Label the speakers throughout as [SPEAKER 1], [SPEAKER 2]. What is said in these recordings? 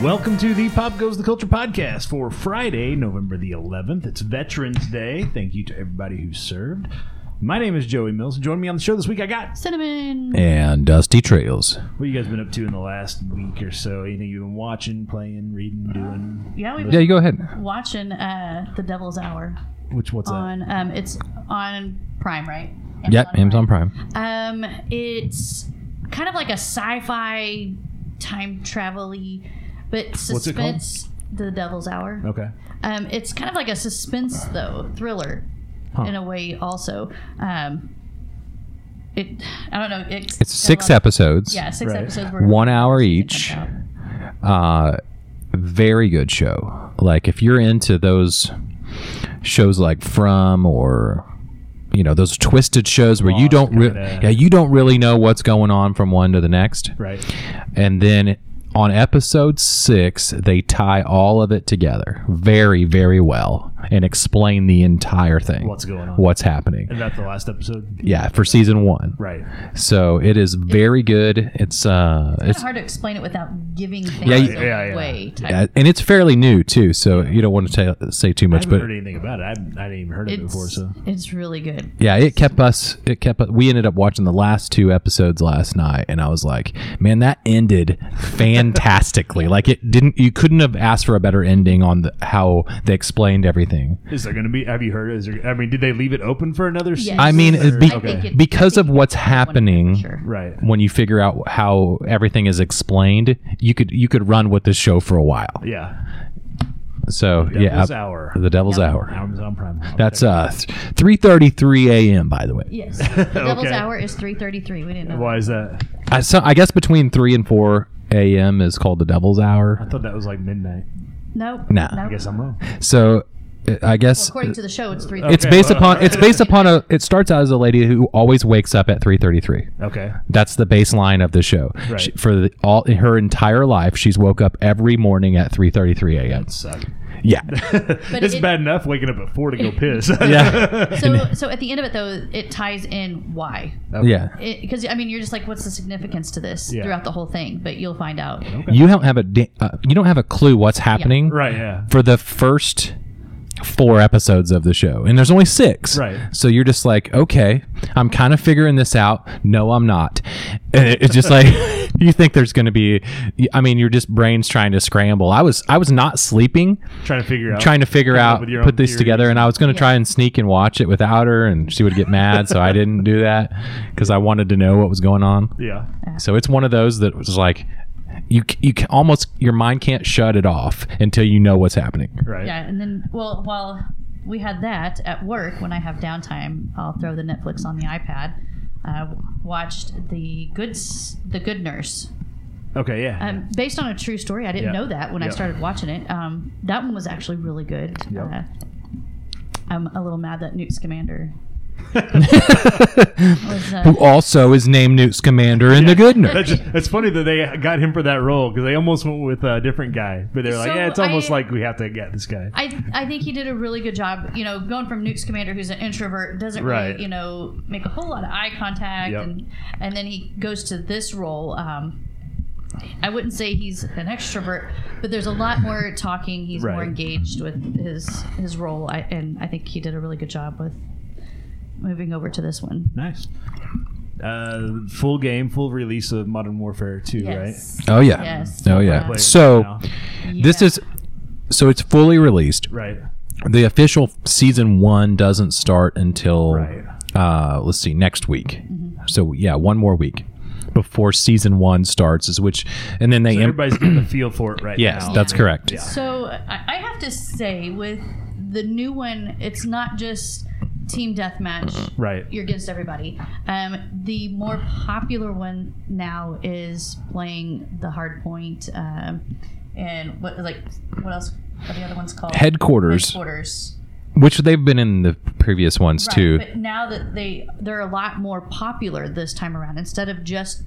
[SPEAKER 1] Welcome to the Pop Goes the Culture podcast for Friday, November the 11th. It's Veterans Day. Thank you to everybody who served. My name is Joey Mills. Join me on the show this week. I got
[SPEAKER 2] Cinnamon.
[SPEAKER 3] and Dusty Trails.
[SPEAKER 1] what you guys been up to in the last week or so. Anything you've been watching, playing, reading, doing?
[SPEAKER 2] Yeah, we've
[SPEAKER 3] Yeah,
[SPEAKER 2] been
[SPEAKER 3] you go ahead.
[SPEAKER 2] watching uh, The Devil's Hour
[SPEAKER 1] Which what's that?
[SPEAKER 2] on um, it's on Prime, right?
[SPEAKER 3] Yep, Amazon Prime.
[SPEAKER 2] Um, it's kind of like a sci-fi time travel-y, but
[SPEAKER 1] What's it called?
[SPEAKER 2] suspense. The Devil's Hour.
[SPEAKER 1] Okay.
[SPEAKER 2] Um, it's kind of like a suspense though thriller,
[SPEAKER 1] Huh.
[SPEAKER 2] in a way. Also, um, it I don't know. It's,
[SPEAKER 3] It's six
[SPEAKER 2] episodes.
[SPEAKER 3] episodes,
[SPEAKER 2] Yeah, six
[SPEAKER 1] Right.
[SPEAKER 2] episodes. Were
[SPEAKER 3] one hour each.
[SPEAKER 2] out.
[SPEAKER 3] Uh, very good show. Like if you're into those shows like From or you know those twisted shows where you
[SPEAKER 1] Lost,
[SPEAKER 3] don't re-
[SPEAKER 1] kinda.
[SPEAKER 3] yeah you don't really know what's going on from one to the next,
[SPEAKER 1] Right.
[SPEAKER 3] and then on episode six they tie all of it together very very well and explain the entire thing.
[SPEAKER 1] What's going on.
[SPEAKER 3] What's happening?
[SPEAKER 1] And that's the last episode?
[SPEAKER 3] Yeah, for season one.
[SPEAKER 1] Right.
[SPEAKER 3] So it is very good. It's uh,
[SPEAKER 2] It's
[SPEAKER 3] it's
[SPEAKER 2] hard to explain it without giving things
[SPEAKER 3] Yeah, you-
[SPEAKER 1] Yeah, yeah.
[SPEAKER 2] away. type
[SPEAKER 3] yeah, and it's fairly new too. So you don't want to ta say too
[SPEAKER 1] I
[SPEAKER 3] much,
[SPEAKER 1] haven't
[SPEAKER 3] but
[SPEAKER 1] heard anything about it. I, haven't- I didn't even heard of it
[SPEAKER 2] It's,
[SPEAKER 1] before, so.
[SPEAKER 2] it's really good.
[SPEAKER 3] yeah, it kept us. It kept. We ended up watching the last two episodes last night, and I was like, man, that ended fantastically. like it didn't. You couldn't have asked for a better ending on the, how they explained everything.
[SPEAKER 1] Is there going to be, have you heard, is there, I mean, did they leave it open for another season?
[SPEAKER 3] I mean, it'd be-
[SPEAKER 2] I think it-
[SPEAKER 3] because
[SPEAKER 2] I
[SPEAKER 3] of
[SPEAKER 2] think
[SPEAKER 3] what's
[SPEAKER 2] it's one of them,
[SPEAKER 1] Hmm?
[SPEAKER 3] happening.
[SPEAKER 2] sure.
[SPEAKER 1] Right.
[SPEAKER 3] When you figure out how everything is explained, you could you could run with this show for a while.
[SPEAKER 1] Yeah.
[SPEAKER 3] So yeah,
[SPEAKER 1] Devil's Hour.
[SPEAKER 3] the Devil's
[SPEAKER 2] Yep.
[SPEAKER 3] Hour.
[SPEAKER 1] Amazon Prime.
[SPEAKER 3] That's uh, three thirty-three a.m. By the way,
[SPEAKER 2] Yes. The Devil's
[SPEAKER 1] Okay.
[SPEAKER 2] Hour is 3:33. We didn't know.
[SPEAKER 1] Why is that?
[SPEAKER 3] I, so, I guess between three and four a.m. is called the Devil's Hour.
[SPEAKER 1] I thought that was like midnight.
[SPEAKER 2] that. Nope.
[SPEAKER 3] Nah.
[SPEAKER 2] Nope.
[SPEAKER 1] I guess I'm wrong.
[SPEAKER 3] So uh, I guess
[SPEAKER 2] According to the show, it's 3:33.
[SPEAKER 3] it's
[SPEAKER 1] Okay,
[SPEAKER 3] based
[SPEAKER 1] well.
[SPEAKER 3] upon it's based upon a. It starts out as a lady who always wakes up at three thirty-three.
[SPEAKER 1] Okay.
[SPEAKER 3] That's the baseline of the show.
[SPEAKER 1] Right.
[SPEAKER 3] She, for the, all her entire life, she's woke up every morning at three thirty-three a.m.
[SPEAKER 1] Suck.
[SPEAKER 3] Yeah,
[SPEAKER 1] it's
[SPEAKER 2] it-
[SPEAKER 1] bad enough waking up at four to go piss.
[SPEAKER 3] Yeah.
[SPEAKER 2] So, so at the end of it though, it ties in why.
[SPEAKER 1] Okay.
[SPEAKER 3] yeah.
[SPEAKER 2] Because I mean, you're just like, what's the significance to this
[SPEAKER 1] Yeah.
[SPEAKER 2] throughout the whole thing? But you'll find out.
[SPEAKER 3] You don't have a da- uh, you don't have a clue what's happening.
[SPEAKER 1] Right. Yeah.
[SPEAKER 3] for the first four episodes of the show and there's only six
[SPEAKER 1] Right.
[SPEAKER 3] so you're just like okay i'm kind of figuring this out no i'm not and it, it's just like you think there's going to be i mean your just brain's trying to scramble i was i was not sleeping
[SPEAKER 1] Trying to figure out.
[SPEAKER 3] trying to figure
[SPEAKER 1] Come up
[SPEAKER 3] out
[SPEAKER 1] with your own
[SPEAKER 3] put these
[SPEAKER 1] theories.
[SPEAKER 3] together and i was going to
[SPEAKER 2] Yeah.
[SPEAKER 3] try and sneak and watch it without her and she would get mad so i didn't do that because i wanted to know what was going on
[SPEAKER 1] Yeah.
[SPEAKER 3] so it's one of those that was like you c- you c- almost your mind can't shut it off until you know what's happening
[SPEAKER 1] Right.
[SPEAKER 2] Yeah, and then well, while we had that at work, when I have downtime, I'll throw the Netflix on the iPad. Uh, watched the good S- the Good Nurse,
[SPEAKER 1] Okay. Yeah.
[SPEAKER 2] um, based on a true story. I didn't
[SPEAKER 1] Yeah.
[SPEAKER 2] know that when
[SPEAKER 1] Yeah.
[SPEAKER 2] I started watching it. Um, that one was actually really good.
[SPEAKER 1] Yep.
[SPEAKER 2] Uh, I'm a little mad that Newt Scamander was uh,
[SPEAKER 3] who also is named Newt's commander in the Good Nurse.
[SPEAKER 1] That's, it's funny that they got him for that role because they almost went with a different guy, but they're like,
[SPEAKER 2] So
[SPEAKER 1] yeah, it's almost
[SPEAKER 2] I-
[SPEAKER 1] like we have to get this guy.
[SPEAKER 2] I, I think he did a really good job. You know, going from Nukes Commander, who's an introvert, doesn't
[SPEAKER 1] Right.
[SPEAKER 2] really, you know, make a whole lot of eye contact,
[SPEAKER 1] Yep.
[SPEAKER 2] and and then he goes to this role. Um, I wouldn't say he's an extrovert, but there's a lot more talking. He's more
[SPEAKER 1] Right.
[SPEAKER 2] engaged with his his role, I, and I think he did a really good job with moving over to this one.
[SPEAKER 1] Nice. Uh, full game, full release of Modern Warfare 2,
[SPEAKER 2] Yes.
[SPEAKER 3] Oh yeah.
[SPEAKER 2] Yes.
[SPEAKER 3] Oh
[SPEAKER 1] right?
[SPEAKER 3] yeah.
[SPEAKER 1] Playing
[SPEAKER 3] So
[SPEAKER 1] now.
[SPEAKER 3] this
[SPEAKER 2] Yeah.
[SPEAKER 3] is so it's fully released.
[SPEAKER 1] right,
[SPEAKER 3] The official season 1 doesn't start until
[SPEAKER 1] Right.
[SPEAKER 3] uh let's see next week.
[SPEAKER 2] Mm-hmm.
[SPEAKER 3] So yeah, one more week before season 1 starts is which and then they
[SPEAKER 1] so
[SPEAKER 3] im-
[SPEAKER 1] everybody's getting a feel for it right
[SPEAKER 3] Yes,
[SPEAKER 1] now.
[SPEAKER 3] that's
[SPEAKER 2] Yeah.
[SPEAKER 3] correct.
[SPEAKER 2] So I, I have to say, with the new one, it's not just team deathmatch.
[SPEAKER 1] Right,
[SPEAKER 2] you're against everybody. Um, the more popular one now is playing the hard point, um, and what like what else? What are the other ones called?
[SPEAKER 3] Headquarters,
[SPEAKER 2] Headquarters.
[SPEAKER 3] which they've been in the previous ones
[SPEAKER 2] Right,
[SPEAKER 3] too.
[SPEAKER 2] But now that they they're a lot more popular this time around, instead of just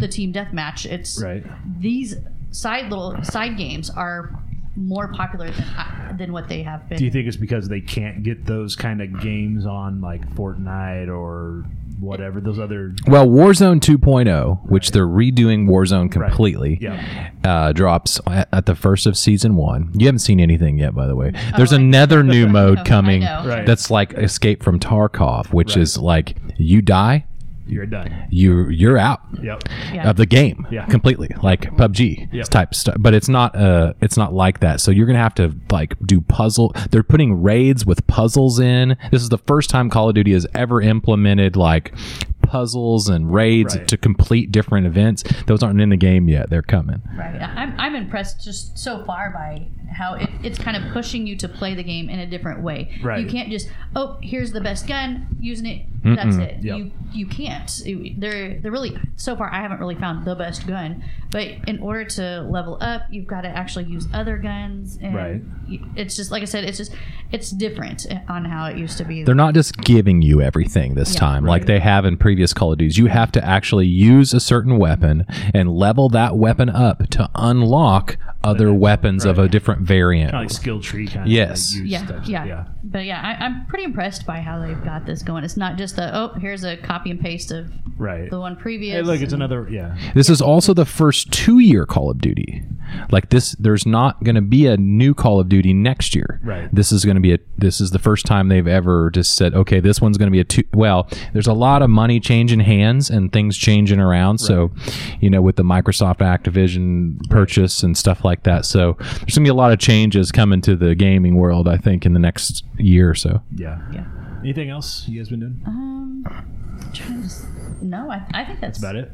[SPEAKER 2] the team deathmatch, it's
[SPEAKER 1] right.
[SPEAKER 2] these side little side games are more popular than I- than what they have been.
[SPEAKER 1] Do you think it's because they can't get those kind of games on like Fortnite or whatever those other?
[SPEAKER 3] Well, Warzone 2.0, which they're redoing Warzone completely,
[SPEAKER 1] Yeah,
[SPEAKER 3] uh, drops at, at the first of season one. You haven't seen anything yet, by the way. There's
[SPEAKER 2] Oh, I-
[SPEAKER 3] another new
[SPEAKER 2] I
[SPEAKER 3] mode coming
[SPEAKER 2] know.
[SPEAKER 1] Right.
[SPEAKER 3] that's like Escape from Tarkov, which is like you die,
[SPEAKER 1] you're done.
[SPEAKER 3] you you're out
[SPEAKER 1] Yep.
[SPEAKER 2] Yeah.
[SPEAKER 3] of the game
[SPEAKER 1] Yeah.
[SPEAKER 3] completely, like PUBG
[SPEAKER 1] Yep.
[SPEAKER 3] type stuff. But it's not uh, it's not like that. So you're gonna have to like do puzzle. They're putting raids with puzzles in. This is the first time Call of Duty has ever implemented like puzzles and raids
[SPEAKER 1] Right.
[SPEAKER 3] to complete different events. Those aren't in the game yet. They're coming.
[SPEAKER 2] Right. I'm, I'm impressed just so far by how it, it's kind of pushing you to play the game in a different way.
[SPEAKER 1] Right.
[SPEAKER 2] You can't just oh here's the best gun using it that's it.
[SPEAKER 1] Yep.
[SPEAKER 2] You you can't. You- They're they're really so far I haven't really found the best gun, but in order to level up you've got to actually use other guns and
[SPEAKER 1] Right.
[SPEAKER 2] you- it's just like I said it's just it's different on how it used to be.
[SPEAKER 3] They're not just giving you everything this time like they have in previous Call of Duties. You have to actually use a certain weapon and level that weapon up to unlock other weapons of a different variant.
[SPEAKER 1] Kinda like skill tree kind
[SPEAKER 3] Yes.
[SPEAKER 1] of. like, use
[SPEAKER 2] yeah,
[SPEAKER 1] stuff.
[SPEAKER 2] yeah,
[SPEAKER 1] yeah.
[SPEAKER 2] But yeah, I, I'm pretty impressed by how they've got this going. It's not just the oh, here's a copy and paste of
[SPEAKER 1] Right.
[SPEAKER 2] the one previous.
[SPEAKER 1] Hey, look, it's
[SPEAKER 2] and-
[SPEAKER 1] another. Yeah.
[SPEAKER 3] This is also the first two-year Call of Duty. Like this, there's not going to be a new Call of Duty next year.
[SPEAKER 1] Right.
[SPEAKER 3] This is going to be a. This is the first time they've ever just said, okay, this one's going to be a two. Well, there's a lot of money changing hands and things changing around. So, you know, with the Microsoft Activision purchase and stuff like that. So there's going to be a lot of changes coming to the gaming world. I think in the next year or so.
[SPEAKER 1] Yeah.
[SPEAKER 2] Yeah.
[SPEAKER 1] Anything else you guys been doing?
[SPEAKER 2] Um, trying to s- no, I, I think that's,
[SPEAKER 1] About it.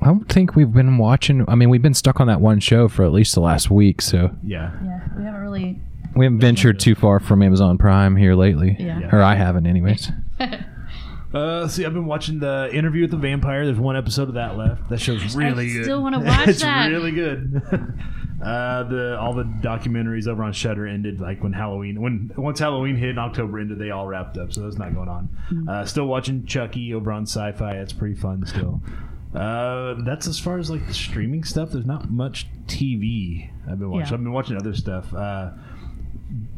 [SPEAKER 3] I don't think we've been watching. I mean, we've been stuck on that one show for at least the last week. So.
[SPEAKER 1] Yeah.
[SPEAKER 2] Yeah, we haven't really.
[SPEAKER 3] We haven't ventured too far from Amazon Prime here lately.
[SPEAKER 2] Yeah.
[SPEAKER 1] Yeah.
[SPEAKER 3] Or I haven't, anyways.
[SPEAKER 1] Uh, see, I've been watching the interview with the vampire. There's one episode of that left. That show's really good.
[SPEAKER 2] still wanna watch
[SPEAKER 1] it's
[SPEAKER 2] that.
[SPEAKER 1] really good. uh, the all the documentaries over on Shutter ended like when Halloween when once Halloween hit and October ended, they all wrapped up. So that's not going on.
[SPEAKER 2] Mm-hmm.
[SPEAKER 1] Uh, still watching Chucky over on Sci-Fi. That's pretty fun still. Uh, that's as far as like the streaming stuff. There's not much TV I've been watching.
[SPEAKER 2] Yeah.
[SPEAKER 1] I've been watching other stuff. Uh,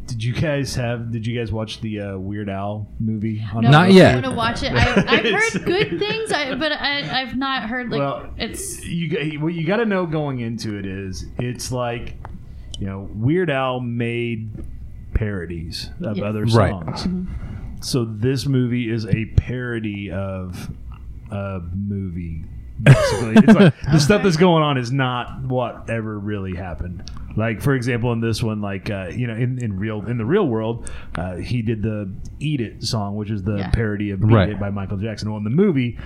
[SPEAKER 1] did you guys have? Did you guys watch the uh, Weird Al movie? On
[SPEAKER 3] Not
[SPEAKER 2] I
[SPEAKER 3] yet.
[SPEAKER 2] want to watch it. I, I've
[SPEAKER 1] It's-
[SPEAKER 2] heard good things, I, but I, I've not heard like
[SPEAKER 1] Well,
[SPEAKER 2] it's.
[SPEAKER 1] you g- what you got to know going into it is it's like you know Weird Al made parodies of
[SPEAKER 2] Yes.
[SPEAKER 1] other
[SPEAKER 3] Right.
[SPEAKER 1] songs. So this movie is a parody of a movie. Basically, it's like the stuff that's going on is not what ever really happened. Like for example, in this one, like uh, you know, in, in real in the real world, uh, he did the "Eat It" song, which is the
[SPEAKER 2] Yeah.
[SPEAKER 1] parody of "Beat
[SPEAKER 3] Right.
[SPEAKER 1] It" by Michael Jackson. Well, in the movie,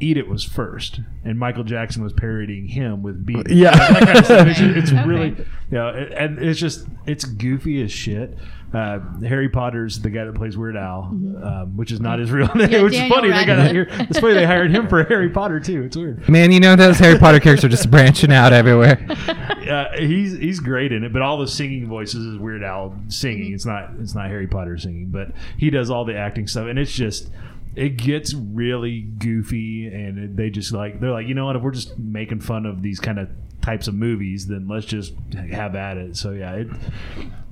[SPEAKER 1] Eat It was first, and Michael Jackson was parodying him with Beat It.
[SPEAKER 3] Yeah.
[SPEAKER 1] It's, it's
[SPEAKER 2] Okay.
[SPEAKER 1] really, you know, it- and it's just, it's goofy as shit. Uh, Harry Potter's the guy that plays Weird Al, um, which is not his real name,
[SPEAKER 2] Mm-hmm. Yeah,
[SPEAKER 1] which
[SPEAKER 2] Daniel
[SPEAKER 1] is funny. They got
[SPEAKER 2] Radcliffe.
[SPEAKER 1] here. It's funny they hired him for Harry Potter too. It's weird.
[SPEAKER 3] Man, you know those Harry Potter characters are just branching out everywhere.
[SPEAKER 1] Uh, he's he's great in it, but all the singing voices is Weird Al singing. It's not it's not Harry Potter singing, but he does all the acting stuff, and it's just it gets really goofy, and it, they just like they're like you know what if we're just making fun of these kind of types of movies, then let's just have at it. So yeah, it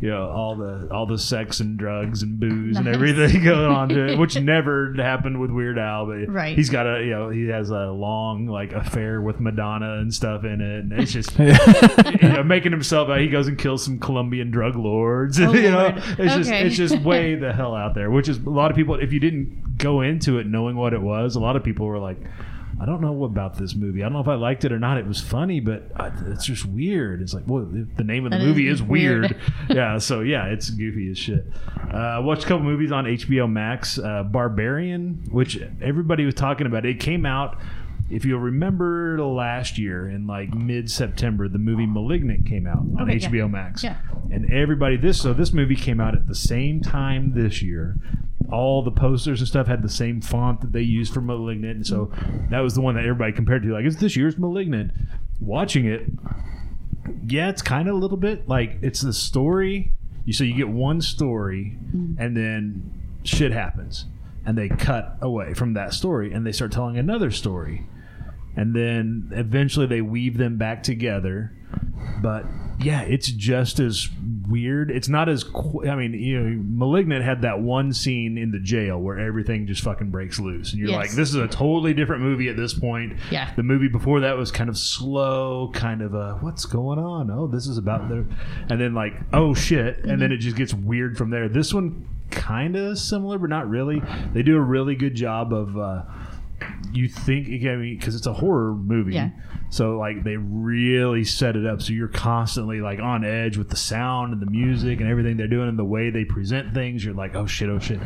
[SPEAKER 1] you know all the all the sex and drugs and booze and
[SPEAKER 2] Nice.
[SPEAKER 1] everything going on to it, which never happened with Weird Al, but
[SPEAKER 2] Right.
[SPEAKER 1] he's got a you know he has a long like affair with Madonna and stuff in it, and it's just you know, making himself out. He goes and kills some Colombian drug lords.
[SPEAKER 2] Oh,
[SPEAKER 1] you know,
[SPEAKER 2] Lord.
[SPEAKER 1] it's just
[SPEAKER 2] Okay.
[SPEAKER 1] it's just way the hell out there. Which is a lot of people. If you didn't go into it knowing what it was, a lot of people were like, "I don't know about this movie. I don't know if I liked it or not. It was funny, but I, it's just weird." It's like, well, the the name of the
[SPEAKER 2] That
[SPEAKER 1] movie
[SPEAKER 2] is
[SPEAKER 1] is
[SPEAKER 2] weird.
[SPEAKER 1] weird. yeah. So yeah, it's goofy as shit. Uh, I watched a couple movies on HBO Max. Uh, Barbarian, which everybody was talking about. It came out if you'll remember last year in like mid September, the movie Malignant came out on
[SPEAKER 2] Okay, yeah.
[SPEAKER 1] HBO Max.
[SPEAKER 2] Yeah.
[SPEAKER 1] And everybody this so this movie came out at the same time this year. All the posters and stuff had the same font that they used for Malignant, and so that was the one that everybody compared to. Like, it's this year's Malignant. Watching it, yeah, it's kind of a little bit like it's the story. You so you get one story, and then shit happens, and they cut away from that story, and they start telling another story, and then eventually they weave them back together. But yeah, it's just as weird. It's not as qu- I mean, you know, Malignant had that one scene in the jail where everything just fucking breaks loose, and you're
[SPEAKER 2] Yes.
[SPEAKER 1] like, this is a totally different movie at this point.
[SPEAKER 2] Yeah.
[SPEAKER 1] the movie before that was kind of slow, kind of a what's going on? Oh, this is about the, and then like oh shit, and then it just gets weird from there. This one kind of similar, but not really. They do a really good job of. Uh, you think I mean because it's a horror movie,
[SPEAKER 2] Yeah.
[SPEAKER 1] so like they really set it up so you're constantly like on edge with the sound and the music and everything they're doing and the way they present things. You're like, oh shit, oh shit,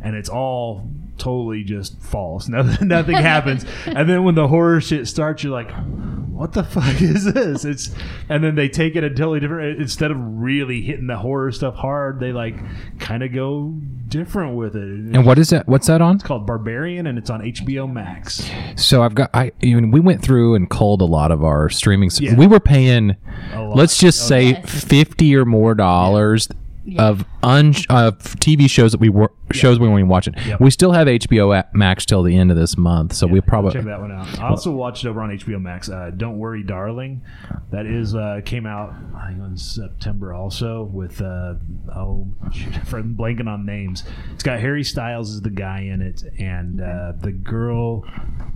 [SPEAKER 1] and it's all totally just false. Nothing, nothing happens. And then when the horror shit starts, you're like, what the fuck is this? It's and then they take it a totally different. Instead of really hitting the horror stuff hard, they like kind of go different with it.
[SPEAKER 3] And what is that? What's that on?
[SPEAKER 1] It's called Barbarian and it's on HBO Max.
[SPEAKER 3] So I've got I even we went through and culled a lot of our streaming. s-
[SPEAKER 1] Yeah.
[SPEAKER 3] We were paying,
[SPEAKER 1] A lot.
[SPEAKER 3] let's just say,
[SPEAKER 2] Yes.
[SPEAKER 3] fifty or more dollars
[SPEAKER 2] Yeah.
[SPEAKER 3] of un of TV shows that we were shows we weren't even watching.
[SPEAKER 1] Yep.
[SPEAKER 3] We still have HBO at Max till the end of this month, so we probably
[SPEAKER 1] check that one out. I also watched over on HBO Max. Uh, Don't worry, darling. That is uh, came out I think in September also with uh, oh shoot, I'm blanking on names. It's got Harry Styles as the guy in it and uh, the girl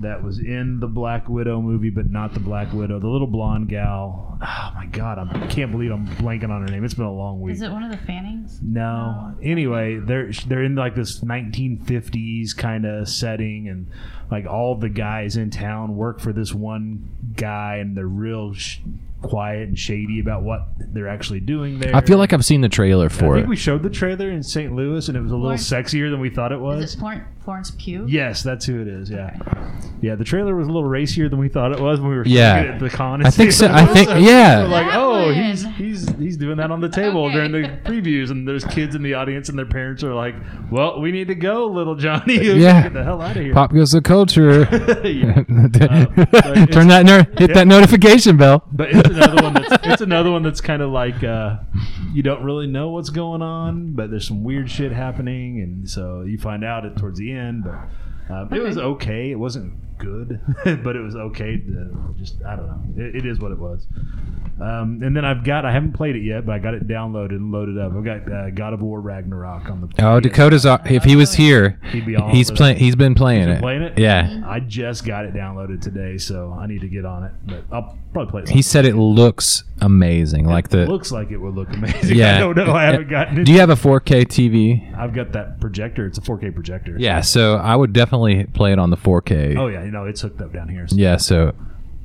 [SPEAKER 1] that was in the Black Widow movie, but not the Black Widow. The little blonde gal. Oh my god, I'm, I can't believe I'm blanking on her name. It's been a long week.
[SPEAKER 2] Is it one of the Fannings?
[SPEAKER 1] No. Anyway, they're they're in like this 1950s kind of setting, and like all the guys in town work for this one guy, and they're real sh- quiet and shady about what they're actually doing there.
[SPEAKER 3] I feel like I've seen the trailer
[SPEAKER 1] I
[SPEAKER 3] for
[SPEAKER 1] think
[SPEAKER 3] it.
[SPEAKER 1] we showed the trailer in St. Louis, and it was a little
[SPEAKER 2] Lauren-
[SPEAKER 1] sexier than we thought it was.
[SPEAKER 2] Is it Florence, Florence Pugh?
[SPEAKER 1] Yes, that's who it is. Yeah, yeah. The trailer was a little racier than we thought it was when we were
[SPEAKER 3] Yeah.
[SPEAKER 1] shooting it at the con.
[SPEAKER 3] I think so. I think
[SPEAKER 1] We're
[SPEAKER 3] yeah.
[SPEAKER 1] like,
[SPEAKER 2] That
[SPEAKER 1] oh,
[SPEAKER 2] one.
[SPEAKER 1] he's he's he's doing that on the table
[SPEAKER 2] Okay.
[SPEAKER 1] during the previews, and there's kids in the audience, and their parents are like, "Well, we need to go, little Johnny. We gotta
[SPEAKER 3] Yeah.
[SPEAKER 1] get the hell out of here."
[SPEAKER 3] Pop goes the culture.
[SPEAKER 1] Yeah. Um, it's-
[SPEAKER 3] Turn that ner- hit that notification bell.
[SPEAKER 1] But it's another one that's it's another one that's kind of like uh, you don't really know what's going on, but there's some weird shit happening, and so you find out it towards the end. But um, it was okay. It wasn't good, but it was okay. To just I don't know. It, it is what it was. Um, and then I've got I haven't played it yet, but I got it downloaded and loaded up. I've got uh, God of War Ragnarok on the.
[SPEAKER 3] Oh, Dakota's. If he was here,
[SPEAKER 1] He'd be all
[SPEAKER 3] he's
[SPEAKER 1] over
[SPEAKER 3] playing. He's been playing it.
[SPEAKER 1] playing it?
[SPEAKER 3] Yeah.
[SPEAKER 1] I just got it downloaded today, so I need to get on it. But I'll probably play it.
[SPEAKER 3] He said it looks amazing. Like the.
[SPEAKER 1] looks like it would look amazing.
[SPEAKER 3] Yeah.
[SPEAKER 1] I don't know. I haven't gotten it.
[SPEAKER 3] Do you have a 4K TV?
[SPEAKER 1] I've got that projector. It's a 4K projector.
[SPEAKER 3] Yeah. So I would definitely play it on the 4K.
[SPEAKER 1] Oh yeah, you know it's hooked up down here. So,
[SPEAKER 3] Yeah. So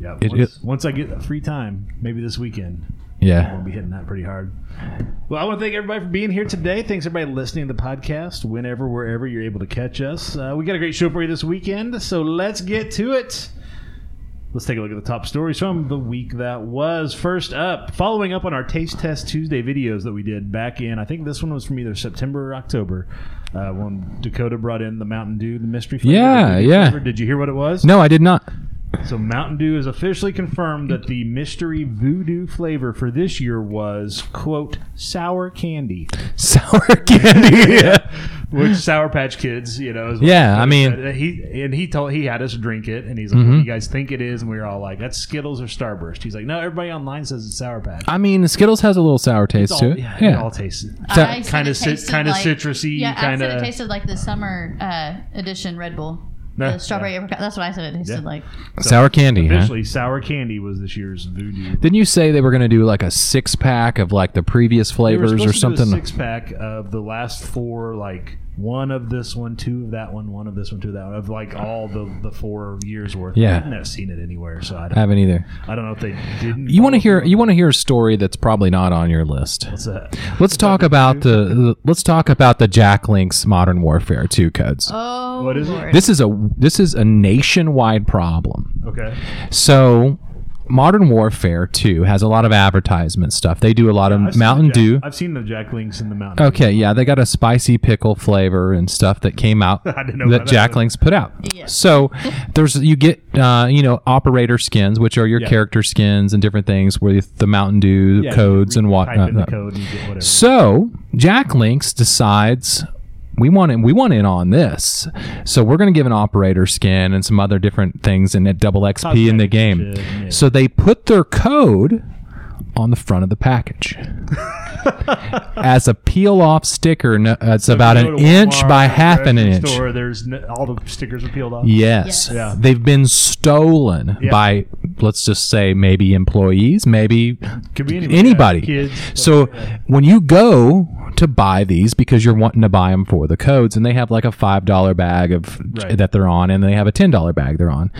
[SPEAKER 1] yeah.
[SPEAKER 3] It-
[SPEAKER 1] once,
[SPEAKER 3] it-
[SPEAKER 1] once I get the free time, maybe this weekend, I'll
[SPEAKER 3] yeah.
[SPEAKER 1] be hitting that pretty hard. Well, I want to thank everybody for being here today. Thanks everybody listening to the podcast. Whenever, wherever you're able to catch us, uh, we got a great show for you this weekend. So let's get to it. Let's take a look at the top stories from the week that was. First up, following up on our Taste Test Tuesday videos that we did back in, I think this one was from either September or October, uh, when Dakota brought in the Mountain Dew, the mystery flavor.
[SPEAKER 3] Yeah,
[SPEAKER 1] Did you-
[SPEAKER 3] yeah.
[SPEAKER 1] Did you hear what it was?
[SPEAKER 3] No, I did not.
[SPEAKER 1] So Mountain Dew has officially confirmed that the mystery voodoo flavor for this year was quote sour candy,
[SPEAKER 3] Sour candy.
[SPEAKER 1] which Sour Patch Kids, you know. Is what
[SPEAKER 3] Yeah,
[SPEAKER 1] he
[SPEAKER 3] I mean- Mm-hmm.
[SPEAKER 1] said. he and he told he had us drink it, and he's like, "What do you guys think it is?" And we were all like, "That's Skittles or Starburst." He's like, "No, everybody online says it's Sour Patch."
[SPEAKER 3] I mean, Skittles has a little sour taste
[SPEAKER 1] It's
[SPEAKER 3] to
[SPEAKER 1] all-
[SPEAKER 3] it.
[SPEAKER 1] yeah,
[SPEAKER 3] Yeah.
[SPEAKER 1] it all tastes.
[SPEAKER 3] So-
[SPEAKER 2] I said
[SPEAKER 1] Kinda
[SPEAKER 2] it
[SPEAKER 1] cit-
[SPEAKER 2] tasted
[SPEAKER 1] kinda citrusy,
[SPEAKER 2] Yeah, I said
[SPEAKER 1] kinda-
[SPEAKER 2] it tasted like the summer uh, edition Red Bull,
[SPEAKER 1] Yeah,
[SPEAKER 2] the strawberry apricot. That's what I said it tasted
[SPEAKER 1] Yeah.
[SPEAKER 2] like.
[SPEAKER 3] sour candy. Huh?
[SPEAKER 1] Officially, sour candy was this year's voodoo.
[SPEAKER 3] Didn't you say they were going to do like a six pack of like the previous
[SPEAKER 1] They were
[SPEAKER 3] flavors or
[SPEAKER 1] supposed to do a
[SPEAKER 3] something?
[SPEAKER 1] Six pack of the last four, like one of this one, two of that one, one of this one, two of that one, of like all the the four years worth.
[SPEAKER 3] Yeah.
[SPEAKER 1] I haven't ever seen it anywhere, so I
[SPEAKER 3] I
[SPEAKER 1] don't,
[SPEAKER 3] haven't either.
[SPEAKER 1] I don't know if they didn't.
[SPEAKER 3] You want to
[SPEAKER 1] follow
[SPEAKER 3] hear?
[SPEAKER 1] through.
[SPEAKER 3] You want to hear a story that's probably not on your list?
[SPEAKER 1] What's that?
[SPEAKER 3] Let's talk about the, the- let's talk about the Jack Link's Modern Warfare 2 codes.
[SPEAKER 2] Oh,
[SPEAKER 1] What is it?
[SPEAKER 2] Lord.
[SPEAKER 3] This is a this is a nationwide problem.
[SPEAKER 1] Okay.
[SPEAKER 3] So Modern Warfare 2 has a lot of advertisement stuff. They do a lot
[SPEAKER 1] I've
[SPEAKER 3] of
[SPEAKER 1] seen
[SPEAKER 3] Mountain
[SPEAKER 1] the Jack-
[SPEAKER 3] Dew. Oh,
[SPEAKER 1] I've seen the Jack Links in the Mountain.
[SPEAKER 3] Okay, yeah, they got a spicy pickle flavor and stuff that came out
[SPEAKER 1] I didn't know
[SPEAKER 3] that
[SPEAKER 1] about that.
[SPEAKER 3] Jack Link's put out.
[SPEAKER 2] Yeah.
[SPEAKER 3] So there's you get uh, you know operator skins, which are your
[SPEAKER 1] Yeah.
[SPEAKER 3] character skins and different things with the Mountain Dew
[SPEAKER 1] Yeah, you
[SPEAKER 3] codes
[SPEAKER 1] re-
[SPEAKER 3] and uh,
[SPEAKER 1] Type in the
[SPEAKER 3] whatnot.
[SPEAKER 1] code and you get whatever.
[SPEAKER 3] So Jack Links decides we want in, we want in on this. So we're going to give an operator skin and some other different things and a double XP in the
[SPEAKER 1] Cosmetic
[SPEAKER 3] game.
[SPEAKER 1] shit, yeah.
[SPEAKER 3] So they put their code on the front of the package as a peel off sticker. No, uh, it's about
[SPEAKER 1] Go
[SPEAKER 3] an
[SPEAKER 1] to
[SPEAKER 3] inch
[SPEAKER 1] Walmart,
[SPEAKER 3] by half an
[SPEAKER 1] grocery
[SPEAKER 3] inch.
[SPEAKER 1] Store, there's n- all the stickers are peeled off.
[SPEAKER 3] Yes.
[SPEAKER 2] Yes.
[SPEAKER 1] Yeah.
[SPEAKER 3] They've been stolen
[SPEAKER 1] Yeah.
[SPEAKER 3] by, let's just say, maybe employees, maybe
[SPEAKER 1] Could be anybody.
[SPEAKER 3] anybody.
[SPEAKER 1] Kids.
[SPEAKER 3] so when you go to buy these because you're wanting to buy them for the codes, and they have like a $5 bag of
[SPEAKER 1] Right.
[SPEAKER 3] that they're on, and they have a $10 bag they're on,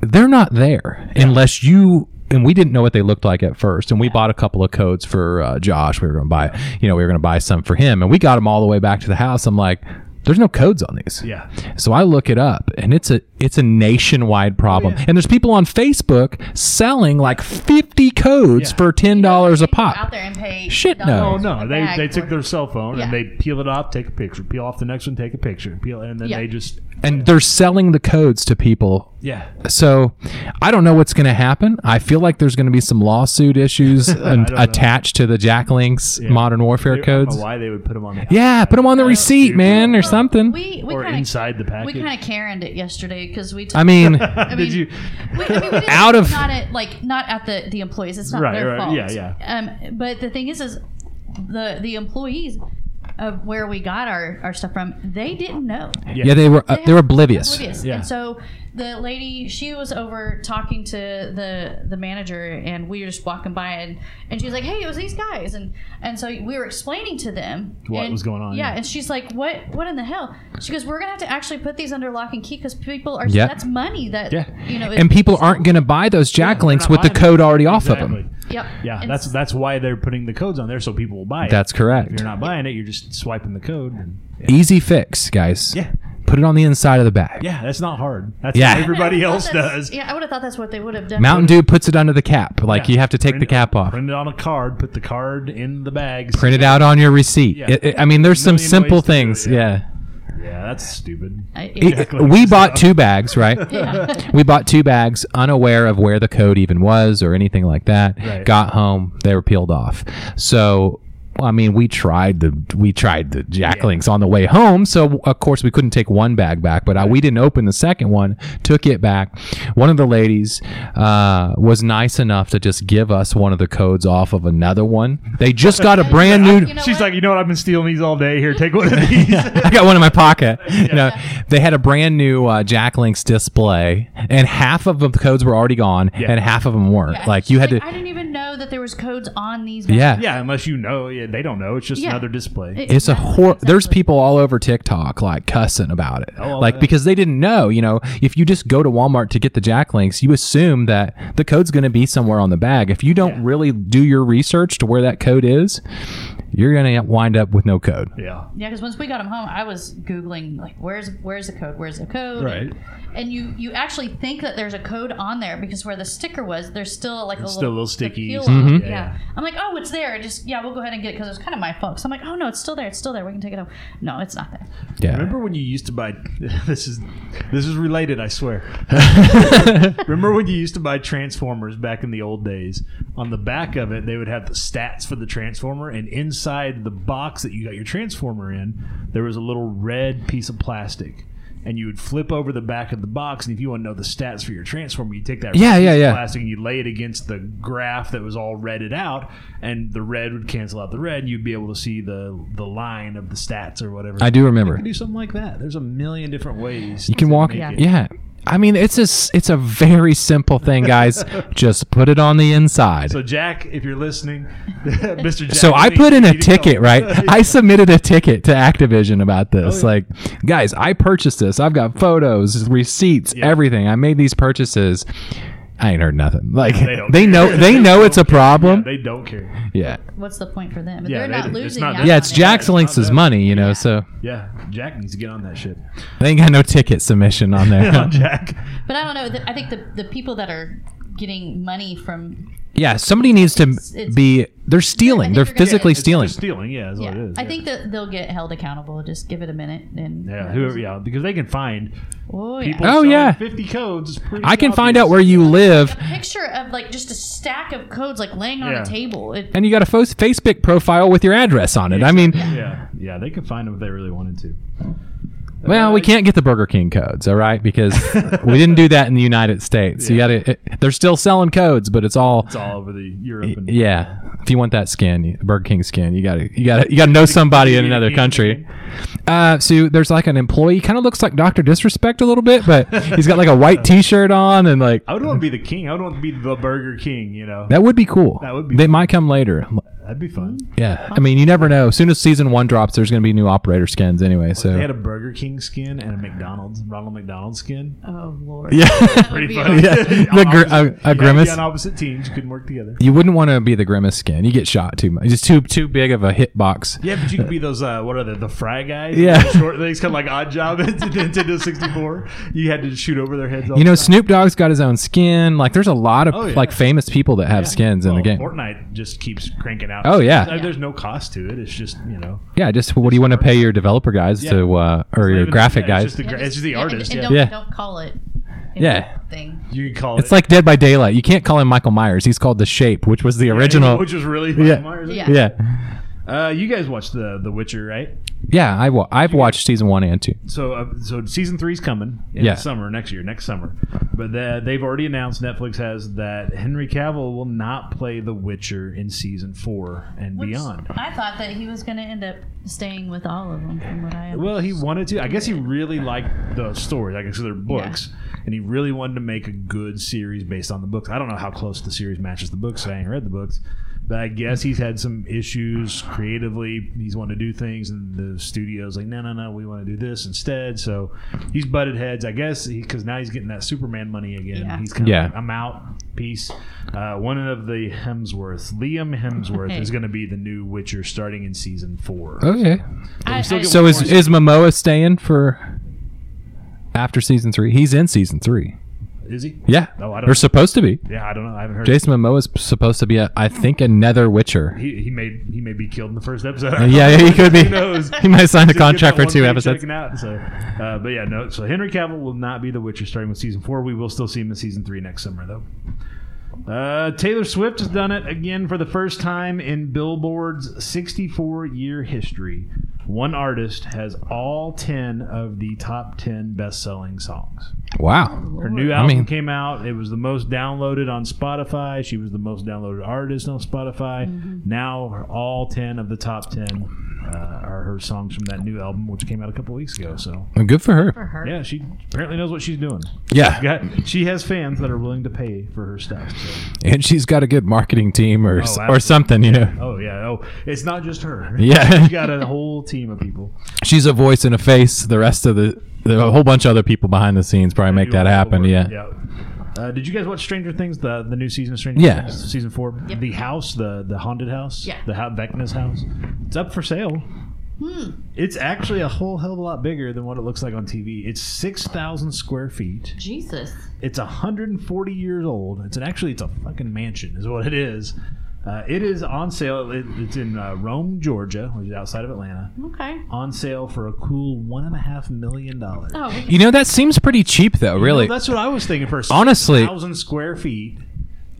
[SPEAKER 3] they're not there unless you. And we didn't know what they looked like at first. And we bought a couple of codes for uh, Josh. We were going to buy, you know, we were going to buy some for him. And we got them all the way back to the house. I'm like, there's no codes on these.
[SPEAKER 1] yeah.
[SPEAKER 3] So I look it up, and it's a it's a nationwide
[SPEAKER 1] Oh,
[SPEAKER 3] problem. And there's people on Facebook selling like 50 codes
[SPEAKER 1] Yeah.
[SPEAKER 3] for ten dollars a
[SPEAKER 2] Out
[SPEAKER 3] pop.
[SPEAKER 2] there and pay
[SPEAKER 3] Shit, no.
[SPEAKER 1] Oh
[SPEAKER 2] $10
[SPEAKER 1] no!
[SPEAKER 2] a
[SPEAKER 1] they
[SPEAKER 2] bag
[SPEAKER 1] they
[SPEAKER 2] for
[SPEAKER 1] took
[SPEAKER 2] it.
[SPEAKER 1] their cell phone
[SPEAKER 2] Yeah.
[SPEAKER 1] and they peel it off, take a picture, peel off the next one, take a picture, peel, and then
[SPEAKER 2] Yeah.
[SPEAKER 1] they just
[SPEAKER 3] And they're selling the codes to people.
[SPEAKER 1] yeah.
[SPEAKER 3] So I don't know what's going to happen. I feel like there's going to be some lawsuit issues and
[SPEAKER 1] don't know.
[SPEAKER 3] attached to the Jack Link's Modern Warfare
[SPEAKER 1] I don't know
[SPEAKER 3] codes.
[SPEAKER 1] why they would put them on? The
[SPEAKER 3] Yeah, put them on the
[SPEAKER 1] Uh,
[SPEAKER 3] receipt, man, or something.
[SPEAKER 2] Oh, We we
[SPEAKER 1] or
[SPEAKER 2] kind of
[SPEAKER 1] inside the
[SPEAKER 2] we
[SPEAKER 1] package.
[SPEAKER 2] kind of Karened it yesterday because we. Took,
[SPEAKER 3] I mean,
[SPEAKER 2] I
[SPEAKER 1] Did
[SPEAKER 2] mean,
[SPEAKER 1] you?
[SPEAKER 2] we, I mean, we didn't-
[SPEAKER 3] Out of-
[SPEAKER 2] not at like not at the the employees. It's not
[SPEAKER 1] Right,
[SPEAKER 2] their
[SPEAKER 1] right,
[SPEAKER 2] fault.
[SPEAKER 1] yeah, yeah.
[SPEAKER 2] Um, but the thing is, is the the employees of where we got our our stuff from, they didn't know.
[SPEAKER 3] yeah, they were uh,
[SPEAKER 2] They
[SPEAKER 3] they were
[SPEAKER 2] have-
[SPEAKER 3] oblivious.
[SPEAKER 2] Oblivious.
[SPEAKER 1] Yeah.
[SPEAKER 2] And so the lady, she was over talking to the the manager, and we were just walking by, and, and she was like, "Hey, it was these guys," and and so we were explaining to them
[SPEAKER 1] What
[SPEAKER 2] and-
[SPEAKER 1] was going on,
[SPEAKER 2] Yeah,
[SPEAKER 1] yeah.
[SPEAKER 2] and she's like, "What? What in the hell?" She goes, "We're gonna have to actually put these under lock and key because people are.
[SPEAKER 3] Yeah.
[SPEAKER 2] That's money that
[SPEAKER 1] Yeah.
[SPEAKER 2] you know.
[SPEAKER 3] And
[SPEAKER 2] is-
[SPEAKER 3] people aren't going to buy those Jack
[SPEAKER 1] They're
[SPEAKER 3] Links
[SPEAKER 1] not
[SPEAKER 3] with the
[SPEAKER 1] buying
[SPEAKER 3] code
[SPEAKER 1] them.
[SPEAKER 3] already off of
[SPEAKER 1] Exactly.
[SPEAKER 3] them.
[SPEAKER 2] Yep.
[SPEAKER 1] Yeah,
[SPEAKER 2] And
[SPEAKER 1] that's that's why they're putting the codes on there so people will buy it.
[SPEAKER 3] That's correct.
[SPEAKER 1] If you're not buying it, you're just swiping the code. And, yeah.
[SPEAKER 3] Easy fix, guys.
[SPEAKER 1] Yeah.
[SPEAKER 3] Put it on the inside of the bag.
[SPEAKER 1] Yeah, that's not hard. That's
[SPEAKER 3] Yeah.
[SPEAKER 1] what everybody
[SPEAKER 2] I would've
[SPEAKER 1] else
[SPEAKER 2] thought that's-
[SPEAKER 1] does.
[SPEAKER 2] Yeah, I would have thought that's what they would have done.
[SPEAKER 3] Mountain Dew puts it under the cap. Like
[SPEAKER 1] Yeah.
[SPEAKER 3] you have to take
[SPEAKER 1] Print
[SPEAKER 3] the
[SPEAKER 1] it-
[SPEAKER 3] cap off. Print,
[SPEAKER 1] Print it on a card. Put the card in the bag.
[SPEAKER 3] it out on your receipt.
[SPEAKER 1] Yeah.
[SPEAKER 3] It- it- I mean, there's some
[SPEAKER 1] Million
[SPEAKER 3] simple
[SPEAKER 1] ways to do it,
[SPEAKER 3] things.
[SPEAKER 1] yeah.
[SPEAKER 3] yeah.
[SPEAKER 1] Yeah, that's stupid.
[SPEAKER 2] I-
[SPEAKER 3] It-
[SPEAKER 2] yeah.
[SPEAKER 1] Exactly.
[SPEAKER 3] we bought two bags, right?
[SPEAKER 2] Yeah.
[SPEAKER 3] we bought two bags, unaware of where the code even was or anything like that.
[SPEAKER 1] Right.
[SPEAKER 3] Got home, they were peeled off. So, I mean, we tried the we tried the jack links on the way home. So, of course, we couldn't take one bag back, but I, we didn't open the second one. Took it back. One of the ladies uh, was nice enough to just give us one of the codes off of another one. They just got a brand new.
[SPEAKER 2] You know
[SPEAKER 1] She's
[SPEAKER 2] what?
[SPEAKER 1] like, you know what? I've been stealing these all day. Here, take one of these.
[SPEAKER 3] I got one in my pocket. You know, they had a brand new uh, Jack Links display, and half of the codes were already gone,
[SPEAKER 1] Yeah.
[SPEAKER 3] and half of them weren't.
[SPEAKER 2] Yeah.
[SPEAKER 3] Like you had
[SPEAKER 2] She's like, I
[SPEAKER 3] to,
[SPEAKER 2] didn't even know that there was codes on these.
[SPEAKER 3] yeah.
[SPEAKER 1] yeah, unless you know, yeah, they don't know. It's just
[SPEAKER 2] Yeah.
[SPEAKER 1] another display.
[SPEAKER 2] It-
[SPEAKER 3] It's a
[SPEAKER 2] exactly,
[SPEAKER 3] hor- There's
[SPEAKER 2] exactly.
[SPEAKER 3] people all over TikTok like cussing about it,
[SPEAKER 1] I'll
[SPEAKER 3] like
[SPEAKER 1] bet.
[SPEAKER 3] because they didn't know. You know, if you just go to Walmart to get the Jack Links, you assume that the code's going to be somewhere on the bag. If you don't
[SPEAKER 1] Yeah.
[SPEAKER 3] really do your research to where that code is, you're going to wind up with no code.
[SPEAKER 1] yeah,
[SPEAKER 2] Yeah, because once we got him home, I was googling like, where's where's the code? Where's the code?
[SPEAKER 1] Right.
[SPEAKER 2] And you you actually think that there's a code on there because where the sticker was, there's still like a
[SPEAKER 1] It's
[SPEAKER 2] little,
[SPEAKER 1] still a little sticky.
[SPEAKER 2] feel
[SPEAKER 1] Mhm.
[SPEAKER 2] on it.
[SPEAKER 1] Yeah,
[SPEAKER 2] Yeah,
[SPEAKER 1] yeah.
[SPEAKER 2] I'm like, oh, it's there. Just yeah, we'll go ahead and get it because it's kind of my fault. So I'm like, oh no, it's still there. It's still there. We can take it home. No, it's not there.
[SPEAKER 3] Yeah.
[SPEAKER 1] Remember when you used to buy? This is this is related, I swear. Remember when you used to buy Transformers back in the old days? On the back of it, they would have the stats for the Transformer, and inside the box that you got your Transformer in, there was a little red piece of plastic. And you would flip over the back of the box, and if you want to know the stats for your transformer, you take that red
[SPEAKER 3] Yeah, yeah,
[SPEAKER 1] piece of
[SPEAKER 3] yeah.
[SPEAKER 1] plastic and you lay it against the graph that was all redded out, and the red would cancel out the red, and you'd be able to see the the line of the stats or whatever.
[SPEAKER 3] I do remember.
[SPEAKER 1] You could do something like that. There's a million different ways.
[SPEAKER 3] You can walk.
[SPEAKER 2] Yeah.
[SPEAKER 3] Yeah. I mean, it's a s- it's a very simple thing, guys. Just put it on the inside.
[SPEAKER 1] So
[SPEAKER 3] So,
[SPEAKER 1] Jack, if you're listening, Mr. Jack.
[SPEAKER 3] I
[SPEAKER 1] think
[SPEAKER 3] put in
[SPEAKER 1] you
[SPEAKER 3] a
[SPEAKER 1] need to go.
[SPEAKER 3] ticket, right? I submitted a ticket to Activision
[SPEAKER 1] Oh,
[SPEAKER 3] about this. Like, guys, I purchased this. I've got photos, receipts, everything. I made these purchases. I ain't heard nothing. Like
[SPEAKER 1] they
[SPEAKER 3] they,
[SPEAKER 1] don't care.
[SPEAKER 3] know they know it's a problem.
[SPEAKER 1] they don't care.
[SPEAKER 3] Yeah.
[SPEAKER 2] What's the point for them?
[SPEAKER 1] Yeah,
[SPEAKER 2] They're
[SPEAKER 1] they
[SPEAKER 2] not
[SPEAKER 1] didn't- it's
[SPEAKER 2] losing.
[SPEAKER 1] not
[SPEAKER 2] out
[SPEAKER 1] them.
[SPEAKER 3] Yeah,
[SPEAKER 2] on
[SPEAKER 3] it's
[SPEAKER 2] it.
[SPEAKER 3] Jack's
[SPEAKER 1] not
[SPEAKER 3] Links'
[SPEAKER 1] them.
[SPEAKER 3] money, you know, so
[SPEAKER 1] Yeah, Jack needs to get on that shit.
[SPEAKER 3] they ain't got no ticket submission on there.
[SPEAKER 1] Jack.
[SPEAKER 2] But I don't know. th- I think the the people that are getting money from.
[SPEAKER 3] Yeah, somebody needs to
[SPEAKER 2] it's-
[SPEAKER 3] be. They're
[SPEAKER 2] think
[SPEAKER 3] stealing. They're
[SPEAKER 2] they're gonna-
[SPEAKER 3] physically
[SPEAKER 2] It's
[SPEAKER 3] stealing.
[SPEAKER 1] Just stealing, yeah, is
[SPEAKER 2] Yeah,
[SPEAKER 1] what Oh, it is.
[SPEAKER 2] I
[SPEAKER 1] yeah.
[SPEAKER 2] think that they'll get held accountable. Just give it a minute and
[SPEAKER 1] Yeah, whoever, yeah, because they can find
[SPEAKER 2] Oh yeah.
[SPEAKER 1] people.
[SPEAKER 3] Oh,
[SPEAKER 1] selling
[SPEAKER 3] yeah.
[SPEAKER 1] fifty codes. It's pretty
[SPEAKER 3] I can find
[SPEAKER 1] obvious.
[SPEAKER 3] out where you live,
[SPEAKER 2] a picture of like just a stack of codes like laying on
[SPEAKER 1] Yeah.
[SPEAKER 2] a table. It,
[SPEAKER 3] and you got a fo- Facebook profile with your address on it. I mean,
[SPEAKER 1] Yeah, yeah, they could find them if they really wanted to.
[SPEAKER 3] well, we can't get the Burger King codes, all right, because we didn't do that in the United States. You got to. They're still selling codes, but it's all.
[SPEAKER 1] It's all over the Europe. And,
[SPEAKER 3] Yeah, if you want that skin, you- Burger King skin, you gotta you gotta you gotta know somebody in another country. Uh, so there's like an employee, kind of looks like Doctor Disrespect a little bit, but he's got like a white T-shirt on and like
[SPEAKER 1] I would want to be the king. I would want to be the Burger King. You know,
[SPEAKER 3] that would be cool.
[SPEAKER 1] That would be
[SPEAKER 3] They might come later.
[SPEAKER 1] that'd be fun.
[SPEAKER 3] Yeah, I mean you never know. As soon as season one drops, there's gonna be new operator skins anyway.
[SPEAKER 1] They had
[SPEAKER 3] So
[SPEAKER 1] a Burger King skin and a McDonald's Ronald McDonald skin.
[SPEAKER 2] oh lord.
[SPEAKER 3] yeah,
[SPEAKER 2] That would
[SPEAKER 1] Pretty
[SPEAKER 2] be
[SPEAKER 1] funny.
[SPEAKER 3] Yeah, the gr-
[SPEAKER 1] Opposite-
[SPEAKER 3] uh, a- a
[SPEAKER 1] you gotta be
[SPEAKER 3] grimace.
[SPEAKER 1] on opposite teams. You couldn't work together.
[SPEAKER 3] you wouldn't want to be the grimace skin. You get shot too much. It's too too big of a hitbox.
[SPEAKER 1] Yeah, but you could be those uh, what are they? The fry guys?
[SPEAKER 3] Yeah.
[SPEAKER 1] The short things kind of like odd job at Nintendo sixty four. You had to shoot over their heads. All
[SPEAKER 3] You know,
[SPEAKER 1] the time.
[SPEAKER 3] Snoop Dogg's got his own skin. Like, there's a lot of
[SPEAKER 1] Oh, yeah.
[SPEAKER 3] like famous people that have skins in
[SPEAKER 1] Well,
[SPEAKER 3] the game.
[SPEAKER 1] Fortnite just keeps cranking out.
[SPEAKER 3] Oh, yeah.
[SPEAKER 1] Uh, there's no cost to it. It's just you know
[SPEAKER 3] Yeah, just what do you want to pay your developer guys to uh, or your
[SPEAKER 1] even-
[SPEAKER 3] graphic
[SPEAKER 1] yeah,
[SPEAKER 3] guys?
[SPEAKER 1] It's just the, gra- it's just the
[SPEAKER 2] Yeah, and-
[SPEAKER 1] artist.
[SPEAKER 2] And,
[SPEAKER 1] yeah.
[SPEAKER 2] Don't,
[SPEAKER 3] Yeah.
[SPEAKER 2] don't call it.
[SPEAKER 3] Yeah.
[SPEAKER 2] Thing.
[SPEAKER 1] you could call
[SPEAKER 3] it's
[SPEAKER 1] it.
[SPEAKER 3] like Dead by Daylight. You can't call him Michael Myers. He's called the Shape, which was the original.
[SPEAKER 1] which was really
[SPEAKER 3] Yeah.
[SPEAKER 1] Myers.
[SPEAKER 2] Yeah.
[SPEAKER 3] yeah,
[SPEAKER 1] Uh, you guys watched the The Witcher, right?
[SPEAKER 3] yeah. I wa- I've watched season one and two.
[SPEAKER 1] So, uh, so season three's coming in
[SPEAKER 3] Yeah.
[SPEAKER 1] the summer next year, next summer. But the, they've already announced Netflix has that Henry Cavill will not play The Witcher in season four and
[SPEAKER 2] Which
[SPEAKER 1] beyond.
[SPEAKER 2] I thought that he was going to end up staying with all of them, from what I.
[SPEAKER 1] Well, he wanted to. I guess he really liked the story, like I said, they're books, and he really wanted to make a good series based on the books. I don't know how close the series matches the books. 'cause I ain't read the books, but I guess he's had some issues creatively. He's wanted to do things, and the studio's like, no, no, no, we want to do this instead. So he's butted heads, I guess, because now he's getting that Superman money again.
[SPEAKER 2] Yeah.
[SPEAKER 1] He's kind of
[SPEAKER 3] Yeah.
[SPEAKER 1] like, I'm out. Peace. Uh, one of the Hemsworth, Liam Hemsworth,
[SPEAKER 2] Hey.
[SPEAKER 1] is going to be the new Witcher starting in season four.
[SPEAKER 3] Okay.
[SPEAKER 2] I,
[SPEAKER 1] still
[SPEAKER 2] I-
[SPEAKER 1] get
[SPEAKER 3] So is is Momoa staying for after season three? He's in season three.
[SPEAKER 1] Is he?
[SPEAKER 3] Yeah,
[SPEAKER 1] Oh, I don't know.
[SPEAKER 3] they're supposed to be.
[SPEAKER 1] Yeah, I don't know. I haven't heard.
[SPEAKER 3] Jason Momoa's supposed to be, a, I think, another Witcher.
[SPEAKER 1] He, he may he may be killed in the first episode.
[SPEAKER 3] yeah, yeah, he could be.
[SPEAKER 1] Who knows?
[SPEAKER 3] He might sign a
[SPEAKER 1] Just get
[SPEAKER 3] contract
[SPEAKER 1] that
[SPEAKER 3] for
[SPEAKER 1] one
[SPEAKER 3] two
[SPEAKER 1] thing
[SPEAKER 3] episodes.
[SPEAKER 1] taken Out, so, uh, but yeah, no. So Henry Cavill will not be the Witcher starting with season four. We will still see him in season three next summer, though. Uh, Taylor Swift has done it again for the first time in Billboard's 64-year history. One artist has all 10 of the top 10 best-selling songs.
[SPEAKER 3] Wow.
[SPEAKER 1] Her new
[SPEAKER 3] I
[SPEAKER 1] album
[SPEAKER 3] mean-
[SPEAKER 1] came out. It was the most downloaded on Spotify. She was the most downloaded artist on Spotify. Now, her- all 10 of the top 10 uh, are her songs from that new album, which came out a couple weeks ago. So,
[SPEAKER 3] Good for her.
[SPEAKER 2] for her.
[SPEAKER 1] yeah, she apparently knows what she's doing.
[SPEAKER 3] Yeah.
[SPEAKER 1] Got- She has fans that are willing to pay for her stuff. so-
[SPEAKER 3] And she's got a good marketing team or s or
[SPEAKER 1] Oh, absolutely.
[SPEAKER 3] something, you know.
[SPEAKER 1] Oh, yeah. Oh, it's not just her.
[SPEAKER 3] Yeah.
[SPEAKER 1] She got a whole team of people.
[SPEAKER 3] she's a voice and a face. The rest of the, the a whole bunch of other people behind the scenes probably make
[SPEAKER 1] Do all
[SPEAKER 3] that
[SPEAKER 1] the
[SPEAKER 3] happen.
[SPEAKER 1] work.
[SPEAKER 3] Yeah.
[SPEAKER 1] Uh, did you guys watch Stranger Things, the the new season of Stranger
[SPEAKER 3] Yeah.
[SPEAKER 1] Things, season four?
[SPEAKER 2] Yep.
[SPEAKER 1] The house, the the haunted house,
[SPEAKER 2] Yeah.
[SPEAKER 1] the ha- Vecna's house. It's up for sale.
[SPEAKER 2] Hmm.
[SPEAKER 1] It's actually a whole hell of a lot bigger than what it looks like on TV. It's six thousand square feet.
[SPEAKER 2] Jesus.
[SPEAKER 1] It's hundred and forty years old. It's an actually it's a fucking mansion, is what it is. Uh, it is on sale. It, it's in uh, Rome, Georgia, which is outside of Atlanta.
[SPEAKER 2] Okay.
[SPEAKER 1] On sale for a cool one and a half million dollars.
[SPEAKER 2] Oh, we
[SPEAKER 3] You know that seems pretty cheap though. Really,
[SPEAKER 1] Well, that's what I was thinking first.
[SPEAKER 3] Honestly-
[SPEAKER 1] thousand square feet,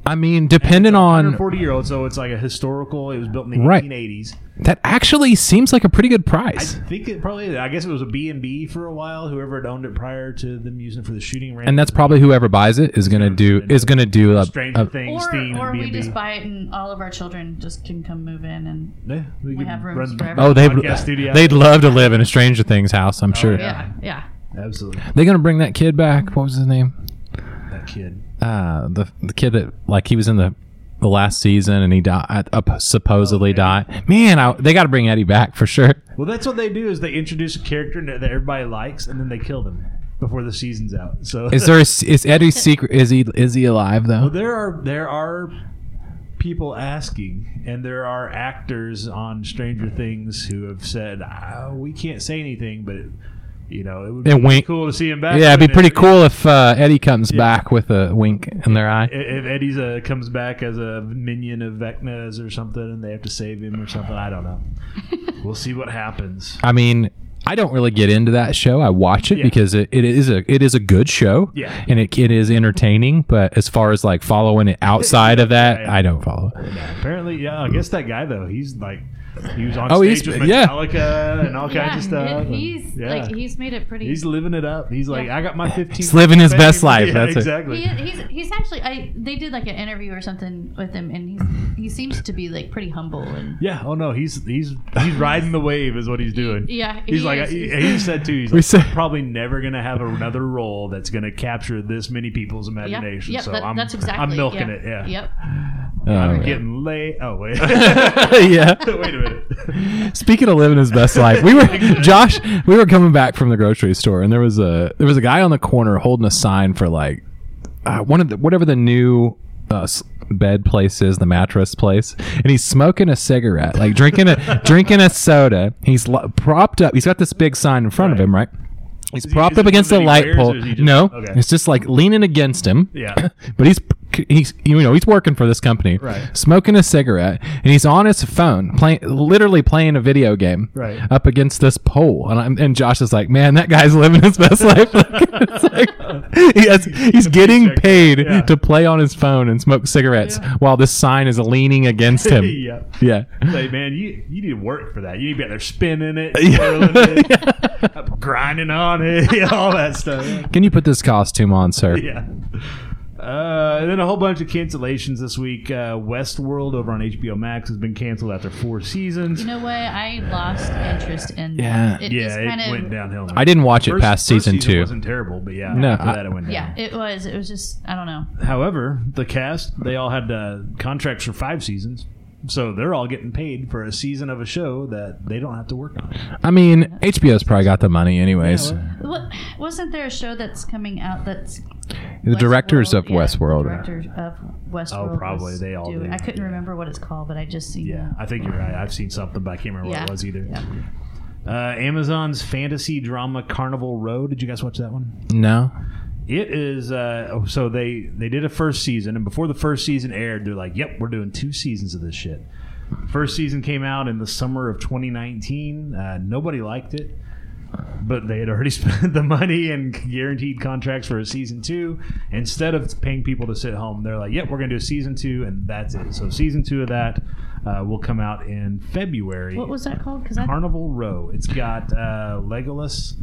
[SPEAKER 3] I mean, depending on
[SPEAKER 1] forty year old. So it's like a historical. It was built in the
[SPEAKER 3] Right.
[SPEAKER 1] 1880s.
[SPEAKER 3] that actually seems like a pretty good price.
[SPEAKER 1] I think it probably. I guess it was a B and B for a while. Whoever had owned it prior to them using it for the shooting range.
[SPEAKER 3] and that's probably whoever buys it is gonna do is gonna do a,
[SPEAKER 1] Stranger
[SPEAKER 3] a
[SPEAKER 2] can,
[SPEAKER 1] Things
[SPEAKER 2] or
[SPEAKER 1] theme
[SPEAKER 2] or
[SPEAKER 1] and
[SPEAKER 2] we
[SPEAKER 1] B&B.
[SPEAKER 2] just buy it and all of our children just can come move in and
[SPEAKER 1] yeah, we, could
[SPEAKER 2] have rooms
[SPEAKER 1] run-
[SPEAKER 2] for everyone.
[SPEAKER 3] oh they
[SPEAKER 1] Podcast studio. Oh,
[SPEAKER 3] they'd love to live in a Stranger Things house. I'm sure
[SPEAKER 1] yeah.
[SPEAKER 2] yeah yeah.
[SPEAKER 1] Absolutely,
[SPEAKER 3] they're gonna bring that kid back. What was his name?
[SPEAKER 1] that kid.
[SPEAKER 3] Uh, the the kid that like he was in the. The last season, and he died. Uh, supposedly
[SPEAKER 1] Oh,
[SPEAKER 3] died. Man, I, they got to bring Eddie back for sure.
[SPEAKER 1] Well, that's what they do is they introduce a character that everybody likes, and then they kill them before the season's out. So
[SPEAKER 3] Is there a, is Eddie's secret? Is he is he alive though?
[SPEAKER 1] Well, there are there are people asking, and there are actors on Stranger Things who have said "Ah, we can't say anything, but you know, it would
[SPEAKER 3] And
[SPEAKER 1] be
[SPEAKER 3] wink.
[SPEAKER 1] cool to see him back.
[SPEAKER 3] Yeah, it'd be
[SPEAKER 1] wouldn't
[SPEAKER 3] pretty
[SPEAKER 1] it?
[SPEAKER 3] cool if uh, Eddie comes back with a wink in their eye.
[SPEAKER 1] If if Eddie's uh, comes back as a minion of Vecna's or something, and they have to save him or something, I don't know. we'll see what happens.
[SPEAKER 3] I mean, I don't really get into that show. I watch it
[SPEAKER 1] Yeah.
[SPEAKER 3] because it, it is a it is a good show.
[SPEAKER 1] Yeah.
[SPEAKER 3] And it, it is entertaining, but as far as like following it outside of that,
[SPEAKER 1] Yeah, yeah.
[SPEAKER 3] I don't follow it.
[SPEAKER 1] Yeah, apparently, yeah. I guess that guy though, he's like, he was on
[SPEAKER 3] Oh,
[SPEAKER 1] stage
[SPEAKER 3] he's-
[SPEAKER 1] with
[SPEAKER 3] yeah.
[SPEAKER 1] Metallica and all
[SPEAKER 2] yeah,
[SPEAKER 1] kinds of stuff.
[SPEAKER 2] and
[SPEAKER 1] and-
[SPEAKER 2] he's
[SPEAKER 1] uh, yeah.
[SPEAKER 2] like he's made it pretty.
[SPEAKER 1] He's living it up. He's like,
[SPEAKER 2] Yeah.
[SPEAKER 1] I got my 15.
[SPEAKER 3] He's living his best
[SPEAKER 1] fame."
[SPEAKER 3] life,
[SPEAKER 1] Yeah,
[SPEAKER 3] that's it.
[SPEAKER 1] exactly.
[SPEAKER 2] he, he's he's actually I they did like an interview or something with him and he's he seems to be like pretty humble and
[SPEAKER 1] Yeah. Oh no, he's he's he's riding the wave, is what he's doing.
[SPEAKER 2] yeah
[SPEAKER 1] He's
[SPEAKER 2] he
[SPEAKER 1] like,
[SPEAKER 2] is.
[SPEAKER 1] he, he said too. He's
[SPEAKER 3] We
[SPEAKER 1] like,
[SPEAKER 3] said-
[SPEAKER 1] "I'm probably never gonna have another role that's gonna capture this many people's imagination.
[SPEAKER 2] yep,
[SPEAKER 1] so
[SPEAKER 2] that-
[SPEAKER 1] I'm,
[SPEAKER 2] that's exactly
[SPEAKER 1] I'm milking
[SPEAKER 2] yeah.
[SPEAKER 1] it. Yeah.
[SPEAKER 2] Yep.
[SPEAKER 3] Oh,
[SPEAKER 1] I'm
[SPEAKER 3] man.
[SPEAKER 1] getting late. Oh wait.
[SPEAKER 3] yeah.
[SPEAKER 1] Wait a minute.
[SPEAKER 3] Speaking of living his best life, we were Josh. We were coming back from the grocery store, and there was a there was a guy on the corner holding a sign for like uh, one of the whatever the new uh, s- bed place is, the mattress place, and he's smoking a cigarette, like drinking a drinking a soda. He's lo- propped up. He's got this big sign in front of
[SPEAKER 1] Right.
[SPEAKER 3] him, right? He's
[SPEAKER 1] he-
[SPEAKER 3] propped
[SPEAKER 1] is
[SPEAKER 3] up
[SPEAKER 1] it
[SPEAKER 3] against
[SPEAKER 1] one
[SPEAKER 3] the
[SPEAKER 1] that he wears,
[SPEAKER 3] light pole.
[SPEAKER 1] or is he just-
[SPEAKER 3] no,
[SPEAKER 1] okay.
[SPEAKER 3] it's just like leaning against him.
[SPEAKER 1] Yeah.
[SPEAKER 3] but he's he's you know he's working for this company,
[SPEAKER 1] Right.
[SPEAKER 3] smoking a cigarette, and he's on his phone playing, literally playing a video game,
[SPEAKER 1] Right.
[SPEAKER 3] up against this pole. And I'm, and Josh is like, man, that guy's living his best life. It's like, he has- he's getting
[SPEAKER 1] paycheck.
[SPEAKER 3] paid
[SPEAKER 1] Yeah.
[SPEAKER 3] to play on his phone and smoke cigarettes
[SPEAKER 1] Yeah.
[SPEAKER 3] while this sign is leaning against him.
[SPEAKER 1] yeah.
[SPEAKER 3] Yeah.
[SPEAKER 1] Like, man, you you need to work for that. You need to be out there spinning it, twirling it,
[SPEAKER 3] Yeah.
[SPEAKER 1] grinding on it, yeah, all that stuff.
[SPEAKER 3] Can you put this costume on, sir?
[SPEAKER 1] Yeah. Uh, and then a whole bunch of cancellations this week. Uh, Westworld over on HBO Max has been canceled after four seasons.
[SPEAKER 2] You know what? I lost interest in
[SPEAKER 3] Yeah.
[SPEAKER 2] It
[SPEAKER 1] yeah,
[SPEAKER 2] just
[SPEAKER 1] it
[SPEAKER 2] kind of,
[SPEAKER 1] went downhill.
[SPEAKER 3] I didn't watch it
[SPEAKER 1] First-
[SPEAKER 3] past
[SPEAKER 1] first
[SPEAKER 3] season two.
[SPEAKER 1] wasn't terrible, but yeah,
[SPEAKER 3] No,
[SPEAKER 1] after
[SPEAKER 3] I-
[SPEAKER 1] that it went down.
[SPEAKER 2] Yeah, it was. It was just I don't know.
[SPEAKER 1] However, the cast they all had uh, contracts for five seasons, so they're all getting paid for a season of a show that they don't have to work on.
[SPEAKER 3] I mean, HBO's probably got the money, anyways.
[SPEAKER 1] Yeah,
[SPEAKER 2] What, wasn't there a show that's coming out that's
[SPEAKER 3] the directors of
[SPEAKER 2] yeah,
[SPEAKER 3] Westworld.
[SPEAKER 2] The directors of Westworld.
[SPEAKER 1] Oh, probably.
[SPEAKER 2] was
[SPEAKER 1] They all
[SPEAKER 2] doing-
[SPEAKER 1] do.
[SPEAKER 2] I couldn't
[SPEAKER 1] Yeah.
[SPEAKER 2] remember what it's called, but I just seen.
[SPEAKER 1] Yeah, I think you're right. I've seen something, but I can't remember
[SPEAKER 2] Yeah.
[SPEAKER 1] what it was either.
[SPEAKER 2] Yeah.
[SPEAKER 1] Uh, Amazon's fantasy drama Carnival Row. Did you guys watch that one?
[SPEAKER 3] no.
[SPEAKER 1] It is uh, oh, so they they did a first season, and before the first season aired, they're like, "Yep, we're doing two seasons of this shit." First season came out in the summer of 2019. Uh, nobody liked it, but they had already spent the money and guaranteed contracts for a season two. Instead of paying people to sit home, they're like, "Yep, we're going to do a season two, and that's it." So season two of that uh, will come out in February.
[SPEAKER 2] What was that called? Because I
[SPEAKER 1] Carnival Row. It's got uh, Legolas.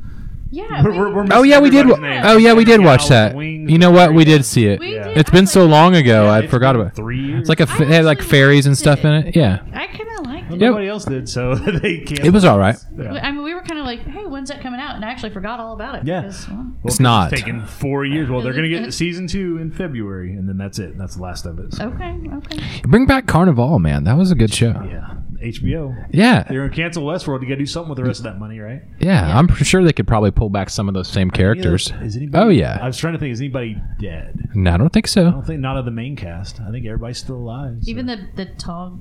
[SPEAKER 2] yeah. we-
[SPEAKER 3] Oh yeah, we did. wa-
[SPEAKER 1] everybody's name.
[SPEAKER 3] Oh yeah, we did
[SPEAKER 1] Yeah,
[SPEAKER 3] watch
[SPEAKER 1] with
[SPEAKER 3] that.
[SPEAKER 1] wings
[SPEAKER 3] You know
[SPEAKER 1] and
[SPEAKER 3] what? We
[SPEAKER 1] everything.
[SPEAKER 3] did see it.
[SPEAKER 2] we
[SPEAKER 1] Yeah.
[SPEAKER 2] did.
[SPEAKER 3] It's
[SPEAKER 2] I
[SPEAKER 3] been
[SPEAKER 2] was
[SPEAKER 3] so
[SPEAKER 2] like-
[SPEAKER 3] long ago,
[SPEAKER 1] Yeah,
[SPEAKER 3] I
[SPEAKER 1] it's
[SPEAKER 3] forgot
[SPEAKER 1] been
[SPEAKER 3] about. it.
[SPEAKER 1] three years.
[SPEAKER 3] It's like a f-
[SPEAKER 2] I
[SPEAKER 3] it had like
[SPEAKER 2] actually
[SPEAKER 3] fairies and
[SPEAKER 2] liked
[SPEAKER 3] stuff
[SPEAKER 2] it.
[SPEAKER 3] in it. Yeah,
[SPEAKER 2] I kind of liked it.
[SPEAKER 3] Yep.
[SPEAKER 1] Nobody else did, so they can't.
[SPEAKER 3] it was all right.
[SPEAKER 1] Yeah.
[SPEAKER 2] I mean, we were kind of like, "Hey, when's that coming out?" And I actually forgot all about it.
[SPEAKER 1] Yeah.
[SPEAKER 2] because, well,
[SPEAKER 3] It's not.
[SPEAKER 1] taking four years. Well, they're going to get season two in February, and then that's it. That's the last of it. So,
[SPEAKER 2] okay. Okay.
[SPEAKER 3] Bring back Carnival, man. That was a good show.
[SPEAKER 1] Yeah, HBO.
[SPEAKER 3] Yeah,
[SPEAKER 1] They're going to cancel Westworld. You got to do something with the rest of that money, right?
[SPEAKER 3] yeah. I'm pretty sure they could probably pull back some of those same characters.
[SPEAKER 1] Is anybody?
[SPEAKER 3] Oh
[SPEAKER 1] I
[SPEAKER 3] yeah.
[SPEAKER 1] was trying to think. Is anybody dead?
[SPEAKER 3] No, I don't think
[SPEAKER 1] I
[SPEAKER 3] so.
[SPEAKER 1] don't think not of the main cast. I think everybody's still alive. so-
[SPEAKER 2] Even the the tall,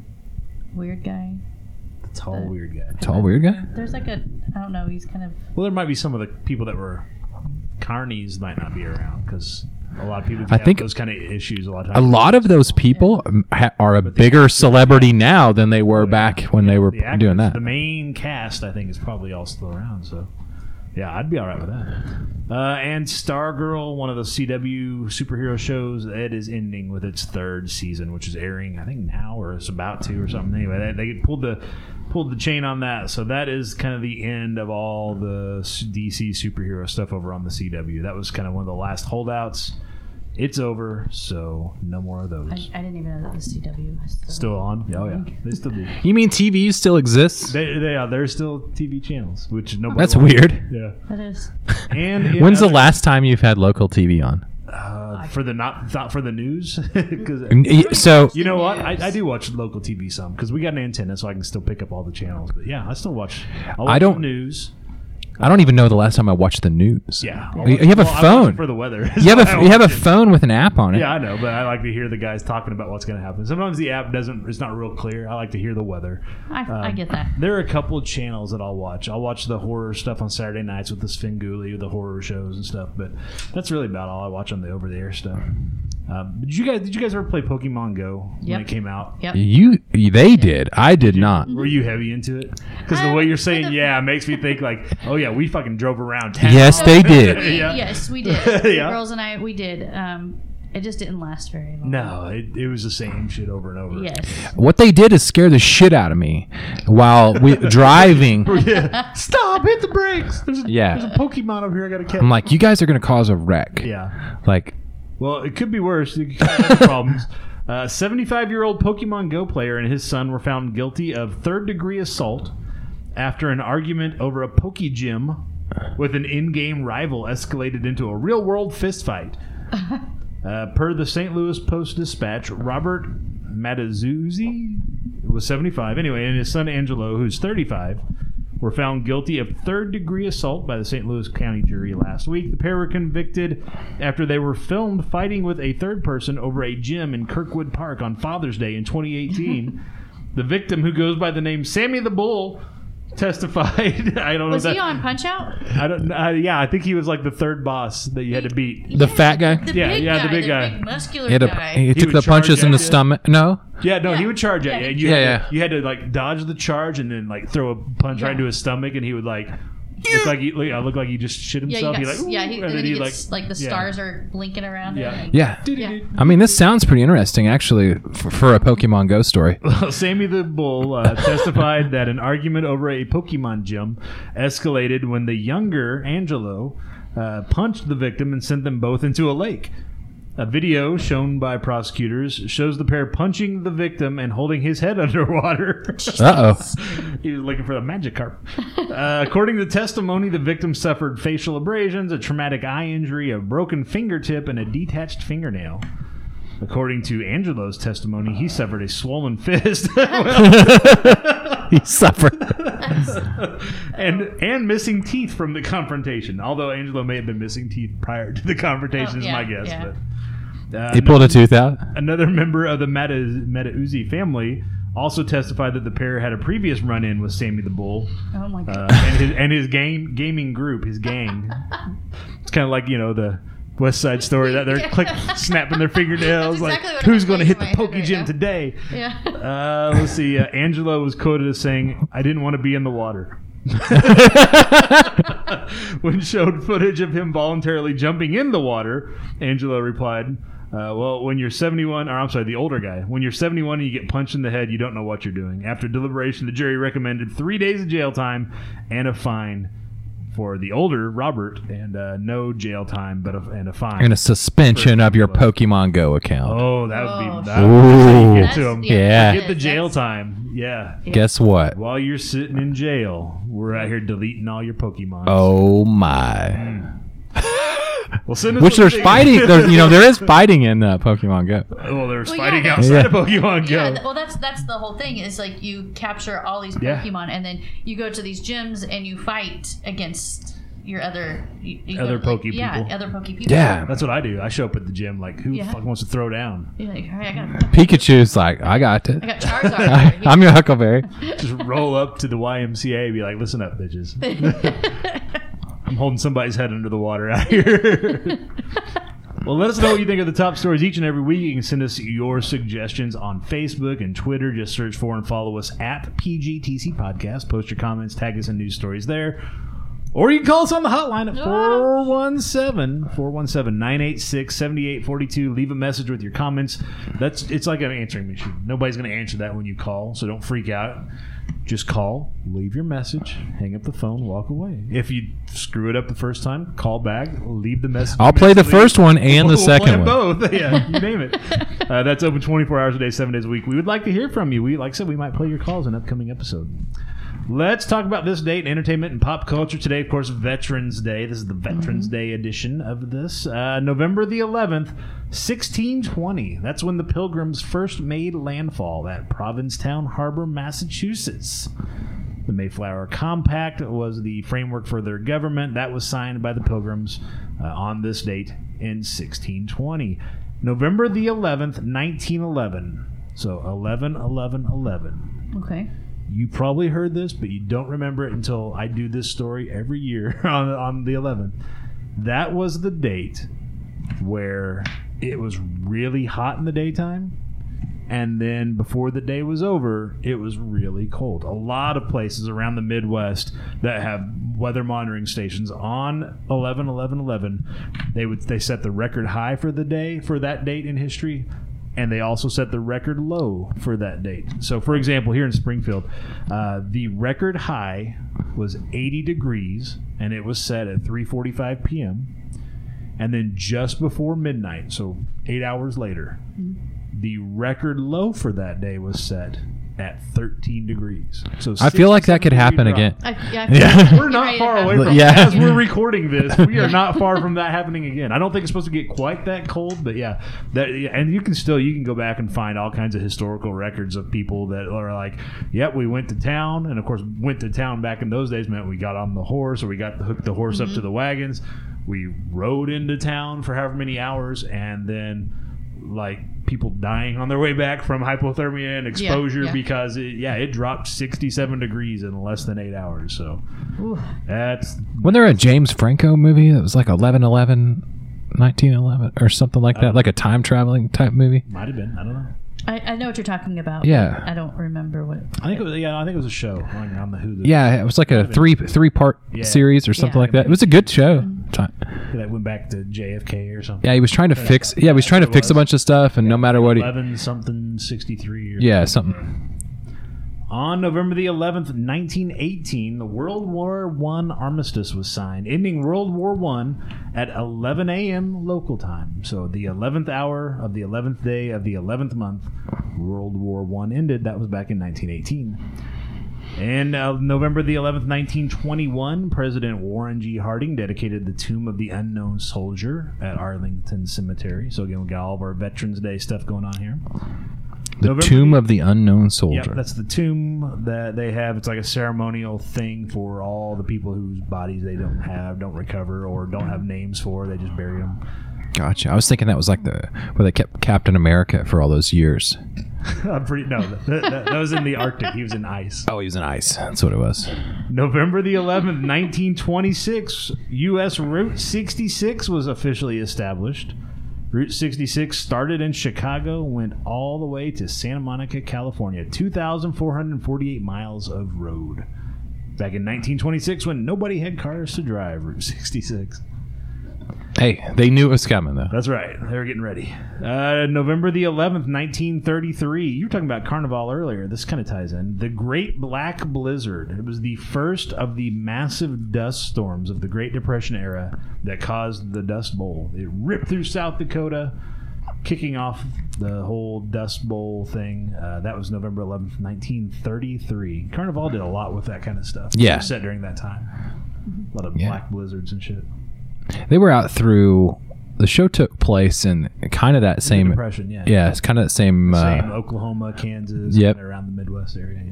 [SPEAKER 2] weird guy.
[SPEAKER 1] the tall weird guy.
[SPEAKER 3] Tall weird guy.
[SPEAKER 2] There's like a I don't know. He's kind of
[SPEAKER 1] Well, there might be some of the people that were carnies might not be around because a lot of people.
[SPEAKER 3] I
[SPEAKER 1] have
[SPEAKER 3] think-
[SPEAKER 1] those kind of issues a lot of
[SPEAKER 3] A
[SPEAKER 1] times.
[SPEAKER 3] lot of those people um, ha- are a bigger celebrity now than they were back when they were
[SPEAKER 1] the actors,
[SPEAKER 3] doing that.
[SPEAKER 1] The main cast, I think, is probably all still around. So, yeah, I'd be all right with that. Uh, and Stargirl, one of the CW superhero shows, it is ending with its third season, which is airing, I think, now or it's about to or something. Anyway, they, they pulled the pulled the chain on that, so that is kind of the end of all the s- DC superhero stuff over on the CW. That was kind of one of the last holdouts. It's over, so no more of
[SPEAKER 2] I,
[SPEAKER 1] those.
[SPEAKER 2] I didn't even know that was CW. was still-
[SPEAKER 1] Still on? Oh yeah, they still do.
[SPEAKER 3] You mean TV still exists?
[SPEAKER 1] They, they are. They're still TV channels, which nobody.
[SPEAKER 3] That's
[SPEAKER 1] wants.
[SPEAKER 3] weird.
[SPEAKER 1] Yeah.
[SPEAKER 2] That is.
[SPEAKER 1] And in
[SPEAKER 3] When's the
[SPEAKER 1] other-
[SPEAKER 3] last time you've had local TV on?
[SPEAKER 1] uh, for the not, not for the news? 'Cause-
[SPEAKER 3] N- y- So
[SPEAKER 1] you know what? I, I do watch local TV some because we got an antenna, so I can still pick up all the channels. But yeah, I still watch. I, watch
[SPEAKER 3] don't-
[SPEAKER 1] the news.
[SPEAKER 3] I don't even know the last time I watched the news.
[SPEAKER 1] Yeah,
[SPEAKER 3] You- you have a
[SPEAKER 1] Well, I'm looking
[SPEAKER 3] phone.
[SPEAKER 1] for the weather.
[SPEAKER 3] You have
[SPEAKER 1] So
[SPEAKER 3] a
[SPEAKER 1] I
[SPEAKER 3] you have a
[SPEAKER 1] watch it.
[SPEAKER 3] phone with an app on it.
[SPEAKER 1] Yeah, I know, but I like to hear the guys talking about what's going to happen. Sometimes the app doesn't; it's not real clear. I like to hear the weather.
[SPEAKER 2] I, I
[SPEAKER 1] Um,
[SPEAKER 2] get that.
[SPEAKER 1] There are a couple of channels that I'll watch. I'll watch the horror stuff on Saturday nights with the Svengooley, the horror shows and stuff. But that's really about all I watch on the over the air stuff. Um, did you guys? Did you guys ever play Pokemon Go when
[SPEAKER 2] Yep.
[SPEAKER 1] it came out?
[SPEAKER 2] Yep.
[SPEAKER 3] You they did. I did not.
[SPEAKER 1] Were you heavy into it? Because the
[SPEAKER 2] Um,
[SPEAKER 1] way you're saying
[SPEAKER 2] kind of.
[SPEAKER 1] "yeah" makes me think like, "Oh yeah, we fucking drove around town."
[SPEAKER 3] Yes, they
[SPEAKER 1] Yeah.
[SPEAKER 3] did.
[SPEAKER 2] We- Yes, we did. The
[SPEAKER 1] Yeah.
[SPEAKER 2] girls and I, we did. Um, it just didn't last very long.
[SPEAKER 1] No, it, it was the same shit over and over.
[SPEAKER 2] Yes.
[SPEAKER 3] What they did is scare the shit out of me while we driving.
[SPEAKER 1] Yeah. Stop! Hit the brakes. There's a,
[SPEAKER 3] Yeah.
[SPEAKER 1] there's a Pokemon over here. I gotta catch.
[SPEAKER 3] I'm like, you guys are gonna cause a wreck.
[SPEAKER 1] yeah.
[SPEAKER 3] Like
[SPEAKER 1] Well, it could be worse. You could have other problems. Uh, 75-year-old Pokemon Go player and his son were found guilty of third-degree assault after an argument over a Poke Gym with an in-game rival escalated into a real-world fistfight. Uh, per the St. Louis Post Dispatch, Robert Matazuzzi was 75 anyway, and his son Angelo, who's 35, were found guilty of third degree assault by the St. Louis County jury last week. The pair were convicted after they were filmed fighting with a third person over a gym in Kirkwood Park on Father's Day in 2018. the victim, who goes by the name Sammy the Bull, testified. I don't
[SPEAKER 2] Was
[SPEAKER 1] know.
[SPEAKER 2] he
[SPEAKER 1] that,
[SPEAKER 2] on Punch Out?
[SPEAKER 1] I don't. Uh, yeah, I think he was like the third boss that you had to beat.
[SPEAKER 3] the fat guy.
[SPEAKER 2] The
[SPEAKER 1] Yeah,
[SPEAKER 2] big
[SPEAKER 1] yeah,
[SPEAKER 2] guy,
[SPEAKER 1] the big guy.
[SPEAKER 2] muscular
[SPEAKER 3] He, had a-
[SPEAKER 2] guy.
[SPEAKER 3] he took
[SPEAKER 1] would
[SPEAKER 3] the
[SPEAKER 1] charge
[SPEAKER 3] punches in the
[SPEAKER 1] at you.
[SPEAKER 3] stomach. No,
[SPEAKER 1] Yeah, no, he
[SPEAKER 2] Yeah.
[SPEAKER 1] would charge at
[SPEAKER 2] Yeah.
[SPEAKER 1] you. You,
[SPEAKER 3] Yeah,
[SPEAKER 1] had,
[SPEAKER 3] yeah.
[SPEAKER 1] you had to like dodge the charge and then like throw a punch right
[SPEAKER 2] Yeah.
[SPEAKER 1] into his stomach, and he would like look like he look, look like he just shit
[SPEAKER 2] yeah,
[SPEAKER 1] himself.
[SPEAKER 2] you got,
[SPEAKER 1] He'd, like,
[SPEAKER 2] yeah, he,
[SPEAKER 1] "Ooh,"
[SPEAKER 2] and, then he gets, like, the
[SPEAKER 1] yeah.
[SPEAKER 2] stars are blinking around.
[SPEAKER 1] Yeah.
[SPEAKER 2] him.
[SPEAKER 3] yeah.
[SPEAKER 1] Doo-doo-doo.
[SPEAKER 3] I mean, this sounds pretty interesting, actually, for, for a Pokemon Go story.
[SPEAKER 1] Sammy the Bull uh, testified that an argument over a Pokemon gym escalated when the younger Angelo uh, punched the victim and sent them both into a lake. A video shown by prosecutors shows the pair punching the victim and holding his head underwater.
[SPEAKER 3] Uh oh.
[SPEAKER 1] He was looking for the magic carp. Uh, according to testimony, the victim suffered facial abrasions, a traumatic eye injury, a broken fingertip, and a detached fingernail. According to Angelo's testimony, he suffered a swollen fist
[SPEAKER 3] he suffered.
[SPEAKER 1] and and missing teeth from the confrontation. Although Angelo may have been missing teeth prior to the confrontation,
[SPEAKER 2] Oh,
[SPEAKER 1] is
[SPEAKER 2] yeah,
[SPEAKER 1] my guess.
[SPEAKER 2] yeah.
[SPEAKER 1] But, uh,
[SPEAKER 3] He pulled a tooth out.
[SPEAKER 1] Another member of the Mata Uzi family also testified that the pair had a previous run-in with Sammy the Bull.
[SPEAKER 2] Oh my
[SPEAKER 1] uh,
[SPEAKER 2] god.
[SPEAKER 1] and his and his game gaming group, his gang. it's kind of like you know the West Side Story that they're
[SPEAKER 2] Yeah.
[SPEAKER 1] click snapping their fingernails
[SPEAKER 2] That's exactly
[SPEAKER 1] like
[SPEAKER 2] what
[SPEAKER 1] who's
[SPEAKER 2] I'm
[SPEAKER 1] going to
[SPEAKER 2] thinking
[SPEAKER 1] hit
[SPEAKER 2] in
[SPEAKER 1] the
[SPEAKER 2] my head
[SPEAKER 1] Poke
[SPEAKER 2] right
[SPEAKER 1] Gym
[SPEAKER 2] now."
[SPEAKER 1] today.
[SPEAKER 2] yeah.
[SPEAKER 1] Uh, let's see. Uh, Angela was quoted as saying, "I didn't want to be in the water." when showed footage of him voluntarily jumping in the water, Angela replied, uh, "Well, when you're 71, or I'm sorry, the older guy, when you're 71 and you get punched in the head, you don't know what you're doing." After deliberation, the jury recommended three days of jail time and a fine for the older Robert, and uh, no jail time, but a, and a fine.
[SPEAKER 3] And a suspension of your Pokemon Go account.
[SPEAKER 1] oh, that would
[SPEAKER 2] Oh,
[SPEAKER 1] be
[SPEAKER 2] shit.
[SPEAKER 1] that would
[SPEAKER 3] Ooh.
[SPEAKER 1] get to him.
[SPEAKER 3] Yeah.
[SPEAKER 1] Get the jail
[SPEAKER 2] That's-
[SPEAKER 1] time. Yeah.
[SPEAKER 3] Guess what?
[SPEAKER 1] While you're sitting in jail, we're out here deleting all your Pokemon.
[SPEAKER 3] Oh my!
[SPEAKER 1] well, send us
[SPEAKER 3] Which
[SPEAKER 1] the
[SPEAKER 3] there's
[SPEAKER 1] thing.
[SPEAKER 3] fighting. There, you know, there is fighting in uh, Pokemon Go.
[SPEAKER 1] well, there's
[SPEAKER 2] Well, yeah,
[SPEAKER 1] fighting
[SPEAKER 2] that's-
[SPEAKER 1] outside
[SPEAKER 3] Yeah.
[SPEAKER 1] of Pokemon Go.
[SPEAKER 2] Yeah, th- well, that's that's the whole thing. Is like you capture all these
[SPEAKER 1] Yeah.
[SPEAKER 2] Pokemon, and then you go to these gyms and you fight against your other you, you go
[SPEAKER 1] Other
[SPEAKER 2] to, like,
[SPEAKER 1] Poke
[SPEAKER 2] yeah,
[SPEAKER 1] people.
[SPEAKER 2] other Poke people.
[SPEAKER 3] Yeah.
[SPEAKER 1] That's what I do. I show up at the gym like, who the
[SPEAKER 2] Yeah.
[SPEAKER 1] fuck wants to throw down?
[SPEAKER 2] You're like, all right, I got,
[SPEAKER 3] Pikachu's like, I got it.
[SPEAKER 2] I got Charizard. over here.
[SPEAKER 3] I'm your Huckleberry.
[SPEAKER 1] Just roll up to the YMCA and be like, listen up, bitches. I'm holding somebody's head under the water out here. well, let us know what you think of the top stories each and every week. You can send us your suggestions on Facebook and Twitter. Just search for and follow us at PGTC Podcast. Post your comments, tag us in news stories there. Or you can call us on the hotline at 417 417 986 7842. Leave a message with your comments. That's It's like an answering machine. Nobody's going to answer that when you call, so don't freak out. Just call, leave your message, hang up the phone, walk away. If you screw it up the first time, call back, leave the message.
[SPEAKER 3] I'll play the
[SPEAKER 1] immediately.
[SPEAKER 3] first one and the
[SPEAKER 1] We'll play
[SPEAKER 3] second one.
[SPEAKER 1] Both, yeah, you name it. Uh, that's open 24 hours a day, seven days a week. We would like to hear from you. We, like I said, we might play your calls in an upcoming episode. Let's talk about this date in entertainment and pop culture today. Of course, Veterans Day. This is the Veterans Day edition of this. Uh, November the 11th, 1620. That's when the Pilgrims first made landfall at Provincetown Harbor, Massachusetts. The Mayflower Compact was the framework for their government that was signed by the Pilgrims uh, on this date in 1620. November the 11th, 1911. So 11 11 11.
[SPEAKER 2] Okay.
[SPEAKER 1] You probably heard this, but you don't remember it until I do this story every year on, on the 11th. That was the date where it was really hot in the daytime. And then before the day was over, it was really cold. A lot of places around the Midwest that have weather monitoring stations on 11 11 11, they would they set the record high for the day for that date in history and they also set the record low for that date. So, for example, here in Springfield, uh, the record high was 80 degrees, and it was set at 3:45 p.m. And then just before midnight, so eight hours later, the record low for that day was set at 13 degrees. So
[SPEAKER 3] I feel like that could
[SPEAKER 1] 67
[SPEAKER 3] happen
[SPEAKER 1] degree drop.
[SPEAKER 3] again.
[SPEAKER 2] I, yeah, I
[SPEAKER 3] Yeah.
[SPEAKER 2] feel like
[SPEAKER 1] We're not
[SPEAKER 2] you're
[SPEAKER 1] far
[SPEAKER 2] right.
[SPEAKER 1] away
[SPEAKER 3] But
[SPEAKER 1] from
[SPEAKER 3] yeah.
[SPEAKER 1] as we're recording this. We are not far from that happening again. I don't think it's supposed to get quite that cold, but yeah, that yeah, and you can still you can go back and find all kinds of historical records of people that are like, yep, we went to town, and of course, went to town back in those days meant we got on the horse or we got hooked the horse
[SPEAKER 2] Mm-hmm.
[SPEAKER 1] up to the wagons. We rode into town for however many hours, and then like people dying on their way back from hypothermia and exposure
[SPEAKER 2] yeah.
[SPEAKER 1] because it, yeah it dropped 67 degrees in less than eight hours so
[SPEAKER 2] Ooh.
[SPEAKER 1] that's
[SPEAKER 3] Wasn't there a James Franco movie that was like 11 11, 1911 or something like that? Like a time traveling type movie?
[SPEAKER 1] might have been. I don't know.
[SPEAKER 2] I, I know what you're talking about.
[SPEAKER 3] Yeah.
[SPEAKER 2] I don't remember what.
[SPEAKER 1] I think it was. Yeah, I think it was a show like, on the Hulu.
[SPEAKER 3] Yeah, it was like a three three part
[SPEAKER 1] Yeah.
[SPEAKER 3] series or something
[SPEAKER 2] Yeah.
[SPEAKER 3] like that. It was a good show.
[SPEAKER 2] Mm-hmm.
[SPEAKER 3] Ti-
[SPEAKER 1] that went back to JFK or something.
[SPEAKER 3] Yeah, he was trying to fix. Yeah, he was trying to
[SPEAKER 1] that's what it
[SPEAKER 3] fix a
[SPEAKER 1] was.
[SPEAKER 3] bunch of stuff, and no matter what, he,
[SPEAKER 1] eleven something sixty three.
[SPEAKER 3] yeah, something.
[SPEAKER 1] On November the 11th, 1918, the World War One armistice was signed, ending World War One at 11 a.m. local time. So the 11th hour of the 11th day of the 11th month, World War One ended. That was back in 1918. And uh, November the 11th, 1921, President Warren G. Harding dedicated the Tomb of the Unknown Soldier at Arlington Cemetery. So again, we got all of our Veterans Day stuff going on here.
[SPEAKER 3] The
[SPEAKER 1] November
[SPEAKER 3] Tomb of the Unknown Soldier.
[SPEAKER 1] Yep, that's the tomb that they have. It's like a ceremonial thing for all the people whose bodies they don't have, don't recover, or don't have names for. They just bury them.
[SPEAKER 3] gotcha. I was thinking that was like the where they kept Captain America for all those years.
[SPEAKER 1] I'm pretty no. That, that, that was in the Arctic. He was in ice.
[SPEAKER 3] Oh, he was in ice. That's what it was.
[SPEAKER 1] November the 11th, 1926, U.S. Route 66 was officially established. Route 66 started in Chicago, went all the way to Santa Monica, California. 2,448 miles of road. Back in 1926, when nobody had cars to drive, Route 66.
[SPEAKER 3] Hey, they knew it was coming though.
[SPEAKER 1] That's right. They were getting ready. Uh, November the 11th, 1933. You were talking about Carnival earlier. This kind of ties in. The Great Black Blizzard. It was the first of the massive dust storms of the Great Depression era that caused the Dust Bowl. It ripped through South Dakota, kicking off the whole Dust Bowl thing. Uh, that was November 11th, 1933. Carnival did a lot with that kind of stuff.
[SPEAKER 3] Yeah.
[SPEAKER 1] It was Set during that time. A lot of
[SPEAKER 3] Yeah.
[SPEAKER 1] black blizzards and shit.
[SPEAKER 3] They were out through. The show took place in kind of that same.
[SPEAKER 1] Depression, yeah.
[SPEAKER 3] Yeah, it's kind of that same. Uh,
[SPEAKER 1] Same, Oklahoma, Kansas,
[SPEAKER 3] Yep.
[SPEAKER 1] kinda around the Midwest area.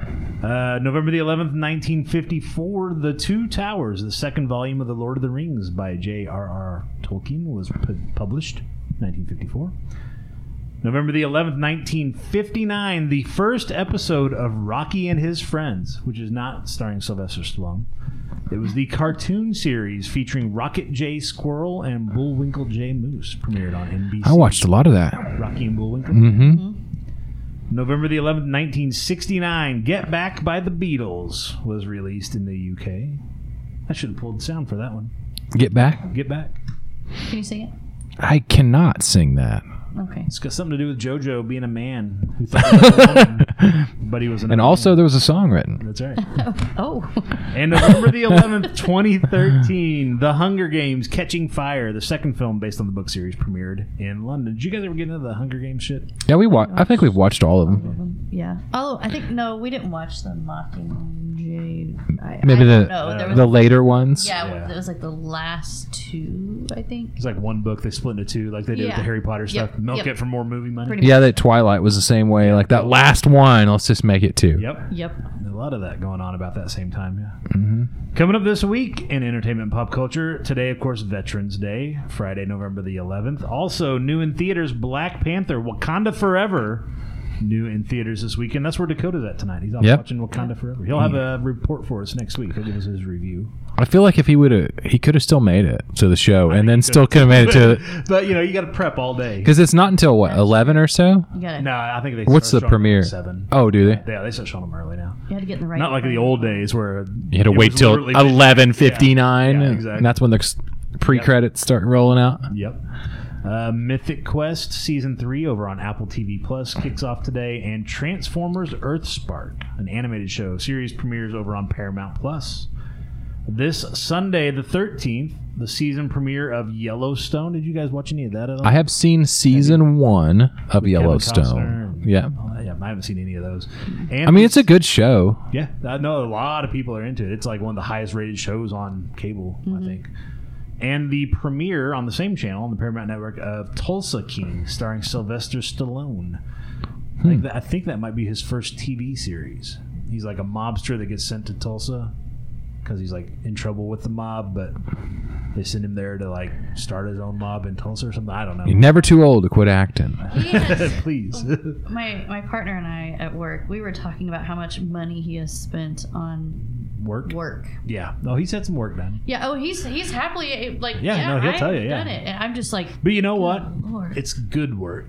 [SPEAKER 1] Yeah. Uh, November the 11th, 1954, The Two Towers, the second volume of The Lord of the Rings by J.R.R. Tolkien, was pu- published 1954. November the 11th, 1959, the first episode of Rocky and His Friends, which is not starring Sylvester Stallone. It was the cartoon series featuring Rocket J. Squirrel and Bullwinkle J. Moose, premiered on NBC.
[SPEAKER 3] I watched a lot of that.
[SPEAKER 1] Rocky and Bullwinkle.
[SPEAKER 3] Mm-hmm.
[SPEAKER 1] November the 11th, 1969, Get Back by the Beatles was released in the UK. I should have pulled sound for that one.
[SPEAKER 3] Get back.
[SPEAKER 1] Get Back.
[SPEAKER 2] Can you sing it?
[SPEAKER 3] I cannot sing that.
[SPEAKER 2] Okay.
[SPEAKER 1] It's got something to do with JoJo being a man who thought he was a woman, but he was an
[SPEAKER 3] And also, there was a song written.
[SPEAKER 1] That's right.
[SPEAKER 2] Oh.
[SPEAKER 1] And November the 11th, 2013, The Hunger Games Catching Fire, the second film based on the book series, premiered in London. Did you guys ever get into the Hunger Games shit?
[SPEAKER 3] Yeah, we watched. I think we've watched all of them.
[SPEAKER 2] yeah. Oh, I think no, we didn't watch the mocking. Jade. I,
[SPEAKER 3] Maybe
[SPEAKER 2] I
[SPEAKER 3] the
[SPEAKER 2] don't know. There was,
[SPEAKER 3] the later ones.
[SPEAKER 2] yeah,
[SPEAKER 1] Yeah.
[SPEAKER 2] it was like the last two, I think.
[SPEAKER 1] It's like one book they split into two, like they did with the
[SPEAKER 2] Yeah.
[SPEAKER 1] Harry Potter
[SPEAKER 2] Yep,
[SPEAKER 1] stuff. Milk
[SPEAKER 2] yep.
[SPEAKER 1] it for more movie money.
[SPEAKER 2] Pretty
[SPEAKER 3] Yeah, that Twilight was the same way. Like that last one, let's just make it two.
[SPEAKER 1] Yep.
[SPEAKER 2] Yep.
[SPEAKER 1] A lot of that going on about that same time, yeah.
[SPEAKER 3] Mm-hmm.
[SPEAKER 1] Coming up this week in entertainment and pop culture, today, of course, Veterans Day, Friday, November the 11th. Also, new in theaters, Black Panther, Wakanda Forever, new in theaters this weekend. That's where Dakota's at tonight. He's out
[SPEAKER 3] Yep.
[SPEAKER 1] watching Wakanda Forever. He'll have a report for us next week. He'll give us his review.
[SPEAKER 3] I feel like if he would have, he could have still made it to the show, and then
[SPEAKER 1] he
[SPEAKER 3] still could have made it to
[SPEAKER 1] But, you know, you got to prep all day.
[SPEAKER 3] because it's not until what eleven or so.
[SPEAKER 2] You got
[SPEAKER 1] No, I think they
[SPEAKER 3] What's the
[SPEAKER 1] start showing them at
[SPEAKER 3] premiere?
[SPEAKER 1] Seven.
[SPEAKER 3] Oh, do they?
[SPEAKER 1] Yeah, they start showing them early now.
[SPEAKER 2] You had to get in the right.
[SPEAKER 1] Not like the
[SPEAKER 2] frame.
[SPEAKER 1] old days where
[SPEAKER 3] You had to
[SPEAKER 1] it
[SPEAKER 3] wait
[SPEAKER 1] was
[SPEAKER 3] till
[SPEAKER 1] literally midnight.
[SPEAKER 3] eleven fifty nine,
[SPEAKER 1] Yeah, yeah,
[SPEAKER 3] and
[SPEAKER 1] exactly.
[SPEAKER 3] that's when the s- pre credits start rolling out.
[SPEAKER 1] Yep. Uh, Mythic Quest season three over on Apple TV Plus kicks off today, and Transformers Earthspark, an animated show series, premieres over on Paramount Plus. This Sunday, the thirteenth, the season premiere of Yellowstone. Did you guys watch any of that at all?
[SPEAKER 3] I have seen season one of Yellowstone.
[SPEAKER 1] Costner.
[SPEAKER 3] Yeah,
[SPEAKER 1] Oh, yeah, I haven't seen any of those. And
[SPEAKER 3] I mean it's a good show.
[SPEAKER 1] yeah, I know a lot of people are into it. It's like one of the highest rated shows on cable, I think. And the premiere on the same channel on the Paramount Network of Tulsa King, starring Sylvester Stallone. Like that, I think that might be his first TV series. He's like a mobster that gets sent to Tulsa because he's like in trouble with the mob, but they send him there to like start his own mob in Tulsa or something. I don't
[SPEAKER 3] You're
[SPEAKER 1] know.
[SPEAKER 3] never too old to quit acting.
[SPEAKER 2] He has-
[SPEAKER 1] Please.
[SPEAKER 2] my my partner and I at work, we were talking about how much money he has spent on
[SPEAKER 1] work?
[SPEAKER 2] work.
[SPEAKER 1] Yeah. No, he's had some work done.
[SPEAKER 2] Yeah. Oh, he's he's happily like
[SPEAKER 1] Yeah, no, he'll
[SPEAKER 2] I've
[SPEAKER 1] tell you, yeah.
[SPEAKER 2] done it, and I'm just like, "Oh,
[SPEAKER 1] But you know what?
[SPEAKER 2] Lord.
[SPEAKER 1] it's good work.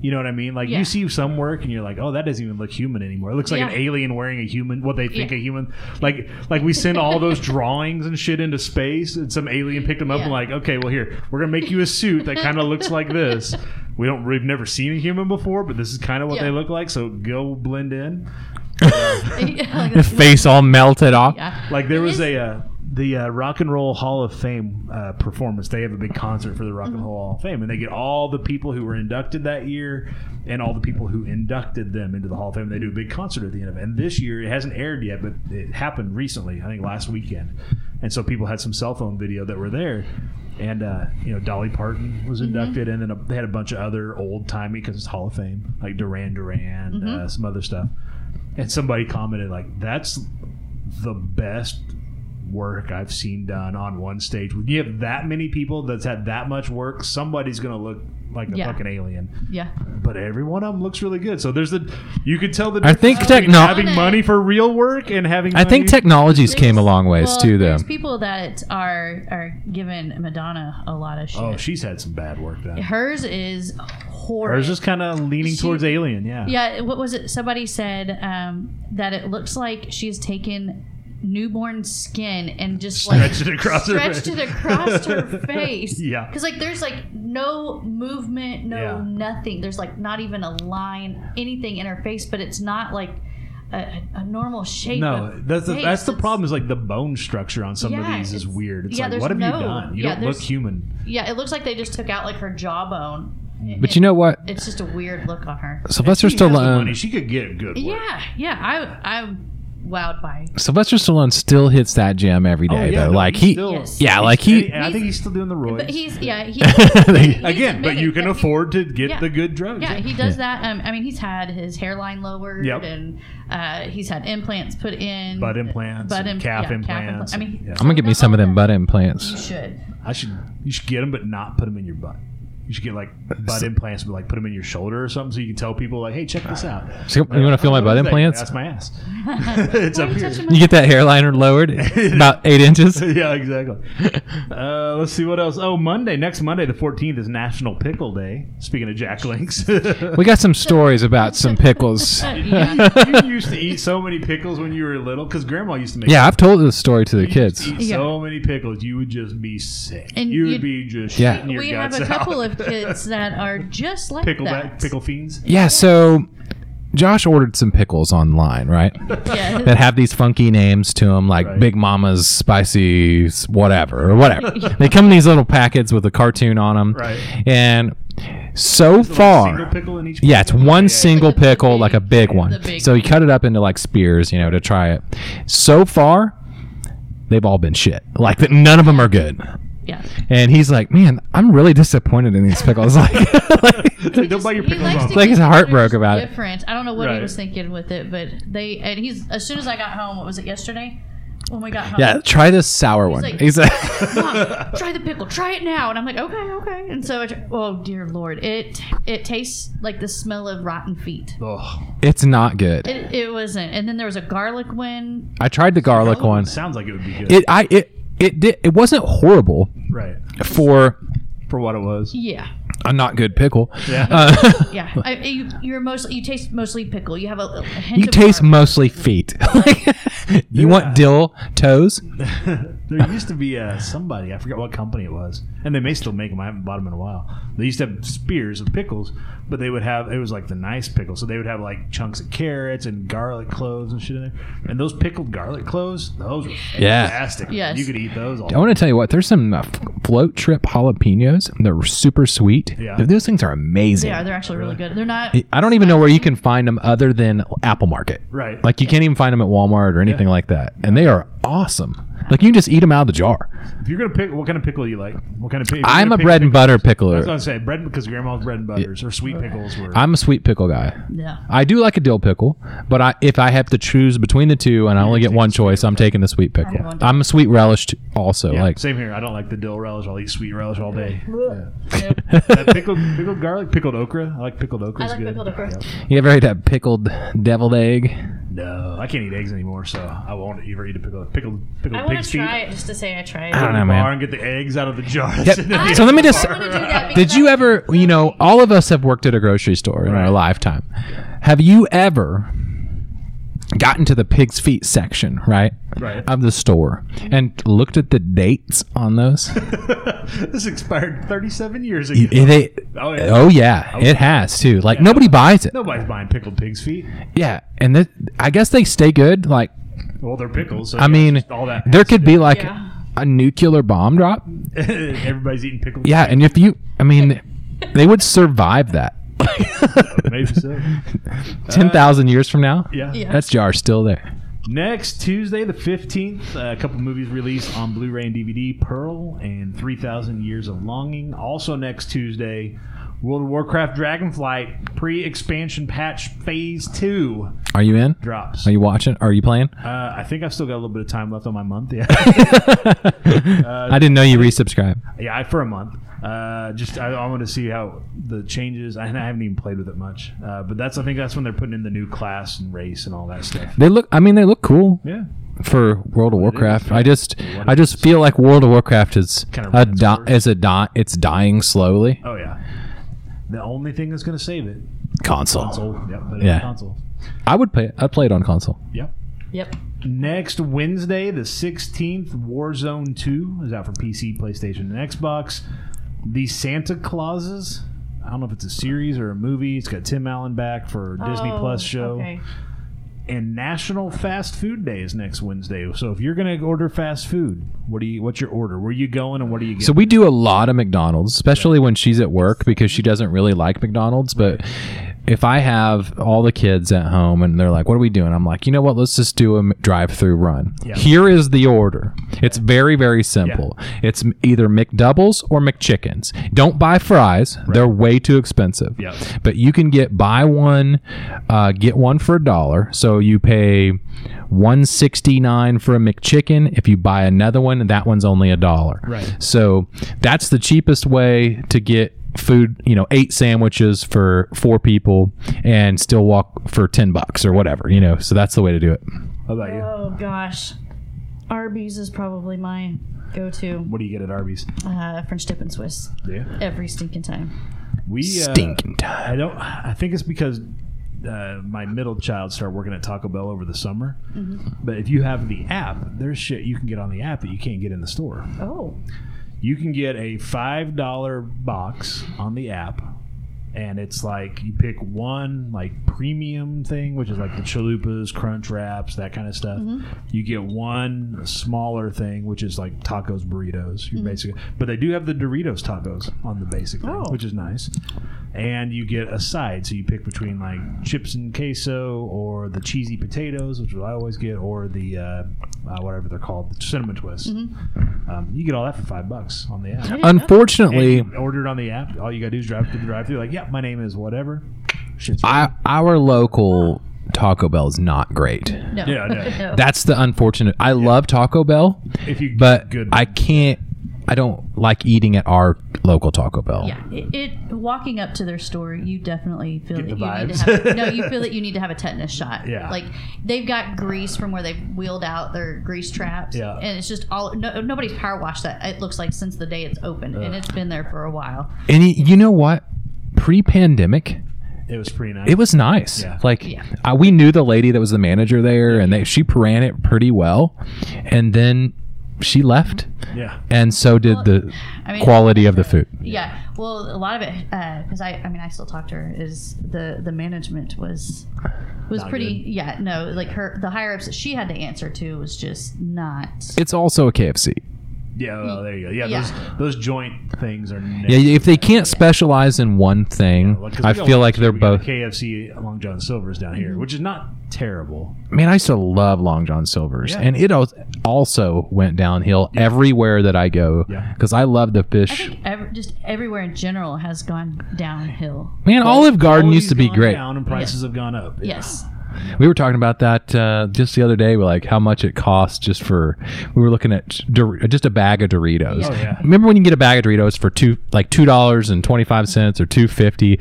[SPEAKER 1] You know what I mean? Like
[SPEAKER 2] Yeah.
[SPEAKER 1] you see some work and you're like, oh, that doesn't even look human anymore. It looks like an
[SPEAKER 2] Yeah.
[SPEAKER 1] alien wearing a human. What they think
[SPEAKER 2] Yeah.
[SPEAKER 1] a human like like we send all those drawings and shit into space and some alien picked them up and
[SPEAKER 2] Yeah.
[SPEAKER 1] like, okay, well here we're gonna make you a suit that kind of looks like this. We don't we've never seen a human before, but this is kind of what
[SPEAKER 2] Yeah.
[SPEAKER 1] they look like. So go blend in.
[SPEAKER 2] like,
[SPEAKER 3] The face all melted off.
[SPEAKER 2] yeah.
[SPEAKER 1] Like there
[SPEAKER 2] It
[SPEAKER 1] was
[SPEAKER 2] is-
[SPEAKER 1] a uh, the uh, Rock and Roll Hall of Fame uh, performance. They have a big concert for the Rock
[SPEAKER 2] Mm-hmm.
[SPEAKER 1] and Roll Hall of Fame, and they get all the people who were inducted that year, and all the people who inducted them into the Hall of Fame. They do a big concert at the end of it. And this year, it hasn't aired yet, but it happened recently. I think last weekend, and so people had some cell phone video that were there. And uh, you know Dolly Parton was
[SPEAKER 2] Mm-hmm.
[SPEAKER 1] inducted, and then a, they had a bunch of other old timey because it's Hall of Fame, like Duran Duran,
[SPEAKER 2] Mm-hmm.
[SPEAKER 1] uh, some other stuff. And somebody commented like, "That's the best work I've seen done on one stage. When you have that many people that's had that much work, somebody's gonna look like a
[SPEAKER 2] Yeah.
[SPEAKER 1] fucking alien.
[SPEAKER 2] Yeah.
[SPEAKER 1] But every one of them looks really good. So there's the you could tell the
[SPEAKER 3] I
[SPEAKER 1] difference
[SPEAKER 3] think
[SPEAKER 1] between
[SPEAKER 3] techno-
[SPEAKER 1] having money for real work and having
[SPEAKER 3] I think
[SPEAKER 1] money-
[SPEAKER 3] technologies came a long ways
[SPEAKER 2] well,
[SPEAKER 3] too, though.
[SPEAKER 2] There's people that are are giving Madonna a lot of shit.
[SPEAKER 1] Oh, she's had some bad work done.
[SPEAKER 2] Hers is horrible.
[SPEAKER 1] Hers is kind of leaning
[SPEAKER 2] She-
[SPEAKER 1] towards alien. Yeah.
[SPEAKER 2] Yeah, what was it? Somebody said um, that it looks like she's taken newborn skin and just like
[SPEAKER 1] Stretched it across her
[SPEAKER 2] stretched
[SPEAKER 1] face.
[SPEAKER 2] it across her face.
[SPEAKER 1] Yeah.
[SPEAKER 2] because like there's like no movement, no
[SPEAKER 1] Yeah.
[SPEAKER 2] nothing. There's like not even a line, anything in her face, but it's not like a- a, a normal shape.
[SPEAKER 1] No,
[SPEAKER 2] of
[SPEAKER 1] that's the,
[SPEAKER 2] face.
[SPEAKER 1] that's the
[SPEAKER 2] It's-
[SPEAKER 1] problem. Is like the bone structure on some
[SPEAKER 2] Yeah,
[SPEAKER 1] of these is
[SPEAKER 2] it's-
[SPEAKER 1] weird. It's
[SPEAKER 2] yeah,
[SPEAKER 1] like,
[SPEAKER 2] there's
[SPEAKER 1] what have you
[SPEAKER 2] no-
[SPEAKER 1] done? You
[SPEAKER 2] yeah,
[SPEAKER 1] don't look
[SPEAKER 2] there's-
[SPEAKER 1] human.
[SPEAKER 2] Yeah, it looks like they just took out like her jawbone.
[SPEAKER 3] But you know what?
[SPEAKER 2] it's just a weird look on her.
[SPEAKER 3] Sylvester
[SPEAKER 1] She has the money.
[SPEAKER 3] Stallone.
[SPEAKER 1] She could get good. Work.
[SPEAKER 2] Yeah, yeah, I I'm wowed by.
[SPEAKER 3] Sylvester Stallone still hits that gym every day,
[SPEAKER 1] Oh, yeah,
[SPEAKER 3] though.
[SPEAKER 1] no,
[SPEAKER 3] Like
[SPEAKER 1] he's
[SPEAKER 3] he,
[SPEAKER 1] still-
[SPEAKER 2] Yes.
[SPEAKER 3] yeah, like
[SPEAKER 1] And,
[SPEAKER 3] he.
[SPEAKER 1] and I think he's still doing the roids.
[SPEAKER 2] But he's yeah he.
[SPEAKER 3] They-
[SPEAKER 2] he's
[SPEAKER 1] Again, but
[SPEAKER 2] admitted
[SPEAKER 1] you can
[SPEAKER 2] that he-
[SPEAKER 1] afford to get
[SPEAKER 2] Yeah.
[SPEAKER 1] the good drugs.
[SPEAKER 2] Yeah, he does that. Um, I mean, he's had his hairline lowered,
[SPEAKER 1] Yep.
[SPEAKER 2] and uh, he's had implants put in,
[SPEAKER 1] Butt implants and
[SPEAKER 2] im-
[SPEAKER 1] calf
[SPEAKER 2] yeah,
[SPEAKER 1] implants
[SPEAKER 2] impla- I mean,
[SPEAKER 1] and- yeah.
[SPEAKER 3] I'm gonna give me some of them butt
[SPEAKER 2] you
[SPEAKER 3] implants.
[SPEAKER 2] should.
[SPEAKER 1] I should. You should get them, but not put them in your butt. You should get like butt implants, but like put them in your shoulder or something, so you can tell people like, "Hey, check this out."
[SPEAKER 3] So, you want to feel my
[SPEAKER 1] What
[SPEAKER 3] butt
[SPEAKER 1] is that?
[SPEAKER 3] implants?
[SPEAKER 1] That's my ass. it's
[SPEAKER 2] Why
[SPEAKER 1] up
[SPEAKER 2] are you
[SPEAKER 1] here.
[SPEAKER 2] touching
[SPEAKER 3] You get that hairliner lowered about eight inches.
[SPEAKER 1] yeah, exactly. Uh, let's see what else. Oh, Monday, next Monday, the 14th is National Pickle Day. Speaking of Jack Links,
[SPEAKER 3] We got some stories about some pickles.
[SPEAKER 2] my- yeah.
[SPEAKER 1] you used to eat so many pickles when you were little because Grandma used to make.
[SPEAKER 3] Yeah, I've told this story to the kids.
[SPEAKER 1] Eat
[SPEAKER 2] Yeah.
[SPEAKER 1] so many pickles, you would just be sick.
[SPEAKER 2] And
[SPEAKER 1] you would
[SPEAKER 2] you'd-
[SPEAKER 1] be just
[SPEAKER 3] Yeah.
[SPEAKER 1] shitting your
[SPEAKER 2] We have
[SPEAKER 1] guts
[SPEAKER 2] a couple
[SPEAKER 1] out.
[SPEAKER 2] of kids that are just like
[SPEAKER 1] pickle
[SPEAKER 2] that.
[SPEAKER 1] pickle fiends.
[SPEAKER 3] Yeah, so Josh ordered some pickles online, right?
[SPEAKER 2] Yeah.
[SPEAKER 3] that have these funky names to them, like
[SPEAKER 1] Right.
[SPEAKER 3] Big Mama's Spicy s- Whatever or whatever. they come in these little packets with a cartoon on them,
[SPEAKER 1] Right.
[SPEAKER 3] and So
[SPEAKER 1] Single
[SPEAKER 3] far,
[SPEAKER 1] pickle in each.
[SPEAKER 3] yeah, it's
[SPEAKER 1] pickle?
[SPEAKER 3] one
[SPEAKER 1] Oh, yeah.
[SPEAKER 3] single
[SPEAKER 2] Like the
[SPEAKER 3] pickle,
[SPEAKER 2] big-
[SPEAKER 3] like a big
[SPEAKER 2] the
[SPEAKER 3] one.
[SPEAKER 2] big
[SPEAKER 3] So you cut it up into like spears, you know, to try it. So far, they've all been shit. Like that, none of them are good.
[SPEAKER 2] Yeah.
[SPEAKER 3] And he's like, "Man, I'm really disappointed in these pickles." Like,
[SPEAKER 1] Like, don't buy your
[SPEAKER 2] He
[SPEAKER 1] pickles
[SPEAKER 2] likes
[SPEAKER 1] off.
[SPEAKER 2] to
[SPEAKER 3] Like,
[SPEAKER 2] eat things
[SPEAKER 3] he's
[SPEAKER 2] that are
[SPEAKER 3] heartbroken
[SPEAKER 2] just
[SPEAKER 3] about it.
[SPEAKER 2] Different. I don't know what he
[SPEAKER 1] Right.
[SPEAKER 2] was thinking with it, but they and he's as soon as I got home. What was it yesterday? When we got home,
[SPEAKER 3] yeah, try this sour one.
[SPEAKER 2] like-
[SPEAKER 3] he's like,
[SPEAKER 2] Mom, try the pickle. Try it now. And I'm like, okay, okay. And so, I tr- oh dear lord, it it tastes like the smell of rotten feet.
[SPEAKER 1] Ugh.
[SPEAKER 3] "It's not good."
[SPEAKER 2] It, it wasn't. And then there was a garlic one.
[SPEAKER 3] I tried the garlic one.
[SPEAKER 1] Sounds like it would be good.
[SPEAKER 3] It I it it did, it wasn't horrible
[SPEAKER 1] right.
[SPEAKER 3] for
[SPEAKER 1] For what it was.
[SPEAKER 2] Yeah,
[SPEAKER 3] a not good pickle.
[SPEAKER 1] Yeah.
[SPEAKER 3] Uh,
[SPEAKER 2] yeah. I, you, you're mostly you taste mostly pickle. You have a, a hint.
[SPEAKER 3] you
[SPEAKER 2] of
[SPEAKER 3] taste
[SPEAKER 2] garlic.
[SPEAKER 3] mostly feet. Like, you
[SPEAKER 1] Yeah.
[SPEAKER 3] want dill toes?
[SPEAKER 1] there used to be uh, somebody I forget what company it was, and they may still make them. I haven't bought them in a while. They used to have spears of pickles, but they would have it was like the nice pickle. So they would have like chunks of carrots and garlic cloves and shit in there. And those pickled garlic cloves, those were
[SPEAKER 3] Yeah.
[SPEAKER 1] fantastic.
[SPEAKER 2] Yes.
[SPEAKER 1] you could eat those. All
[SPEAKER 3] I want to tell you what. There's some uh, f- float trip jalapenos. They're super sweet.
[SPEAKER 1] Yeah.
[SPEAKER 3] Th- Those things are amazing.
[SPEAKER 2] They are. They're actually really good. They're not.
[SPEAKER 3] I don't even know where you can find them other than Apple Market.
[SPEAKER 1] Right.
[SPEAKER 3] Like you can't even find them at Walmart or anything like that. And they are awesome. Like you can just eat them out of the jar.
[SPEAKER 1] if you're gonna pick, what kind of pickle you like? What kind of pickle?
[SPEAKER 3] I'm a bread and butter
[SPEAKER 1] I was
[SPEAKER 3] pickler.
[SPEAKER 1] gonna say bread because grandma's bread and butters or sweet pickles were.
[SPEAKER 3] I'm a sweet pickle guy.
[SPEAKER 2] Yeah.
[SPEAKER 3] I do like a dill pickle, but I, if I have to choose between the two and I only get one choice, I'm taking the sweet pickle.
[SPEAKER 2] Yeah.
[SPEAKER 3] I'm a sweet relish t- also.
[SPEAKER 1] yeah,
[SPEAKER 3] like
[SPEAKER 1] same here. I don't like the dill relish. I'll eat sweet relish all day.
[SPEAKER 2] Nope.
[SPEAKER 1] That pickled, pickled garlic, pickled okra. I like pickled okra.
[SPEAKER 2] I like
[SPEAKER 1] good.
[SPEAKER 2] pickled okra.
[SPEAKER 1] Yeah.
[SPEAKER 3] you ever had that pickled deviled egg?
[SPEAKER 1] No, I can't eat eggs anymore, so I won't ever eat a pickled pickled
[SPEAKER 2] I
[SPEAKER 1] pickled
[SPEAKER 2] want
[SPEAKER 1] pig's
[SPEAKER 2] to
[SPEAKER 1] feet.
[SPEAKER 2] try it just to say I tried. it.
[SPEAKER 3] I don't
[SPEAKER 1] Go to
[SPEAKER 3] know,
[SPEAKER 1] the
[SPEAKER 3] man.
[SPEAKER 1] bar and get the eggs out of the jar.
[SPEAKER 3] Yep. Ah. So let me just.
[SPEAKER 2] I'm gonna do that because
[SPEAKER 3] Did you
[SPEAKER 2] I-
[SPEAKER 3] ever? You know, all of us have worked at a grocery store in
[SPEAKER 1] Right.
[SPEAKER 3] our lifetime. Have you ever gotten to the pig's feet section, right,
[SPEAKER 1] Right.
[SPEAKER 3] of the store, and looked at the dates on those?
[SPEAKER 1] this expired 37 years ago.
[SPEAKER 3] It- it-
[SPEAKER 1] Oh,
[SPEAKER 3] oh
[SPEAKER 1] yeah.
[SPEAKER 3] yeah, it has too. Like nobody buys it.
[SPEAKER 1] Nobody's buying pickled pig's feet.
[SPEAKER 3] Yeah, and that, I guess they stay good. Like
[SPEAKER 1] Well, they're pickles. So
[SPEAKER 3] I mean,
[SPEAKER 1] all that.
[SPEAKER 3] there could be like
[SPEAKER 2] Yeah.
[SPEAKER 3] a nuclear bomb drop.
[SPEAKER 1] everybody's eating pickled.
[SPEAKER 3] Yeah, and if you, I mean, they would survive that.
[SPEAKER 1] maybe so.
[SPEAKER 3] Ten thousand years from now,
[SPEAKER 1] Yeah.
[SPEAKER 2] Yeah.
[SPEAKER 3] that's jar still there.
[SPEAKER 1] Next Tuesday, the 15th, a couple movies released on Blu ray and DVD Pearl and 3,000 Years of Longing. Also, next Tuesday, World of Warcraft Dragonflight pre expansion patch phase 2
[SPEAKER 3] Are you in?
[SPEAKER 1] drops.
[SPEAKER 3] Are you watching? Are you playing?
[SPEAKER 1] Uh, I think I've still got a little bit of time left on my month. Yeah,
[SPEAKER 3] I didn't know you resubscribed.
[SPEAKER 1] yeah, I, for a month. Uh, just I, I want to see how the changes. I, I haven't even played with it much, uh, but that's I think that's when they're putting in the new class and race and all that stuff.
[SPEAKER 3] They look. I mean, they look cool
[SPEAKER 1] Yeah,
[SPEAKER 3] for World of Warcraft. I just,
[SPEAKER 1] What
[SPEAKER 3] I just feel like World of Warcraft is
[SPEAKER 1] Kinda
[SPEAKER 3] a
[SPEAKER 1] ran its
[SPEAKER 3] di-
[SPEAKER 1] course.
[SPEAKER 3] is a di- It's dying slowly.
[SPEAKER 1] oh yeah. The only thing that's going to save it
[SPEAKER 3] Console.
[SPEAKER 1] console. Yep, put it
[SPEAKER 3] Yeah.
[SPEAKER 1] on console.
[SPEAKER 3] I would play. I played on console.
[SPEAKER 1] Yep.
[SPEAKER 2] Yep.
[SPEAKER 1] Next Wednesday, the 16th, Warzone 2 is out for PC, PlayStation, and Xbox. The Santa Clauses. I don't know if it's a series or a movie. It's got Tim Allen back for Disney
[SPEAKER 2] Oh,
[SPEAKER 1] Plus show.
[SPEAKER 2] Okay.
[SPEAKER 1] And National Fast Food Day is next Wednesday. So if you're going to order fast food, what do you? What's your order? Where are you going, and what do you get?
[SPEAKER 3] So we do a lot of McDonald's, especially when she's at work because she doesn't really like McDonald's. But if I have all the kids at home and they're like, "What are we doing?" I'm like, "You know what? Let's just do a drive-through run.
[SPEAKER 1] Yeah.
[SPEAKER 3] Here is the order. It's very, very simple. It's m- either McDoubles or McChickens. Don't buy fries; they're way too expensive.
[SPEAKER 1] Yeah.
[SPEAKER 3] But you can get buy one, uh, get one for a dollar. So you pay one sixty nine for a McChicken. If you buy another one, that one's only a dollar.
[SPEAKER 1] Right.
[SPEAKER 3] So that's the cheapest way to get food. You know, eight sandwiches for four people, and still walk for ten bucks or whatever. You know, so that's the way to do it.
[SPEAKER 1] How about you?
[SPEAKER 2] Oh gosh, Arby's is probably my go-to.
[SPEAKER 1] What do you get at Arby's?
[SPEAKER 2] Uh, French dip and Swiss
[SPEAKER 1] Yeah,
[SPEAKER 2] every stinking time.
[SPEAKER 1] we uh,
[SPEAKER 3] Stinking time.
[SPEAKER 1] I don't. I think it's because uh, my middle child started working at Taco Bell over the summer. But if you have the app, there's shit you can get on the app that you can't get in the store.
[SPEAKER 2] Oh,
[SPEAKER 1] You can get a five dollar box on the app and it's like you pick one like premium thing, which is like the chalupas, crunch wraps, that kind of stuff. You get one smaller thing, which is like tacos, burritos. You basically, but they do have the Doritos tacos on the basic thing,
[SPEAKER 2] Oh.
[SPEAKER 1] which is nice. And you get a side, so you pick between like chips and queso, or the cheesy potatoes, which is what I always get, or the uh, uh, whatever they're called, the cinnamon twist. Um, you get all that for five bucks on the app. And
[SPEAKER 3] Unfortunately,
[SPEAKER 1] you order it on the app. All you gotta do is drive to the drive-through. Like, yeah, my name is whatever. Shit's
[SPEAKER 3] I, our local Taco Bell is not great.
[SPEAKER 2] No.
[SPEAKER 1] Yeah, no.
[SPEAKER 2] No.
[SPEAKER 3] That's the unfortunate. I love Taco Bell,
[SPEAKER 1] if you
[SPEAKER 3] but
[SPEAKER 1] good.
[SPEAKER 3] I can't. I don't like eating at our local Taco Bell.
[SPEAKER 2] yeah, it, it walking up to their store, you definitely feel
[SPEAKER 1] Get
[SPEAKER 2] that
[SPEAKER 1] the
[SPEAKER 2] you need
[SPEAKER 1] vibes.
[SPEAKER 2] to have, no, you feel that you need to have a tetanus shot.
[SPEAKER 1] Yeah.
[SPEAKER 2] like they've got grease from where they've wheeled out their grease traps.
[SPEAKER 1] Yeah.
[SPEAKER 2] and it's just all no, nobody's power washed that. It looks like since the day it's opened, and it's been there for a while.
[SPEAKER 3] And y- you know what? Pre-pandemic,
[SPEAKER 1] it was pretty nice.
[SPEAKER 3] it was nice.
[SPEAKER 1] Yeah.
[SPEAKER 3] Like
[SPEAKER 2] Yeah.
[SPEAKER 3] I, we knew the lady that was the manager there, and they, she ran it pretty well. And then she left,
[SPEAKER 1] yeah.
[SPEAKER 3] and so did
[SPEAKER 2] Well,
[SPEAKER 3] the
[SPEAKER 2] I mean-
[SPEAKER 3] quality of the food.
[SPEAKER 2] Yeah. Well, a lot of it because I, I mean, I still talk to her. Is the the management was was
[SPEAKER 1] Not
[SPEAKER 2] pretty?
[SPEAKER 1] good.
[SPEAKER 2] Yeah. No, like her the higher ups that she had to answer to was just not.
[SPEAKER 3] It's also a KFC.
[SPEAKER 1] Yeah, well, there you go. Yeah,
[SPEAKER 2] Yeah.
[SPEAKER 1] those those joint things are
[SPEAKER 3] Yeah,
[SPEAKER 1] nasty.
[SPEAKER 3] if they can't specialize in one thing,
[SPEAKER 1] Well, 'cause we
[SPEAKER 3] I
[SPEAKER 1] got
[SPEAKER 3] feel
[SPEAKER 1] one
[SPEAKER 3] like
[SPEAKER 1] too.
[SPEAKER 3] they're
[SPEAKER 1] We got
[SPEAKER 3] both.
[SPEAKER 1] KFC Long John Silver's down
[SPEAKER 2] Mm-hmm.
[SPEAKER 1] here, which is not terrible.
[SPEAKER 3] Man, I used to love Long John Silver's,
[SPEAKER 1] Yeah.
[SPEAKER 3] and it al- also went downhill everywhere that I go
[SPEAKER 1] Yeah.
[SPEAKER 3] because I love the
[SPEAKER 2] I
[SPEAKER 3] fish.
[SPEAKER 2] think ever, just everywhere in general has gone downhill.
[SPEAKER 3] Man, Olive Garden
[SPEAKER 1] Quality's
[SPEAKER 3] used to be
[SPEAKER 1] gone
[SPEAKER 3] great.
[SPEAKER 1] Down and prices have gone up. Yeah.
[SPEAKER 2] Yes.
[SPEAKER 3] We were talking about that uh, just the other day, like how much it costs just for. We were looking at Dor- just a bag of Doritos.
[SPEAKER 2] Yeah.
[SPEAKER 1] Oh, yeah.
[SPEAKER 3] Remember when you get a bag of Doritos for two, like two dollars and twenty five cents or two fifty,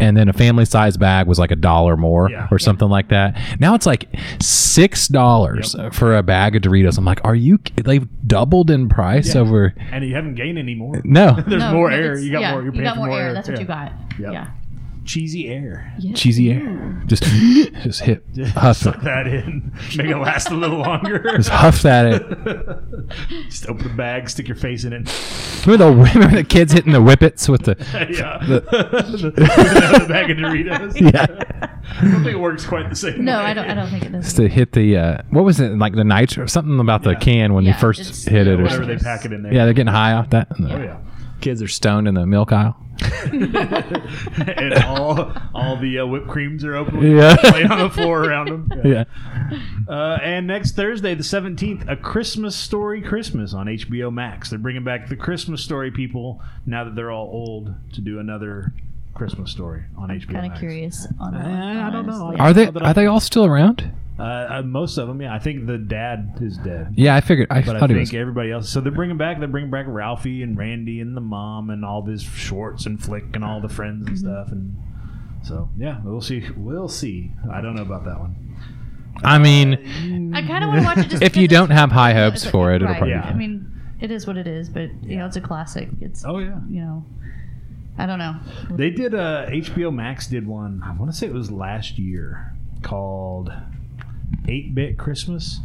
[SPEAKER 3] and then a family size bag was like a dollar more
[SPEAKER 1] Yeah.
[SPEAKER 3] or something like that. Now it's like six dollars for a bag of Doritos. I'm like, are you? They've doubled in price
[SPEAKER 1] Yeah.
[SPEAKER 3] over.
[SPEAKER 1] And you haven't gained any more.
[SPEAKER 3] No,
[SPEAKER 1] There's
[SPEAKER 2] No,
[SPEAKER 1] more
[SPEAKER 2] no,
[SPEAKER 1] air.
[SPEAKER 2] it's-
[SPEAKER 1] You got
[SPEAKER 2] yeah,
[SPEAKER 1] more. You're
[SPEAKER 2] you
[SPEAKER 1] paying
[SPEAKER 2] got
[SPEAKER 1] for
[SPEAKER 2] more air. That's
[SPEAKER 1] yeah.
[SPEAKER 2] what you got.
[SPEAKER 1] Yep.
[SPEAKER 2] Yeah.
[SPEAKER 1] Cheesy air.
[SPEAKER 3] cheesy air. Just, just hit, huff it,
[SPEAKER 1] Suck that in. Make it last a little longer.
[SPEAKER 3] just huff that. It.
[SPEAKER 1] Just open the bag, stick your face in it.
[SPEAKER 3] Remember the, remember the kids hitting the whippets with the.
[SPEAKER 1] yeah. The, the bag of Doritos.
[SPEAKER 3] Yeah.
[SPEAKER 1] I don't think it works quite the same.
[SPEAKER 2] No,
[SPEAKER 1] way.
[SPEAKER 2] I don't. I don't think it does.
[SPEAKER 3] to hit the uh, what was it like the nitro something about the
[SPEAKER 1] Yeah.
[SPEAKER 3] can when
[SPEAKER 2] Yeah,
[SPEAKER 3] you first
[SPEAKER 2] it's-
[SPEAKER 3] hit it or
[SPEAKER 1] Whatever
[SPEAKER 3] something.
[SPEAKER 1] they pack it in there.
[SPEAKER 3] yeah they're getting high off that and the
[SPEAKER 1] Oh yeah.
[SPEAKER 3] kids are stoned in the milk aisle
[SPEAKER 1] and all all the uh, whipped creams are open. with
[SPEAKER 3] Yeah.
[SPEAKER 1] Play on the floor around them.
[SPEAKER 3] yeah
[SPEAKER 1] Uh, and next Thursday, the seventeenth, a Christmas Story Christmas on HBO Max. They're bringing back the Christmas Story people now that they're all old to do another Christmas Story on HBO.
[SPEAKER 2] Kind of
[SPEAKER 1] Max.
[SPEAKER 2] curious on that.
[SPEAKER 1] Eh, I don't know.
[SPEAKER 2] honestly.
[SPEAKER 3] are they are they all still around
[SPEAKER 1] Uh, uh, most of them, yeah. I think the dad is dead.
[SPEAKER 3] yeah I figured I
[SPEAKER 1] But I
[SPEAKER 3] thought it
[SPEAKER 1] think
[SPEAKER 3] was
[SPEAKER 1] everybody else. So they're bringing back. They're bringing back Ralphie and Randy and the mom and all these shorts and Flick and all the friends
[SPEAKER 2] Mm-hmm.
[SPEAKER 1] and stuff. And so yeah, we'll see. We'll see. I don't know about that one.
[SPEAKER 3] I mean
[SPEAKER 2] I kind of want to watch it just
[SPEAKER 3] if
[SPEAKER 2] because
[SPEAKER 3] you
[SPEAKER 2] it's-
[SPEAKER 3] don't have high hopes
[SPEAKER 2] it's-
[SPEAKER 3] for it it'll
[SPEAKER 2] right.
[SPEAKER 3] probably
[SPEAKER 1] Yeah.
[SPEAKER 2] I mean, it is what it is, but you know, it's a classic. It's
[SPEAKER 1] Oh yeah.
[SPEAKER 2] you know, I don't know.
[SPEAKER 1] They did uh HBO Max did one. I want to say it was last year called 8-Bit Christmas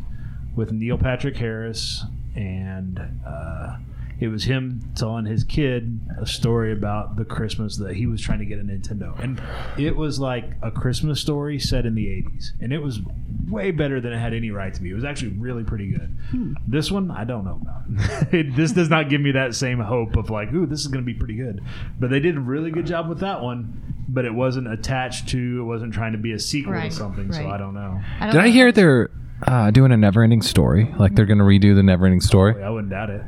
[SPEAKER 1] with Neil Patrick Harris and uh it was him telling his kid a story about the Christmas that he was trying to get a Nintendo. And it was like a Christmas story set in the 80s. And it was way better than it had any right to be. It was actually really pretty good.
[SPEAKER 2] Hmm.
[SPEAKER 1] This one, I don't know about. it, this does not give me that same hope of like, ooh, this is going to be pretty good. But they did a really good job with that one, but it wasn't attached to, it wasn't trying to be a sequel
[SPEAKER 2] Right,
[SPEAKER 1] to something. So
[SPEAKER 2] right.
[SPEAKER 1] I don't know.
[SPEAKER 2] I don't
[SPEAKER 3] did
[SPEAKER 2] know.
[SPEAKER 3] I hear they're uh, doing a never ending story like they're gonna redo the never ending story
[SPEAKER 1] I wouldn't doubt it.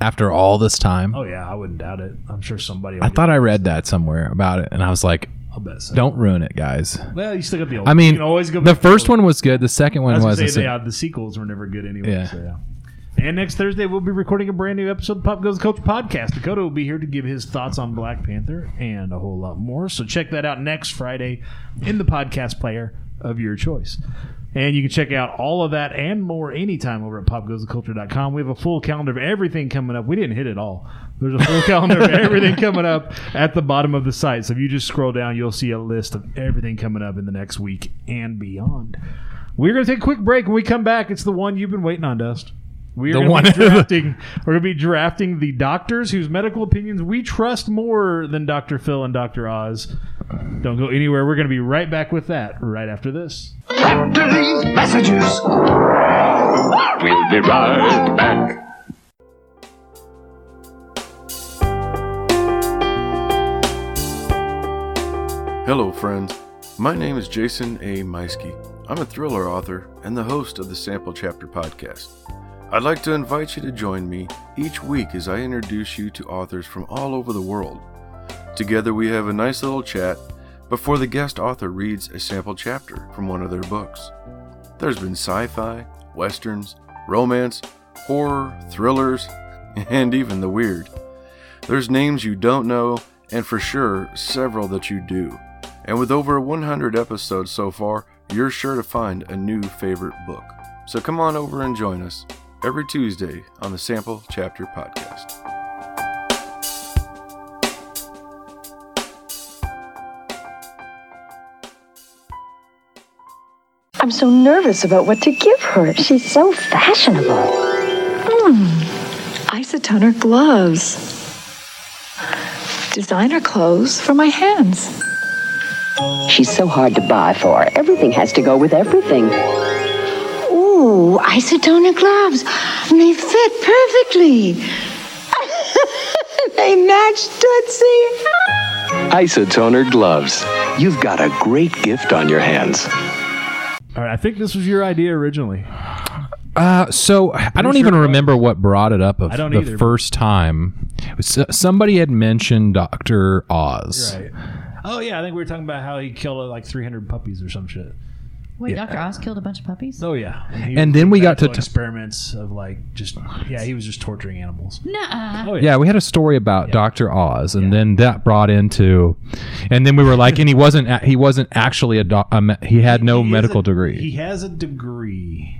[SPEAKER 3] after all this time
[SPEAKER 1] Oh, yeah, I wouldn't doubt it. I'm sure somebody will
[SPEAKER 3] I
[SPEAKER 1] get
[SPEAKER 3] thought
[SPEAKER 1] it.
[SPEAKER 3] I read that somewhere about it and I was like
[SPEAKER 1] I'll bet so.
[SPEAKER 3] don't ruin it guys
[SPEAKER 1] Well, you still got the old
[SPEAKER 3] I
[SPEAKER 1] you
[SPEAKER 3] mean
[SPEAKER 1] can always go
[SPEAKER 3] the
[SPEAKER 1] back to
[SPEAKER 3] first
[SPEAKER 1] old-
[SPEAKER 3] one was good the second
[SPEAKER 1] I
[SPEAKER 3] one
[SPEAKER 1] was gonna
[SPEAKER 3] was
[SPEAKER 1] say,
[SPEAKER 3] the
[SPEAKER 1] yeah, the sequels were never good anyway.
[SPEAKER 3] Yeah.
[SPEAKER 1] So, yeah. And next Thursday, we'll be recording a brand new episode of Pop Goes the Culture podcast. Dakota will be here to give his thoughts on Black Panther and a whole lot more. So check that out next Friday in the podcast player of your choice. And you can check out all of that and more anytime over at popgoestheculture.com. We have a full calendar of everything coming up. We didn't hit it all. There's a full calendar of everything coming up at the bottom of the site. So if you just scroll down, you'll see a list of everything coming up in the next week and beyond. We're going to take a quick break. When we come back, it's the one you've been waiting on, Dust. We are
[SPEAKER 3] The
[SPEAKER 1] going
[SPEAKER 3] one-
[SPEAKER 1] to be drafting. we're going to be drafting the doctors whose medical opinions we trust more than Dr. Phil and Dr. Oz. Don't go anywhere. We're going to be right back with that right after this.
[SPEAKER 4] After these messages, we'll be right back.
[SPEAKER 5] Hello, friends. My name is Jason A. Meiske. I'm a thriller author and the host of the Sample Chapter podcast. I'd like to invite you to join me each week as I introduce you to authors from all over the world. Together, we have a nice little chat before the guest author reads a sample chapter from one of their books. There's been sci fi, westerns, romance, horror, thrillers, and even the weird. There's names you don't know, and for sure, several that you do. And with over 100 episodes so far, you're sure to find a new favorite book. So come on over and join us every Tuesday on the Sample Chapter Podcast.
[SPEAKER 6] I'm so nervous about what to give her. She's so fashionable. Mm. Isotonic gloves. Designer clothes for my hands.
[SPEAKER 7] She's so hard to buy for. Everything has to go with everything.
[SPEAKER 6] Ooh, isotonic gloves. And they fit perfectly. they match Tootsie.
[SPEAKER 8] Isotoner gloves. You've got a great gift on your hands.
[SPEAKER 1] All right, I think this was your idea originally.
[SPEAKER 3] Uh, so I don't even remember what brought it up
[SPEAKER 1] uh,
[SPEAKER 3] of
[SPEAKER 1] I don't
[SPEAKER 3] the
[SPEAKER 1] either.
[SPEAKER 3] first time. S somebody had mentioned Doctor Oz.
[SPEAKER 1] Right. Oh yeah, I think we were talking about how he killed uh, like 300 puppies or some shit.
[SPEAKER 2] Wait, Dr. Oz killed a bunch of puppies?
[SPEAKER 1] Oh yeah. he
[SPEAKER 3] And
[SPEAKER 1] was
[SPEAKER 3] then
[SPEAKER 1] doing
[SPEAKER 3] we got to
[SPEAKER 1] medical
[SPEAKER 3] t-
[SPEAKER 1] experiments of like just yeah, he was just torturing animals.
[SPEAKER 2] Nuh-uh.
[SPEAKER 1] Oh
[SPEAKER 3] Yeah, we had a story about Doctor Oz, and then that brought into, and then we were like, and he wasn't a- he wasn't actually a doc. A me- he had no
[SPEAKER 1] He is
[SPEAKER 3] medical
[SPEAKER 1] a-
[SPEAKER 3] degree.
[SPEAKER 1] He has a degree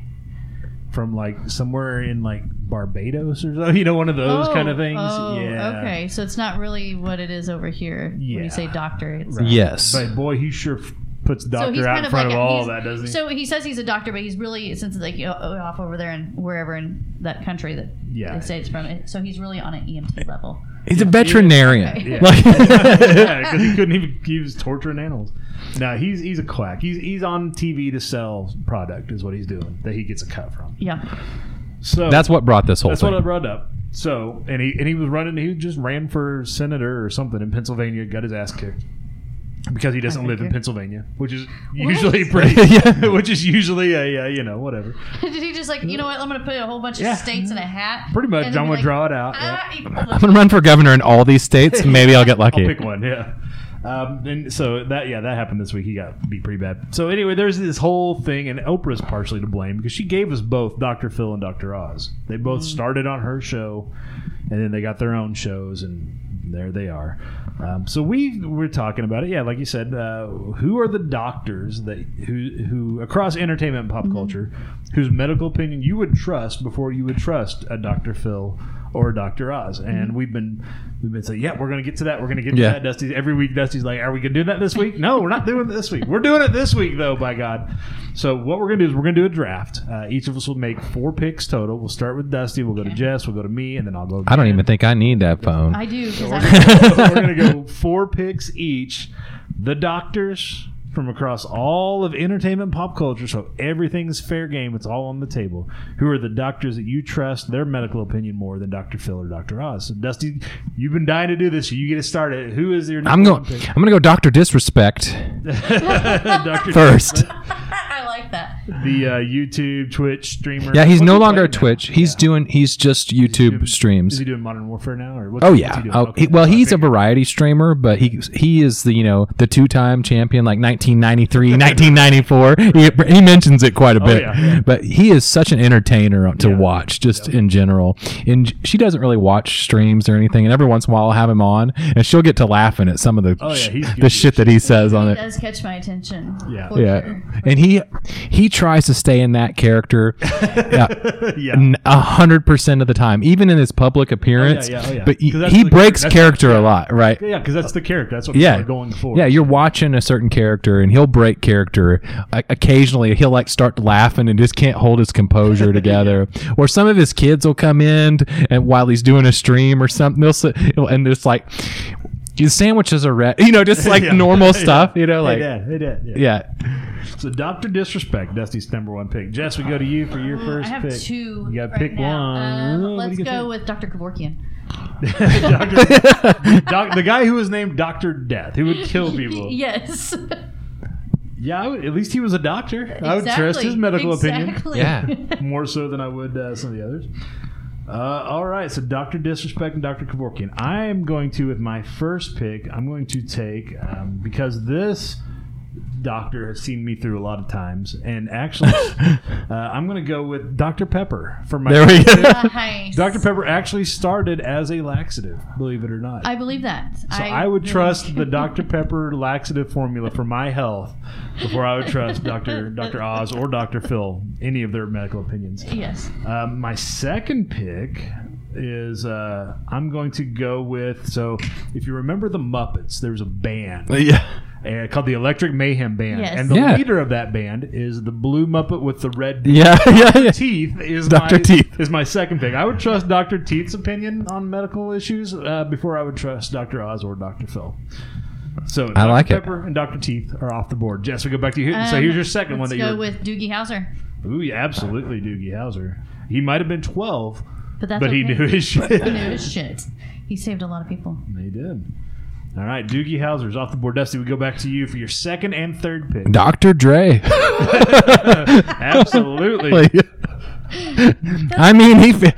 [SPEAKER 1] from like somewhere in like Barbados or something. You know, one of those
[SPEAKER 2] Oh,
[SPEAKER 1] kind of things.
[SPEAKER 2] oh,
[SPEAKER 1] yeah.
[SPEAKER 2] Okay, so it's not really what it is over here. When
[SPEAKER 1] Yeah.
[SPEAKER 2] you say doctor, it's
[SPEAKER 1] Right.
[SPEAKER 3] Yes.
[SPEAKER 1] But boy, he sure f- puts
[SPEAKER 2] so
[SPEAKER 1] doctor
[SPEAKER 2] he's
[SPEAKER 1] out
[SPEAKER 2] kind
[SPEAKER 1] in
[SPEAKER 2] of
[SPEAKER 1] front
[SPEAKER 2] like
[SPEAKER 1] of
[SPEAKER 2] a-
[SPEAKER 1] all
[SPEAKER 2] he's-
[SPEAKER 1] that, doesn't he?
[SPEAKER 2] So he says he's a doctor, but he's really since it's like you know, uh, off over there and wherever in that country that
[SPEAKER 1] Yeah.
[SPEAKER 2] they say it's from. it- So he's really on an EMT level.
[SPEAKER 3] He's a veterinarian.
[SPEAKER 1] Yeah.
[SPEAKER 3] Like,
[SPEAKER 1] yeah, because he couldn't even. He was torturing animals. No, he's he's a quack. He's he's on TV to sell product is what he's doing that he gets a cut from.
[SPEAKER 2] Yeah.
[SPEAKER 1] So
[SPEAKER 3] that's what brought this whole
[SPEAKER 1] That's
[SPEAKER 3] thing.
[SPEAKER 1] what I brought up. So, and he and he was running. He just ran for senator or something in Pennsylvania. Got his ass kicked because he doesn't live in
[SPEAKER 2] figured.
[SPEAKER 1] Pennsylvania, which is usually pretty. Which is usually a uh, you know whatever.
[SPEAKER 2] Did he just like you know what? I'm gonna put a whole bunch of
[SPEAKER 1] Yeah.
[SPEAKER 2] states in a hat.
[SPEAKER 1] Pretty much,
[SPEAKER 2] and then
[SPEAKER 1] I'm gonna
[SPEAKER 2] be like,
[SPEAKER 1] draw it out. Uh, yeah.
[SPEAKER 2] "Ah,
[SPEAKER 3] I'm gonna run for governor in all these states. Maybe I'll get lucky.
[SPEAKER 1] I'll pick one. Yeah. Um, and so that yeah that happened this week. He got beat pretty bad. So anyway, there's this whole thing, and Oprah's partially to blame because she gave us both Dr. Phil and Dr. Oz. They both
[SPEAKER 2] Mm.
[SPEAKER 1] started on her show, and then they got their own shows, and there they are. Um, so we were talking about it. Yeah, like you said, uh, who are the doctors that who who across entertainment and pop culture, whose medical opinion you would trust before you would trust a Dr. Phil or Dr. Oz. And we've been we've been saying, yeah, we're gonna get to that. We're gonna get to
[SPEAKER 3] Yeah.
[SPEAKER 1] that. Dusty's every week. Dusty's like, are we gonna do that this week? No, we're not doing it this week. We're doing it this week though. By God. So what we're gonna do is we're gonna do a draft. Uh, each of us will make four picks total. We'll start with Dusty. We'll go to Jess. We'll go to me, and then I'll go.
[SPEAKER 3] I don't
[SPEAKER 1] again.
[SPEAKER 3] even think I need that phone.
[SPEAKER 2] I do because I'm
[SPEAKER 1] So we're gonna go four picks each. The doctors from across all of entertainment pop culture, so everything's fair game. It's all on the table. Who are the doctors that you trust their medical opinion more than Doctor Phil or Doctor Oz? So Dusty, you've been dying to do this. so You get it started. Who is your?
[SPEAKER 3] I'm
[SPEAKER 1] number
[SPEAKER 3] going.
[SPEAKER 1] one pick?
[SPEAKER 3] I'm going to go Doctor Disrespect
[SPEAKER 1] Doctor
[SPEAKER 3] first.
[SPEAKER 2] I like that.
[SPEAKER 1] the uh, YouTube Twitch streamer.
[SPEAKER 3] Yeah, he's
[SPEAKER 1] What's
[SPEAKER 3] no
[SPEAKER 1] he
[SPEAKER 3] longer a
[SPEAKER 1] playing now?
[SPEAKER 3] Twitch. He's doing. He's just
[SPEAKER 1] Is he
[SPEAKER 3] YouTube
[SPEAKER 1] doing- Is
[SPEAKER 3] streams.
[SPEAKER 1] he doing Modern Warfare now, or what's,
[SPEAKER 3] Oh
[SPEAKER 1] what's
[SPEAKER 3] yeah.
[SPEAKER 1] he doing?
[SPEAKER 3] Oh,
[SPEAKER 1] Okay,
[SPEAKER 3] he- well,
[SPEAKER 1] that's what I
[SPEAKER 3] he's a
[SPEAKER 1] figured.
[SPEAKER 3] variety streamer, but he he is the you know the two time champion like 1993, 1994. He, he mentions it quite a bit,
[SPEAKER 1] Oh, yeah, yeah.
[SPEAKER 3] but he is such an entertainer to watch just in general. And she doesn't really watch streams or anything. And every once in a while, I'll have him on, and she'll get to laughing at some of the
[SPEAKER 1] Oh, yeah,
[SPEAKER 3] sh-
[SPEAKER 1] he's good
[SPEAKER 3] the
[SPEAKER 1] at
[SPEAKER 3] shit that he says on
[SPEAKER 2] He
[SPEAKER 3] it.
[SPEAKER 2] does catch my attention.
[SPEAKER 1] Yeah.
[SPEAKER 2] for
[SPEAKER 3] Yeah,
[SPEAKER 2] sure.
[SPEAKER 3] and he he tries to stay in that character
[SPEAKER 1] yeah.
[SPEAKER 3] n- a hundred percent of the time, even in his public appearance.
[SPEAKER 1] yeah, oh, yeah.
[SPEAKER 3] But
[SPEAKER 1] 'Cause
[SPEAKER 3] y-
[SPEAKER 1] that's
[SPEAKER 3] he
[SPEAKER 1] the
[SPEAKER 3] breaks
[SPEAKER 1] character-
[SPEAKER 3] character a
[SPEAKER 1] that's-
[SPEAKER 3] lot, right?
[SPEAKER 1] Yeah, because that's the character. That's what
[SPEAKER 3] Yeah.
[SPEAKER 1] people are going for.
[SPEAKER 3] Yeah, you're watching a certain character, and he'll break character. O- occasionally, he'll like start laughing and just can't hold his composure together. Or some of his kids will come in and while he's doing a stream or something, they'll sit, and it's like his sandwiches are red, you know, just like
[SPEAKER 1] Yeah.
[SPEAKER 3] normal
[SPEAKER 1] Yeah.
[SPEAKER 3] stuff, you know, like
[SPEAKER 1] hey, Dad. Hey, Dad. Yeah.
[SPEAKER 3] yeah.
[SPEAKER 1] So, Doctor Disrespect, Dusty's number one pick. Jess, we go to you for your
[SPEAKER 2] Uh, I
[SPEAKER 1] first
[SPEAKER 2] have
[SPEAKER 1] pick.
[SPEAKER 2] two.
[SPEAKER 1] You got
[SPEAKER 2] right
[SPEAKER 1] pick
[SPEAKER 2] now.
[SPEAKER 1] one.
[SPEAKER 2] Um,
[SPEAKER 1] What do
[SPEAKER 2] let's
[SPEAKER 1] you got
[SPEAKER 2] go with Dr. Kevorkian.
[SPEAKER 1] Doctor, doc, the guy who was named Doctor Death, who would kill people. Yeah,
[SPEAKER 2] yes.
[SPEAKER 1] I would, at least he was a doctor. I would trust his medical opinion
[SPEAKER 2] exactly.
[SPEAKER 3] Yeah.
[SPEAKER 1] more so than I would uh, some of the others. Uh, all right, so Doctor Disrespect and Doctor Kevorkian. I am going to with my first pick. I'm going to take um, because this doctor has seen me through a lot of times, and actually, uh, I'm going to go with Doctor Pepper for my.
[SPEAKER 3] There we go.
[SPEAKER 2] Uh, Nice.
[SPEAKER 1] Dr. Pepper actually started as a laxative, believe it or not.
[SPEAKER 2] I believe that.
[SPEAKER 1] So I, would trust the Dr. Pepper laxative formula for my health before I would trust Dr. Dr. Oz or Dr. Phil, any of their medical opinions.
[SPEAKER 2] Yes.
[SPEAKER 1] Um, my second pick is uh, I'm going to go with. So if you remember the Muppets, there's a band
[SPEAKER 3] yeah.
[SPEAKER 1] uh, called the Electric Mayhem Band,
[SPEAKER 2] Yes.
[SPEAKER 1] and the
[SPEAKER 3] Yeah.
[SPEAKER 1] leader of that band is the blue Muppet with the red
[SPEAKER 3] Yeah, yeah, yeah.
[SPEAKER 1] Teeth is
[SPEAKER 3] Dr.
[SPEAKER 1] My,
[SPEAKER 3] Teeth.
[SPEAKER 1] is my second pick. I would trust Doctor Teeth's opinion on medical issues uh, before I would trust Doctor Oz or Doctor Phil. So
[SPEAKER 3] I
[SPEAKER 1] Dr.
[SPEAKER 3] like it.
[SPEAKER 1] Pepper and Doctor Teeth are off the board. Jess, we go back to you. Uh, so here's your 2nd one
[SPEAKER 2] Um, Let's
[SPEAKER 1] that
[SPEAKER 2] go
[SPEAKER 1] you're.
[SPEAKER 2] with Doogie Howser.
[SPEAKER 1] ooh, yeah, absolutely, Doogie Howser. He might have been twelve,
[SPEAKER 2] But that's
[SPEAKER 1] but he
[SPEAKER 2] okay.
[SPEAKER 1] knew his shit.
[SPEAKER 2] He knew his shit. He saved a lot of people.
[SPEAKER 1] he did. All right, Doogie Howser's off the board. Dusty, we go back to you for your second and third pick.
[SPEAKER 3] Dr. Dre.
[SPEAKER 1] Absolutely.
[SPEAKER 3] Like, I mean, he. Fi-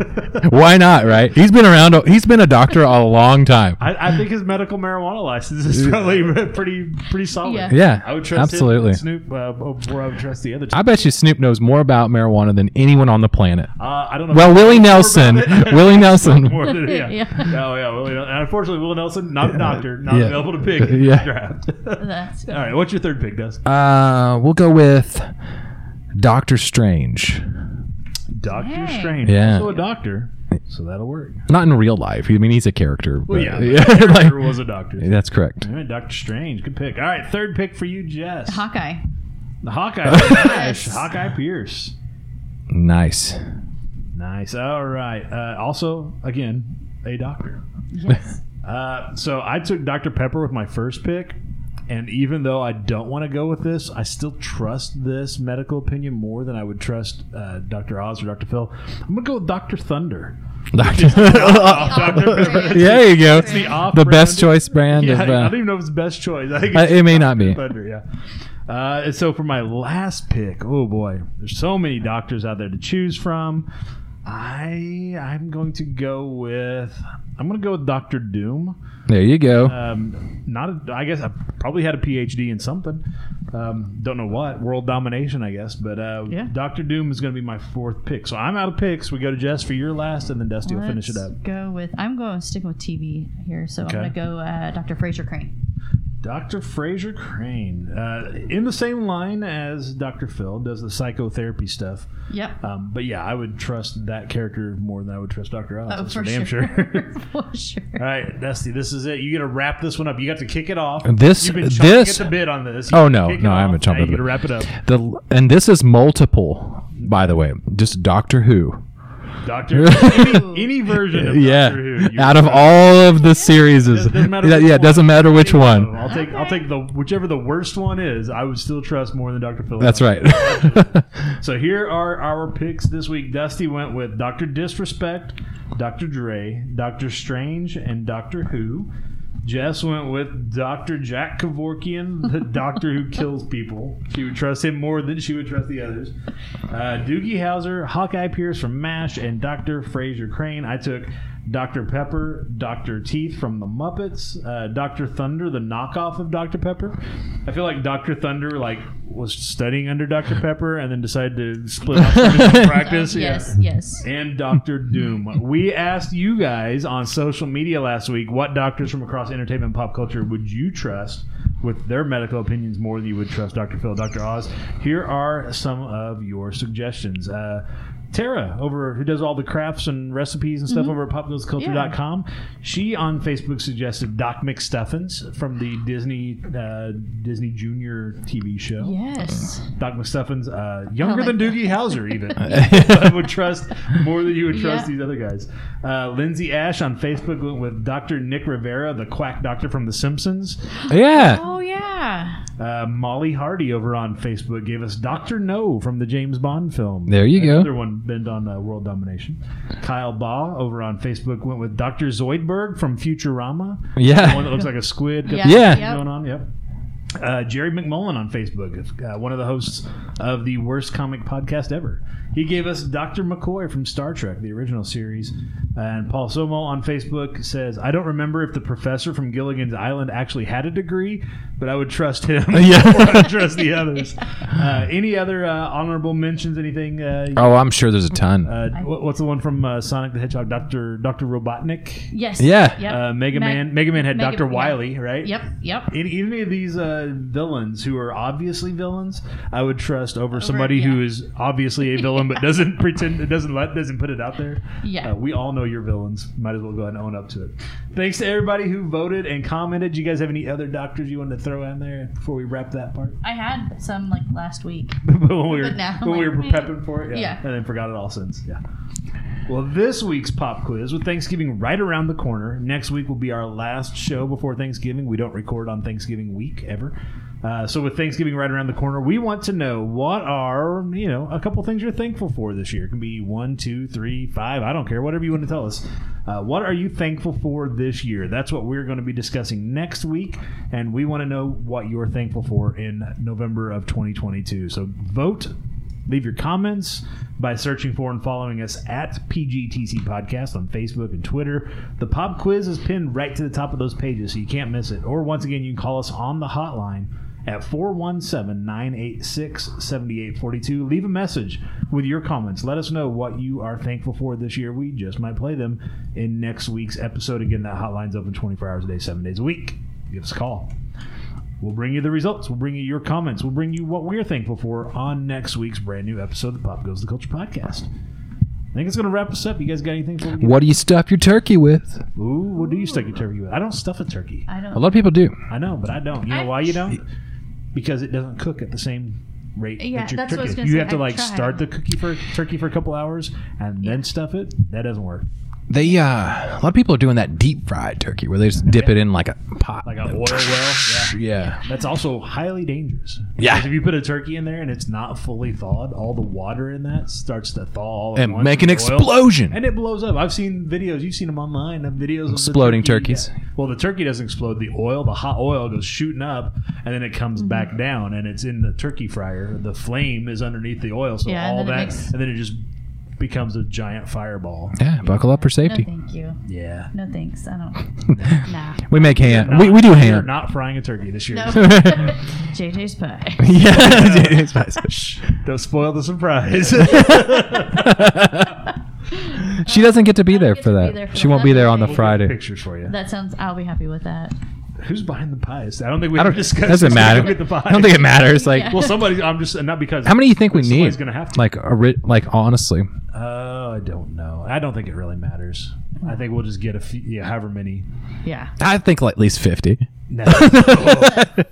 [SPEAKER 3] Why not? Right? He's been around. a- He's been a doctor a long time.
[SPEAKER 1] I, I think his medical marijuana license is probably pretty pretty solid.
[SPEAKER 2] Yeah.
[SPEAKER 3] Yeah,
[SPEAKER 1] I would trust
[SPEAKER 3] absolutely.
[SPEAKER 1] him, Snoop, uh, or I would trust the other two.
[SPEAKER 3] I bet you Snoop knows more about marijuana than anyone on the planet.
[SPEAKER 1] Uh, I don't know.
[SPEAKER 3] Well,
[SPEAKER 1] if-
[SPEAKER 3] Willie
[SPEAKER 1] more
[SPEAKER 3] Nelson,
[SPEAKER 1] about it.
[SPEAKER 3] Willie Nelson.
[SPEAKER 1] More than- yeah.
[SPEAKER 2] Yeah.
[SPEAKER 1] Oh yeah. Willie Nelson. And Unfortunately, Willie Nelson, not a doctor, not
[SPEAKER 3] yeah.
[SPEAKER 1] available to pick in
[SPEAKER 3] Yeah.
[SPEAKER 1] the draft.
[SPEAKER 2] That's
[SPEAKER 1] All right. What's your third pick, Dust?
[SPEAKER 3] Uh, we'll go with Doctor Strange.
[SPEAKER 1] Doctor
[SPEAKER 2] Hey.
[SPEAKER 1] Strange.
[SPEAKER 3] Yeah.
[SPEAKER 1] Also a doctor, so that'll work.
[SPEAKER 3] Not in real life. I mean, he's a character.
[SPEAKER 1] Well,
[SPEAKER 3] but-
[SPEAKER 1] yeah.
[SPEAKER 3] like-
[SPEAKER 1] There was a doctor.
[SPEAKER 3] that's correct.
[SPEAKER 1] All right, Doctor Strange, good pick. All right, third pick for you, Jess.
[SPEAKER 2] Hawkeye.
[SPEAKER 1] The Hawkeye. Nice.
[SPEAKER 2] Yes.
[SPEAKER 1] Hawkeye Pierce.
[SPEAKER 3] Nice.
[SPEAKER 1] Nice. All right. Uh, also, again, a doctor.
[SPEAKER 2] Yes.
[SPEAKER 1] Uh, so I took Dr. Pepper with my first pick. And even though I don't want to go with this, I still trust this medical opinion more than I would trust uh, Dr. Oz or Dr. Phil. I'm going to go with Dr. Thunder.
[SPEAKER 3] Doctor.
[SPEAKER 1] Dr. Pepper.
[SPEAKER 3] there you go.
[SPEAKER 1] It's the, off
[SPEAKER 3] The
[SPEAKER 1] brand.
[SPEAKER 3] best choice brand.
[SPEAKER 1] Yeah,
[SPEAKER 3] of,
[SPEAKER 1] I
[SPEAKER 3] uh,
[SPEAKER 1] don't even know if it's the best choice. I think
[SPEAKER 3] Uh,
[SPEAKER 1] it's
[SPEAKER 3] it may not be.
[SPEAKER 1] Thunder, yeah. Uh, and so for my last pick, oh boy, there's so many doctors out there to choose from. I I'm going to go with I'm going to go with Doctor Doom.
[SPEAKER 3] There you go.
[SPEAKER 1] Um, not a, I guess I probably had a PhD in something. Um, don't know what world domination, I guess. But uh,
[SPEAKER 2] Yeah.
[SPEAKER 1] Doctor Doom is going to be my fourth pick. So I'm out of picks. We go to Jess for your last, and then Dusty will finish it
[SPEAKER 2] Let's
[SPEAKER 1] up.
[SPEAKER 2] Go with. I'm going sticking with TV here, so
[SPEAKER 1] Okay.
[SPEAKER 2] I'm gonna go uh, Dr. Fraser Crane.
[SPEAKER 1] Dr. Fraser Crane, uh, in the same line as Dr. Phil, does the psychotherapy stuff.
[SPEAKER 2] Yep.
[SPEAKER 1] Um, but yeah, I would trust that character more than I would trust Dr. Oz.
[SPEAKER 2] Oh,
[SPEAKER 1] that's
[SPEAKER 2] for
[SPEAKER 1] damn
[SPEAKER 2] sure.
[SPEAKER 1] sure.
[SPEAKER 2] for sure.
[SPEAKER 1] All right, Dusty, this is it. You got to wrap this one up. You got to kick it off.
[SPEAKER 3] This-
[SPEAKER 1] You've been chomping
[SPEAKER 3] this-
[SPEAKER 1] at the bit on this.
[SPEAKER 3] Oh, no,
[SPEAKER 1] Kick it
[SPEAKER 3] no, I
[SPEAKER 1] off.
[SPEAKER 3] haven't chomped
[SPEAKER 1] Now You
[SPEAKER 3] at the
[SPEAKER 1] got to wrap it up,
[SPEAKER 3] The and this is multiple, by the way. Just Doctor Who.
[SPEAKER 1] Doctor. any, any version of
[SPEAKER 3] yeah.
[SPEAKER 1] Doctor Who. you-
[SPEAKER 3] Out of all of the series, is
[SPEAKER 1] Doesn't matter
[SPEAKER 3] yeah,
[SPEAKER 1] which
[SPEAKER 3] yeah, doesn't matter which one.
[SPEAKER 1] I'll take I'll take the whichever the worst one is. I would still trust more than Dr. Phil.
[SPEAKER 3] That's right.
[SPEAKER 1] So here are our picks this week. Dusty went with Doctor Disrespect, Doctor Dre, Doctor Strange, and Doctor Who. Jess went with Doctor Jack Kevorkian, the doctor who kills people. She would trust him more than she would trust the others. Uh, Doogie Howser, Hawkeye Pierce from MASH, and Dr. Fraser Crane. I took Dr. Pepper, Dr. Teeth from The Muppets, uh, Dr. Thunder, the knockoff of Dr. Pepper. I feel like Dr. Thunder like was studying under Dr. Pepper and then decided to split off from his own practice.
[SPEAKER 2] Yes. Yes.
[SPEAKER 1] And Dr. Doom. We asked you guys on social media last week what doctors from across entertainment and pop culture would you trust with their medical opinions more than you would trust Dr. Phil, Dr. Oz. Here are some of your suggestions. Uh, Tara, over who does all the crafts and recipes and stuff over at popknowsculture.com, she on Facebook suggested Doc McStuffins from the Disney uh, Disney Junior TV show.
[SPEAKER 2] Yes.
[SPEAKER 1] Doc McStuffins, uh, younger
[SPEAKER 2] I
[SPEAKER 1] than
[SPEAKER 2] like
[SPEAKER 1] Doogie Howser, even. I would trust more than you would trust
[SPEAKER 2] Yeah.
[SPEAKER 1] these other guys. Uh, Lindsay Ash on Facebook went with Dr. Nick Rivera, the quack doctor from The Simpsons.
[SPEAKER 3] Yeah.
[SPEAKER 2] Oh yeah.
[SPEAKER 1] Uh, Molly Hardy over on Facebook gave us Doctor No from the James Bond film.
[SPEAKER 3] There you go.
[SPEAKER 1] Another one bent on uh, world domination. Kyle Baugh over on Facebook went with Doctor Zoidberg from Futurama. The one
[SPEAKER 3] Yeah.
[SPEAKER 1] that looks like a squid. Got
[SPEAKER 2] Yeah.
[SPEAKER 1] the
[SPEAKER 3] Yeah.
[SPEAKER 1] thing Going on. Yep. Uh, Jerry McMullen on Facebook, uh, one of the hosts of the worst comic podcast ever. He gave us Dr. McCoy from Star Trek, the original series. And Paul Somo on Facebook says, I don't remember if the professor from Gilligan's Island actually had a degree, but I would trust him
[SPEAKER 3] Yeah.
[SPEAKER 1] before I trust the others. Uh, any other uh, honorable mentions? Anything? Uh,
[SPEAKER 2] Um,
[SPEAKER 1] you-
[SPEAKER 3] Oh, I'm sure there's a ton.
[SPEAKER 1] uh, what- what's the one from uh, Sonic the Hedgehog? Dr. Dr. Robotnik?
[SPEAKER 2] Yes.
[SPEAKER 3] Yeah.
[SPEAKER 2] Yep.
[SPEAKER 1] Uh, Mega
[SPEAKER 2] Ma-
[SPEAKER 1] Man. Mega Man had
[SPEAKER 2] Mega-
[SPEAKER 1] Dr.
[SPEAKER 2] yeah.
[SPEAKER 1] Wily, right?
[SPEAKER 2] Yep. Yep.
[SPEAKER 1] any, any of these uh, villains who are obviously villains, I would trust over, somebody
[SPEAKER 2] yeah.
[SPEAKER 1] who is obviously a villain but doesn't pretend, doesn't let, doesn't put it out there.
[SPEAKER 2] Yeah.
[SPEAKER 1] Uh, we all know you're villains. Might as well go ahead and own up to it. Thanks to everybody who voted and commented. Do you guys have any other doctors you want to throw in there before we wrap that part?
[SPEAKER 2] I had some like last week.
[SPEAKER 1] but when we were,
[SPEAKER 2] But now I'm
[SPEAKER 1] when we
[SPEAKER 2] like,
[SPEAKER 1] were
[SPEAKER 2] "Meh."
[SPEAKER 1] prepping for it,
[SPEAKER 2] Yeah.
[SPEAKER 1] and then forgot it all since. Yeah. Well, this week's pop quiz with Thanksgiving right around the corner. Next week will be our last show before Thanksgiving. We don't record on Thanksgiving week ever. Uh, so with Thanksgiving right around the corner, we want to know what are you know a couple things you're thankful for this year. It can be one, two, three, five. I don't care. Whatever you want to tell us. Uh, what are you thankful for this year? That's what we're going to be discussing next week, and we want to know what you're thankful for in November of 2022. So vote Leave your comments by searching for and following us at PGTC Podcast on Facebook and Twitter. The pop quiz is pinned right to the top of those pages, so you can't miss it. Or once again, you can call us on the hotline at 417 986 7842. Leave a message with your comments. Let us know what you are thankful for this year. We just might play them in next week's episode. Again, that hotline's open 24 hours a day, seven days a week. Give us a call. We'll bring you the results. We'll bring you your comments. We'll bring you what we're thankful for on next week's brand new episode of the Pop Goes the Culture podcast. I think it's going to wrap us up. You guys got anything for me?
[SPEAKER 3] What do you stuff your turkey with?
[SPEAKER 1] Ooh, what do you stuff your turkey with? I don't stuff a turkey.
[SPEAKER 2] I
[SPEAKER 3] A
[SPEAKER 2] don't.
[SPEAKER 3] lot of people do.
[SPEAKER 1] I know, but I don't. You know
[SPEAKER 2] I-
[SPEAKER 1] why you don't? Because it doesn't cook at the same rate
[SPEAKER 2] Yeah,
[SPEAKER 1] that your
[SPEAKER 2] that's what I
[SPEAKER 1] turkey.
[SPEAKER 2] was
[SPEAKER 1] is.
[SPEAKER 2] gonna
[SPEAKER 1] you
[SPEAKER 2] say.
[SPEAKER 1] have to
[SPEAKER 2] I've
[SPEAKER 1] like
[SPEAKER 2] tried.
[SPEAKER 1] start the cookie for turkey for a couple hours and then stuff it. That doesn't work.
[SPEAKER 3] They uh, a lot of people are doing that deep fried turkey where they just dip it in like a pot.
[SPEAKER 1] Like a oil well. Yeah.
[SPEAKER 3] yeah.
[SPEAKER 1] That's also highly dangerous.
[SPEAKER 3] Yeah.
[SPEAKER 1] Because if you put a turkey in there and it's not fully thawed, all the water in that starts to thaw all at
[SPEAKER 3] And
[SPEAKER 1] once
[SPEAKER 3] make an
[SPEAKER 1] in the oil,
[SPEAKER 3] explosion.
[SPEAKER 1] And it blows up. I've seen videos. You've seen them online of videos of the
[SPEAKER 3] Exploding
[SPEAKER 1] turkey-
[SPEAKER 3] turkeys.
[SPEAKER 1] yeah. Well, the turkey doesn't explode. The oil, the hot oil goes shooting up and then it
[SPEAKER 2] Mm-hmm.
[SPEAKER 1] comes back down and it's in the turkey fryer. The flame is underneath the oil. So
[SPEAKER 2] Yeah, and
[SPEAKER 1] all
[SPEAKER 2] then it
[SPEAKER 1] that,
[SPEAKER 2] makes-
[SPEAKER 1] and then it just becomes a giant fireball.
[SPEAKER 3] Yeah. Buckle up for
[SPEAKER 2] No,
[SPEAKER 3] safety.
[SPEAKER 2] thank you.
[SPEAKER 1] Yeah.
[SPEAKER 2] No thanks. I don't. Nah.
[SPEAKER 3] We make ham. We, we do
[SPEAKER 1] We are
[SPEAKER 3] ham.
[SPEAKER 1] not frying a turkey this year.
[SPEAKER 2] No. JJ's pie.
[SPEAKER 3] yeah. it's nice.
[SPEAKER 1] Don't spoil the surprise.
[SPEAKER 3] she doesn't get to be
[SPEAKER 2] I don't
[SPEAKER 3] there
[SPEAKER 2] get
[SPEAKER 3] for
[SPEAKER 2] to be
[SPEAKER 3] that.
[SPEAKER 2] there for
[SPEAKER 3] she won't
[SPEAKER 2] that.
[SPEAKER 3] be there on the
[SPEAKER 2] We'll get
[SPEAKER 3] Friday.
[SPEAKER 1] Pictures for you.
[SPEAKER 2] That sounds. I'll be happy with that.
[SPEAKER 1] Who's behind the pies? I don't think we
[SPEAKER 3] I
[SPEAKER 1] have
[SPEAKER 3] don't.
[SPEAKER 1] discussed.
[SPEAKER 3] Doesn't
[SPEAKER 1] this.
[SPEAKER 3] matter.
[SPEAKER 1] Don't get the pies.
[SPEAKER 3] I don't think it matters. Like,
[SPEAKER 1] Well, somebody. I'm just not because.
[SPEAKER 3] how many do you think we
[SPEAKER 1] somebody's
[SPEAKER 3] need?
[SPEAKER 1] gonna have to.
[SPEAKER 3] Like a ri- like honestly,
[SPEAKER 1] Oh, I don't know. I don't think it really matters. I think we'll just get a few, yeah, however many.
[SPEAKER 2] Yeah.
[SPEAKER 3] I think like at least fifty.
[SPEAKER 1] No. Oh.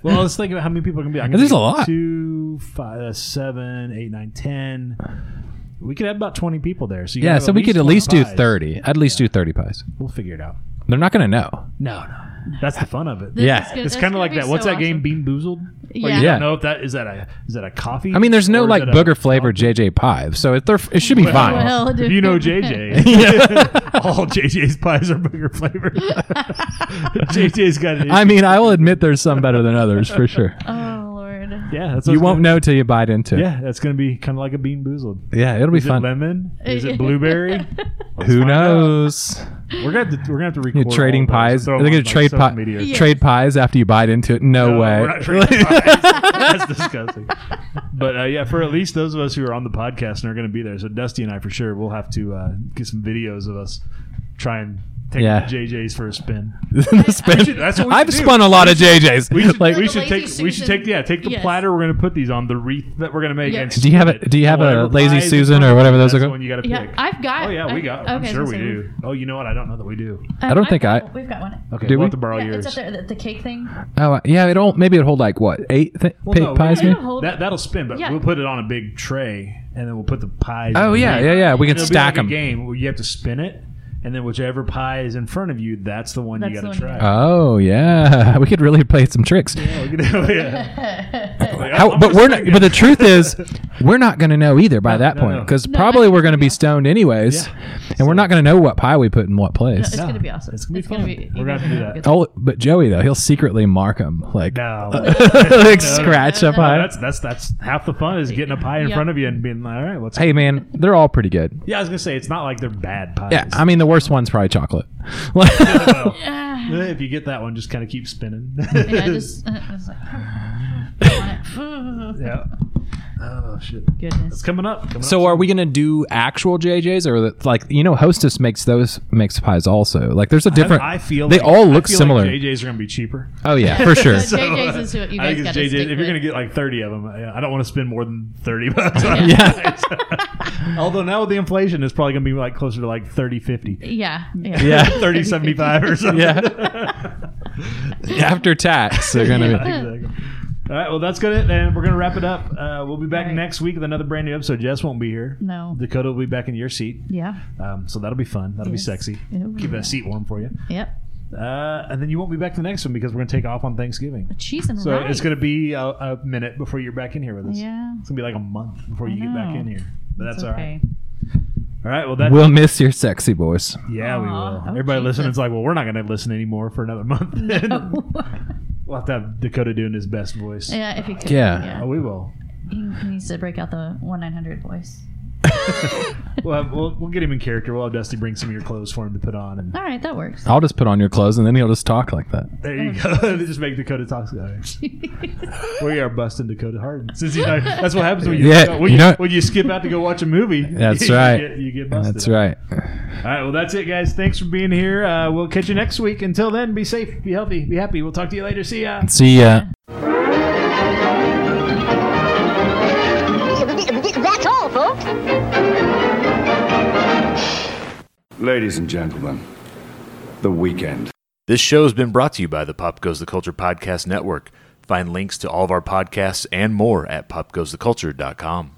[SPEAKER 1] well, let's think about how many people are gonna be. I can
[SPEAKER 3] There's
[SPEAKER 1] think
[SPEAKER 3] a lot.
[SPEAKER 1] Two, five, uh, seven, eight, nine, ten. We could have about twenty people there. So you
[SPEAKER 3] Yeah,
[SPEAKER 1] have
[SPEAKER 3] so we could at
[SPEAKER 1] 20
[SPEAKER 3] least do
[SPEAKER 1] pies.
[SPEAKER 3] thirty. At least do thirty pies.
[SPEAKER 1] We'll figure it out.
[SPEAKER 3] They're not gonna know.
[SPEAKER 1] No, no, that's the fun of it.
[SPEAKER 2] This
[SPEAKER 3] Yeah.
[SPEAKER 2] is gonna-
[SPEAKER 1] It's
[SPEAKER 2] that's
[SPEAKER 1] kind of
[SPEAKER 2] gonna
[SPEAKER 1] like
[SPEAKER 2] be
[SPEAKER 1] that.
[SPEAKER 2] so
[SPEAKER 1] What's that game?
[SPEAKER 2] awesome.
[SPEAKER 1] Bean Boozled. Where
[SPEAKER 2] Yeah.
[SPEAKER 1] you
[SPEAKER 3] Yeah.
[SPEAKER 1] don't know if that is that a is that a coffee?
[SPEAKER 3] I mean, there's no
[SPEAKER 1] or is
[SPEAKER 3] like
[SPEAKER 1] it a-
[SPEAKER 3] booger flavored JJ pie, so it, they're, it should be fine.
[SPEAKER 2] Well,
[SPEAKER 1] If you know JJ,
[SPEAKER 3] yeah.
[SPEAKER 1] all JJ's pies are booger flavored. JJ's got an issue.
[SPEAKER 3] I mean, I will admit there's some better than others for sure.
[SPEAKER 2] Oh Lord.
[SPEAKER 1] yeah, that's what
[SPEAKER 3] You
[SPEAKER 1] it's
[SPEAKER 3] won't
[SPEAKER 1] gonna,
[SPEAKER 3] know till you bite into it.
[SPEAKER 1] Yeah, that's going to be kind of like a bean boozled.
[SPEAKER 3] Yeah, it'll be
[SPEAKER 1] Is it
[SPEAKER 3] fun.
[SPEAKER 1] lemon? Is it blueberry?
[SPEAKER 3] Who
[SPEAKER 1] find out.
[SPEAKER 3] knows?
[SPEAKER 1] we're gonna have to, we're gonna have to
[SPEAKER 3] You're
[SPEAKER 1] record
[SPEAKER 3] trading
[SPEAKER 1] all those.
[SPEAKER 3] pies.
[SPEAKER 1] Throw them
[SPEAKER 3] They're gonna
[SPEAKER 1] on, like,
[SPEAKER 3] trade
[SPEAKER 1] social
[SPEAKER 3] pi-
[SPEAKER 1] media.
[SPEAKER 2] Yeah.
[SPEAKER 3] trade pies after you bite into it. No,
[SPEAKER 1] No,
[SPEAKER 3] way.
[SPEAKER 1] we're not trading pies. That's disgusting. But uh, yeah, for at least those of us who are on the podcast and are going to be there, so Dusty and I for sure, we'll have to uh, get some videos of us trying taking
[SPEAKER 3] Yeah.
[SPEAKER 1] JJ's for a spin.
[SPEAKER 3] Spin-
[SPEAKER 1] should- that's what we
[SPEAKER 3] I've
[SPEAKER 1] should do.
[SPEAKER 3] spun a lot of JJ's.
[SPEAKER 1] We should,
[SPEAKER 3] like,
[SPEAKER 1] we
[SPEAKER 2] Like
[SPEAKER 1] should
[SPEAKER 2] a
[SPEAKER 1] take
[SPEAKER 2] lazy
[SPEAKER 1] we should
[SPEAKER 2] Susan.
[SPEAKER 1] take yeah take the
[SPEAKER 2] Yes.
[SPEAKER 1] platter we're gonna put these on the wreath that we're gonna make.
[SPEAKER 2] Yeah.
[SPEAKER 1] And
[SPEAKER 3] Do you have a- do you have a
[SPEAKER 1] whatever
[SPEAKER 3] Lazy
[SPEAKER 1] pies and
[SPEAKER 3] Susan or
[SPEAKER 1] cookies,
[SPEAKER 3] whatever those
[SPEAKER 1] that's
[SPEAKER 3] are
[SPEAKER 1] the
[SPEAKER 3] called?
[SPEAKER 1] one you gotta
[SPEAKER 2] Yeah,
[SPEAKER 1] pick.
[SPEAKER 2] I've got-
[SPEAKER 1] Oh yeah,
[SPEAKER 2] I-
[SPEAKER 1] we got. I'm
[SPEAKER 2] okay, I
[SPEAKER 1] sure
[SPEAKER 2] was
[SPEAKER 1] we
[SPEAKER 2] gonna say-
[SPEAKER 1] do. Oh, you know what? I don't know that we do.
[SPEAKER 2] Um,
[SPEAKER 3] I don't
[SPEAKER 2] I've
[SPEAKER 3] think
[SPEAKER 2] got-
[SPEAKER 3] I-
[SPEAKER 2] We've got one.
[SPEAKER 1] Okay,
[SPEAKER 3] Do
[SPEAKER 1] we'll
[SPEAKER 3] we?
[SPEAKER 1] have to borrow
[SPEAKER 2] yeah,
[SPEAKER 1] yours.
[SPEAKER 2] it's up there. The, the cake thing.
[SPEAKER 3] oh yeah, it'll maybe it'll hold like what eight thi- pi-
[SPEAKER 1] no,
[SPEAKER 3] pies.
[SPEAKER 1] we-
[SPEAKER 3] Maybe?
[SPEAKER 2] Yeah, hold-
[SPEAKER 1] That that'll spin, but
[SPEAKER 2] Yeah.
[SPEAKER 1] we'll put it on a big tray, and then we'll put the pies. in
[SPEAKER 3] Oh
[SPEAKER 1] the
[SPEAKER 3] yeah,
[SPEAKER 1] wreath.
[SPEAKER 3] yeah, yeah. We can
[SPEAKER 1] It'll be like
[SPEAKER 3] stack
[SPEAKER 1] a
[SPEAKER 3] them.
[SPEAKER 1] game where you have to spin it, and then whichever pie is in front of you, that's the one you
[SPEAKER 2] That's
[SPEAKER 1] got to
[SPEAKER 2] the one
[SPEAKER 1] try.
[SPEAKER 2] you
[SPEAKER 3] Oh yeah, we could really play some tricks.
[SPEAKER 1] Yeah, we
[SPEAKER 3] Uh.
[SPEAKER 1] could- yeah. Like,
[SPEAKER 3] How,
[SPEAKER 1] I'm
[SPEAKER 3] but
[SPEAKER 1] gonna
[SPEAKER 3] we're
[SPEAKER 1] spin
[SPEAKER 3] not,
[SPEAKER 1] it.
[SPEAKER 3] but the truth is, we're not going to know either by that
[SPEAKER 1] no,
[SPEAKER 3] point
[SPEAKER 1] no.
[SPEAKER 3] because
[SPEAKER 2] No,
[SPEAKER 3] probably
[SPEAKER 2] I-
[SPEAKER 3] we're going to be stoned anyways,
[SPEAKER 1] Yeah.
[SPEAKER 3] and we're not going to know what pie we put in what place.
[SPEAKER 2] It's
[SPEAKER 1] No,
[SPEAKER 2] gonna be awesome.
[SPEAKER 1] it's gonna be fun.
[SPEAKER 2] you
[SPEAKER 1] We're gonna
[SPEAKER 2] guys
[SPEAKER 1] have to do
[SPEAKER 2] are
[SPEAKER 1] that.
[SPEAKER 2] gonna
[SPEAKER 3] Oh, but Joey though he'll secretly mark them like
[SPEAKER 1] No.
[SPEAKER 3] Uh. like scratch up
[SPEAKER 2] no,
[SPEAKER 3] high.
[SPEAKER 1] that's that's that's half the fun is getting a pie in
[SPEAKER 2] Yeah.
[SPEAKER 1] front of you and being like, all right, what's
[SPEAKER 3] Hey man, they're all pretty good.
[SPEAKER 1] Yeah, I was gonna say it's not like they're bad pies. Oh,
[SPEAKER 3] Yeah, I mean the worst one's probably chocolate.
[SPEAKER 1] Well,
[SPEAKER 2] get-
[SPEAKER 1] if you get that one, just kind of keep spinning.
[SPEAKER 2] Yeah, I just,
[SPEAKER 3] Oh.
[SPEAKER 2] uh. I was like, I want it.
[SPEAKER 1] yeah. Oh shit,
[SPEAKER 2] Goodness.
[SPEAKER 1] it's coming up. Coming
[SPEAKER 3] so
[SPEAKER 1] up
[SPEAKER 3] are we going to do actual JJ's or the, like you know Hostess makes those makes pies also. Like there's a
[SPEAKER 1] soon.
[SPEAKER 3] different.
[SPEAKER 1] I feel
[SPEAKER 3] they
[SPEAKER 1] like-
[SPEAKER 3] all
[SPEAKER 1] I
[SPEAKER 3] look
[SPEAKER 1] feel like
[SPEAKER 3] similar.
[SPEAKER 1] JJ's are gonna be cheaper.
[SPEAKER 3] oh yeah, for sure.
[SPEAKER 2] So JJ's is what you
[SPEAKER 1] I
[SPEAKER 2] guys
[SPEAKER 1] think it's
[SPEAKER 2] gotta
[SPEAKER 1] JJ.
[SPEAKER 2] stick
[SPEAKER 1] If you're gonna
[SPEAKER 2] with.
[SPEAKER 1] get like 30 of them, I I don't want to spend more than 30 bucks. on
[SPEAKER 3] yeah.
[SPEAKER 1] pies. Although now with the inflation, it's probably gonna be like closer to like 30, 50,
[SPEAKER 2] Yeah. Yeah.
[SPEAKER 3] Yeah.
[SPEAKER 1] 30, 75 or something.
[SPEAKER 3] Yeah. After tax, they're gonna be.
[SPEAKER 1] exactly. All right, well, that's good, and we're gonna wrap it up. Uh, we'll be back
[SPEAKER 2] All right.
[SPEAKER 1] next week with another brand new episode. Jess won't be here.
[SPEAKER 2] No.
[SPEAKER 1] Dakota will be back in your seat,
[SPEAKER 2] Yeah.
[SPEAKER 1] um, so that'll be fun. That'll
[SPEAKER 2] Yes.
[SPEAKER 1] be sexy.
[SPEAKER 2] It will.
[SPEAKER 1] Keep that seat warm for you,
[SPEAKER 2] Yep.
[SPEAKER 1] uh, and then you won't be back the next one because we're gonna take off on Thanksgiving.
[SPEAKER 2] Cheese and
[SPEAKER 1] So
[SPEAKER 2] rice.
[SPEAKER 1] it's gonna be a, a minute before you're back in here with us.
[SPEAKER 2] Yeah.
[SPEAKER 1] It's gonna be like a month before you get back
[SPEAKER 2] know.
[SPEAKER 1] in here, but that's,
[SPEAKER 2] It's
[SPEAKER 1] all right.
[SPEAKER 2] okay.
[SPEAKER 1] All right, well, that
[SPEAKER 3] We'll miss your sexy voice.
[SPEAKER 1] yeah, we will.
[SPEAKER 2] Aw, oh,
[SPEAKER 1] Everybody
[SPEAKER 2] Jesus.
[SPEAKER 1] listening's like, well, we're not gonna listen anymore for another month. we'll have to have Dakota doing his best voice.
[SPEAKER 2] Oh. yeah, if you could.
[SPEAKER 3] Yeah.
[SPEAKER 1] Oh, we will.
[SPEAKER 2] He, he needs to break out the one nine hundred voice.
[SPEAKER 1] Well, we'll we'll get him in character. We'll have Dusty bring some of your clothes for him to put on, and
[SPEAKER 2] All right, that works.
[SPEAKER 3] I'll just put on your clothes and then he'll just talk like that.
[SPEAKER 1] there you go. They just make Dakota talk. All right. We are busting Dakota hard since he's not, that's what happens when you
[SPEAKER 3] Yeah,
[SPEAKER 1] when
[SPEAKER 3] you
[SPEAKER 1] you,
[SPEAKER 3] know-
[SPEAKER 1] when you skip out to go watch a movie.
[SPEAKER 3] That's
[SPEAKER 1] you
[SPEAKER 3] right.
[SPEAKER 1] Get, you get busted.
[SPEAKER 3] That's right.
[SPEAKER 1] All right. Well, that's it, guys. Thanks for being here. Uh, we'll catch you next week. Until then, be safe, be healthy, be happy. We'll talk to you later. See ya.
[SPEAKER 3] See uh, ya.
[SPEAKER 7] That's all, folks.
[SPEAKER 4] Ladies and gentlemen, the weekend.
[SPEAKER 9] This show has been brought to you by the Pop Goes the Culture Podcast Network. Find links to all of our podcasts and more at popgoestheculture.com.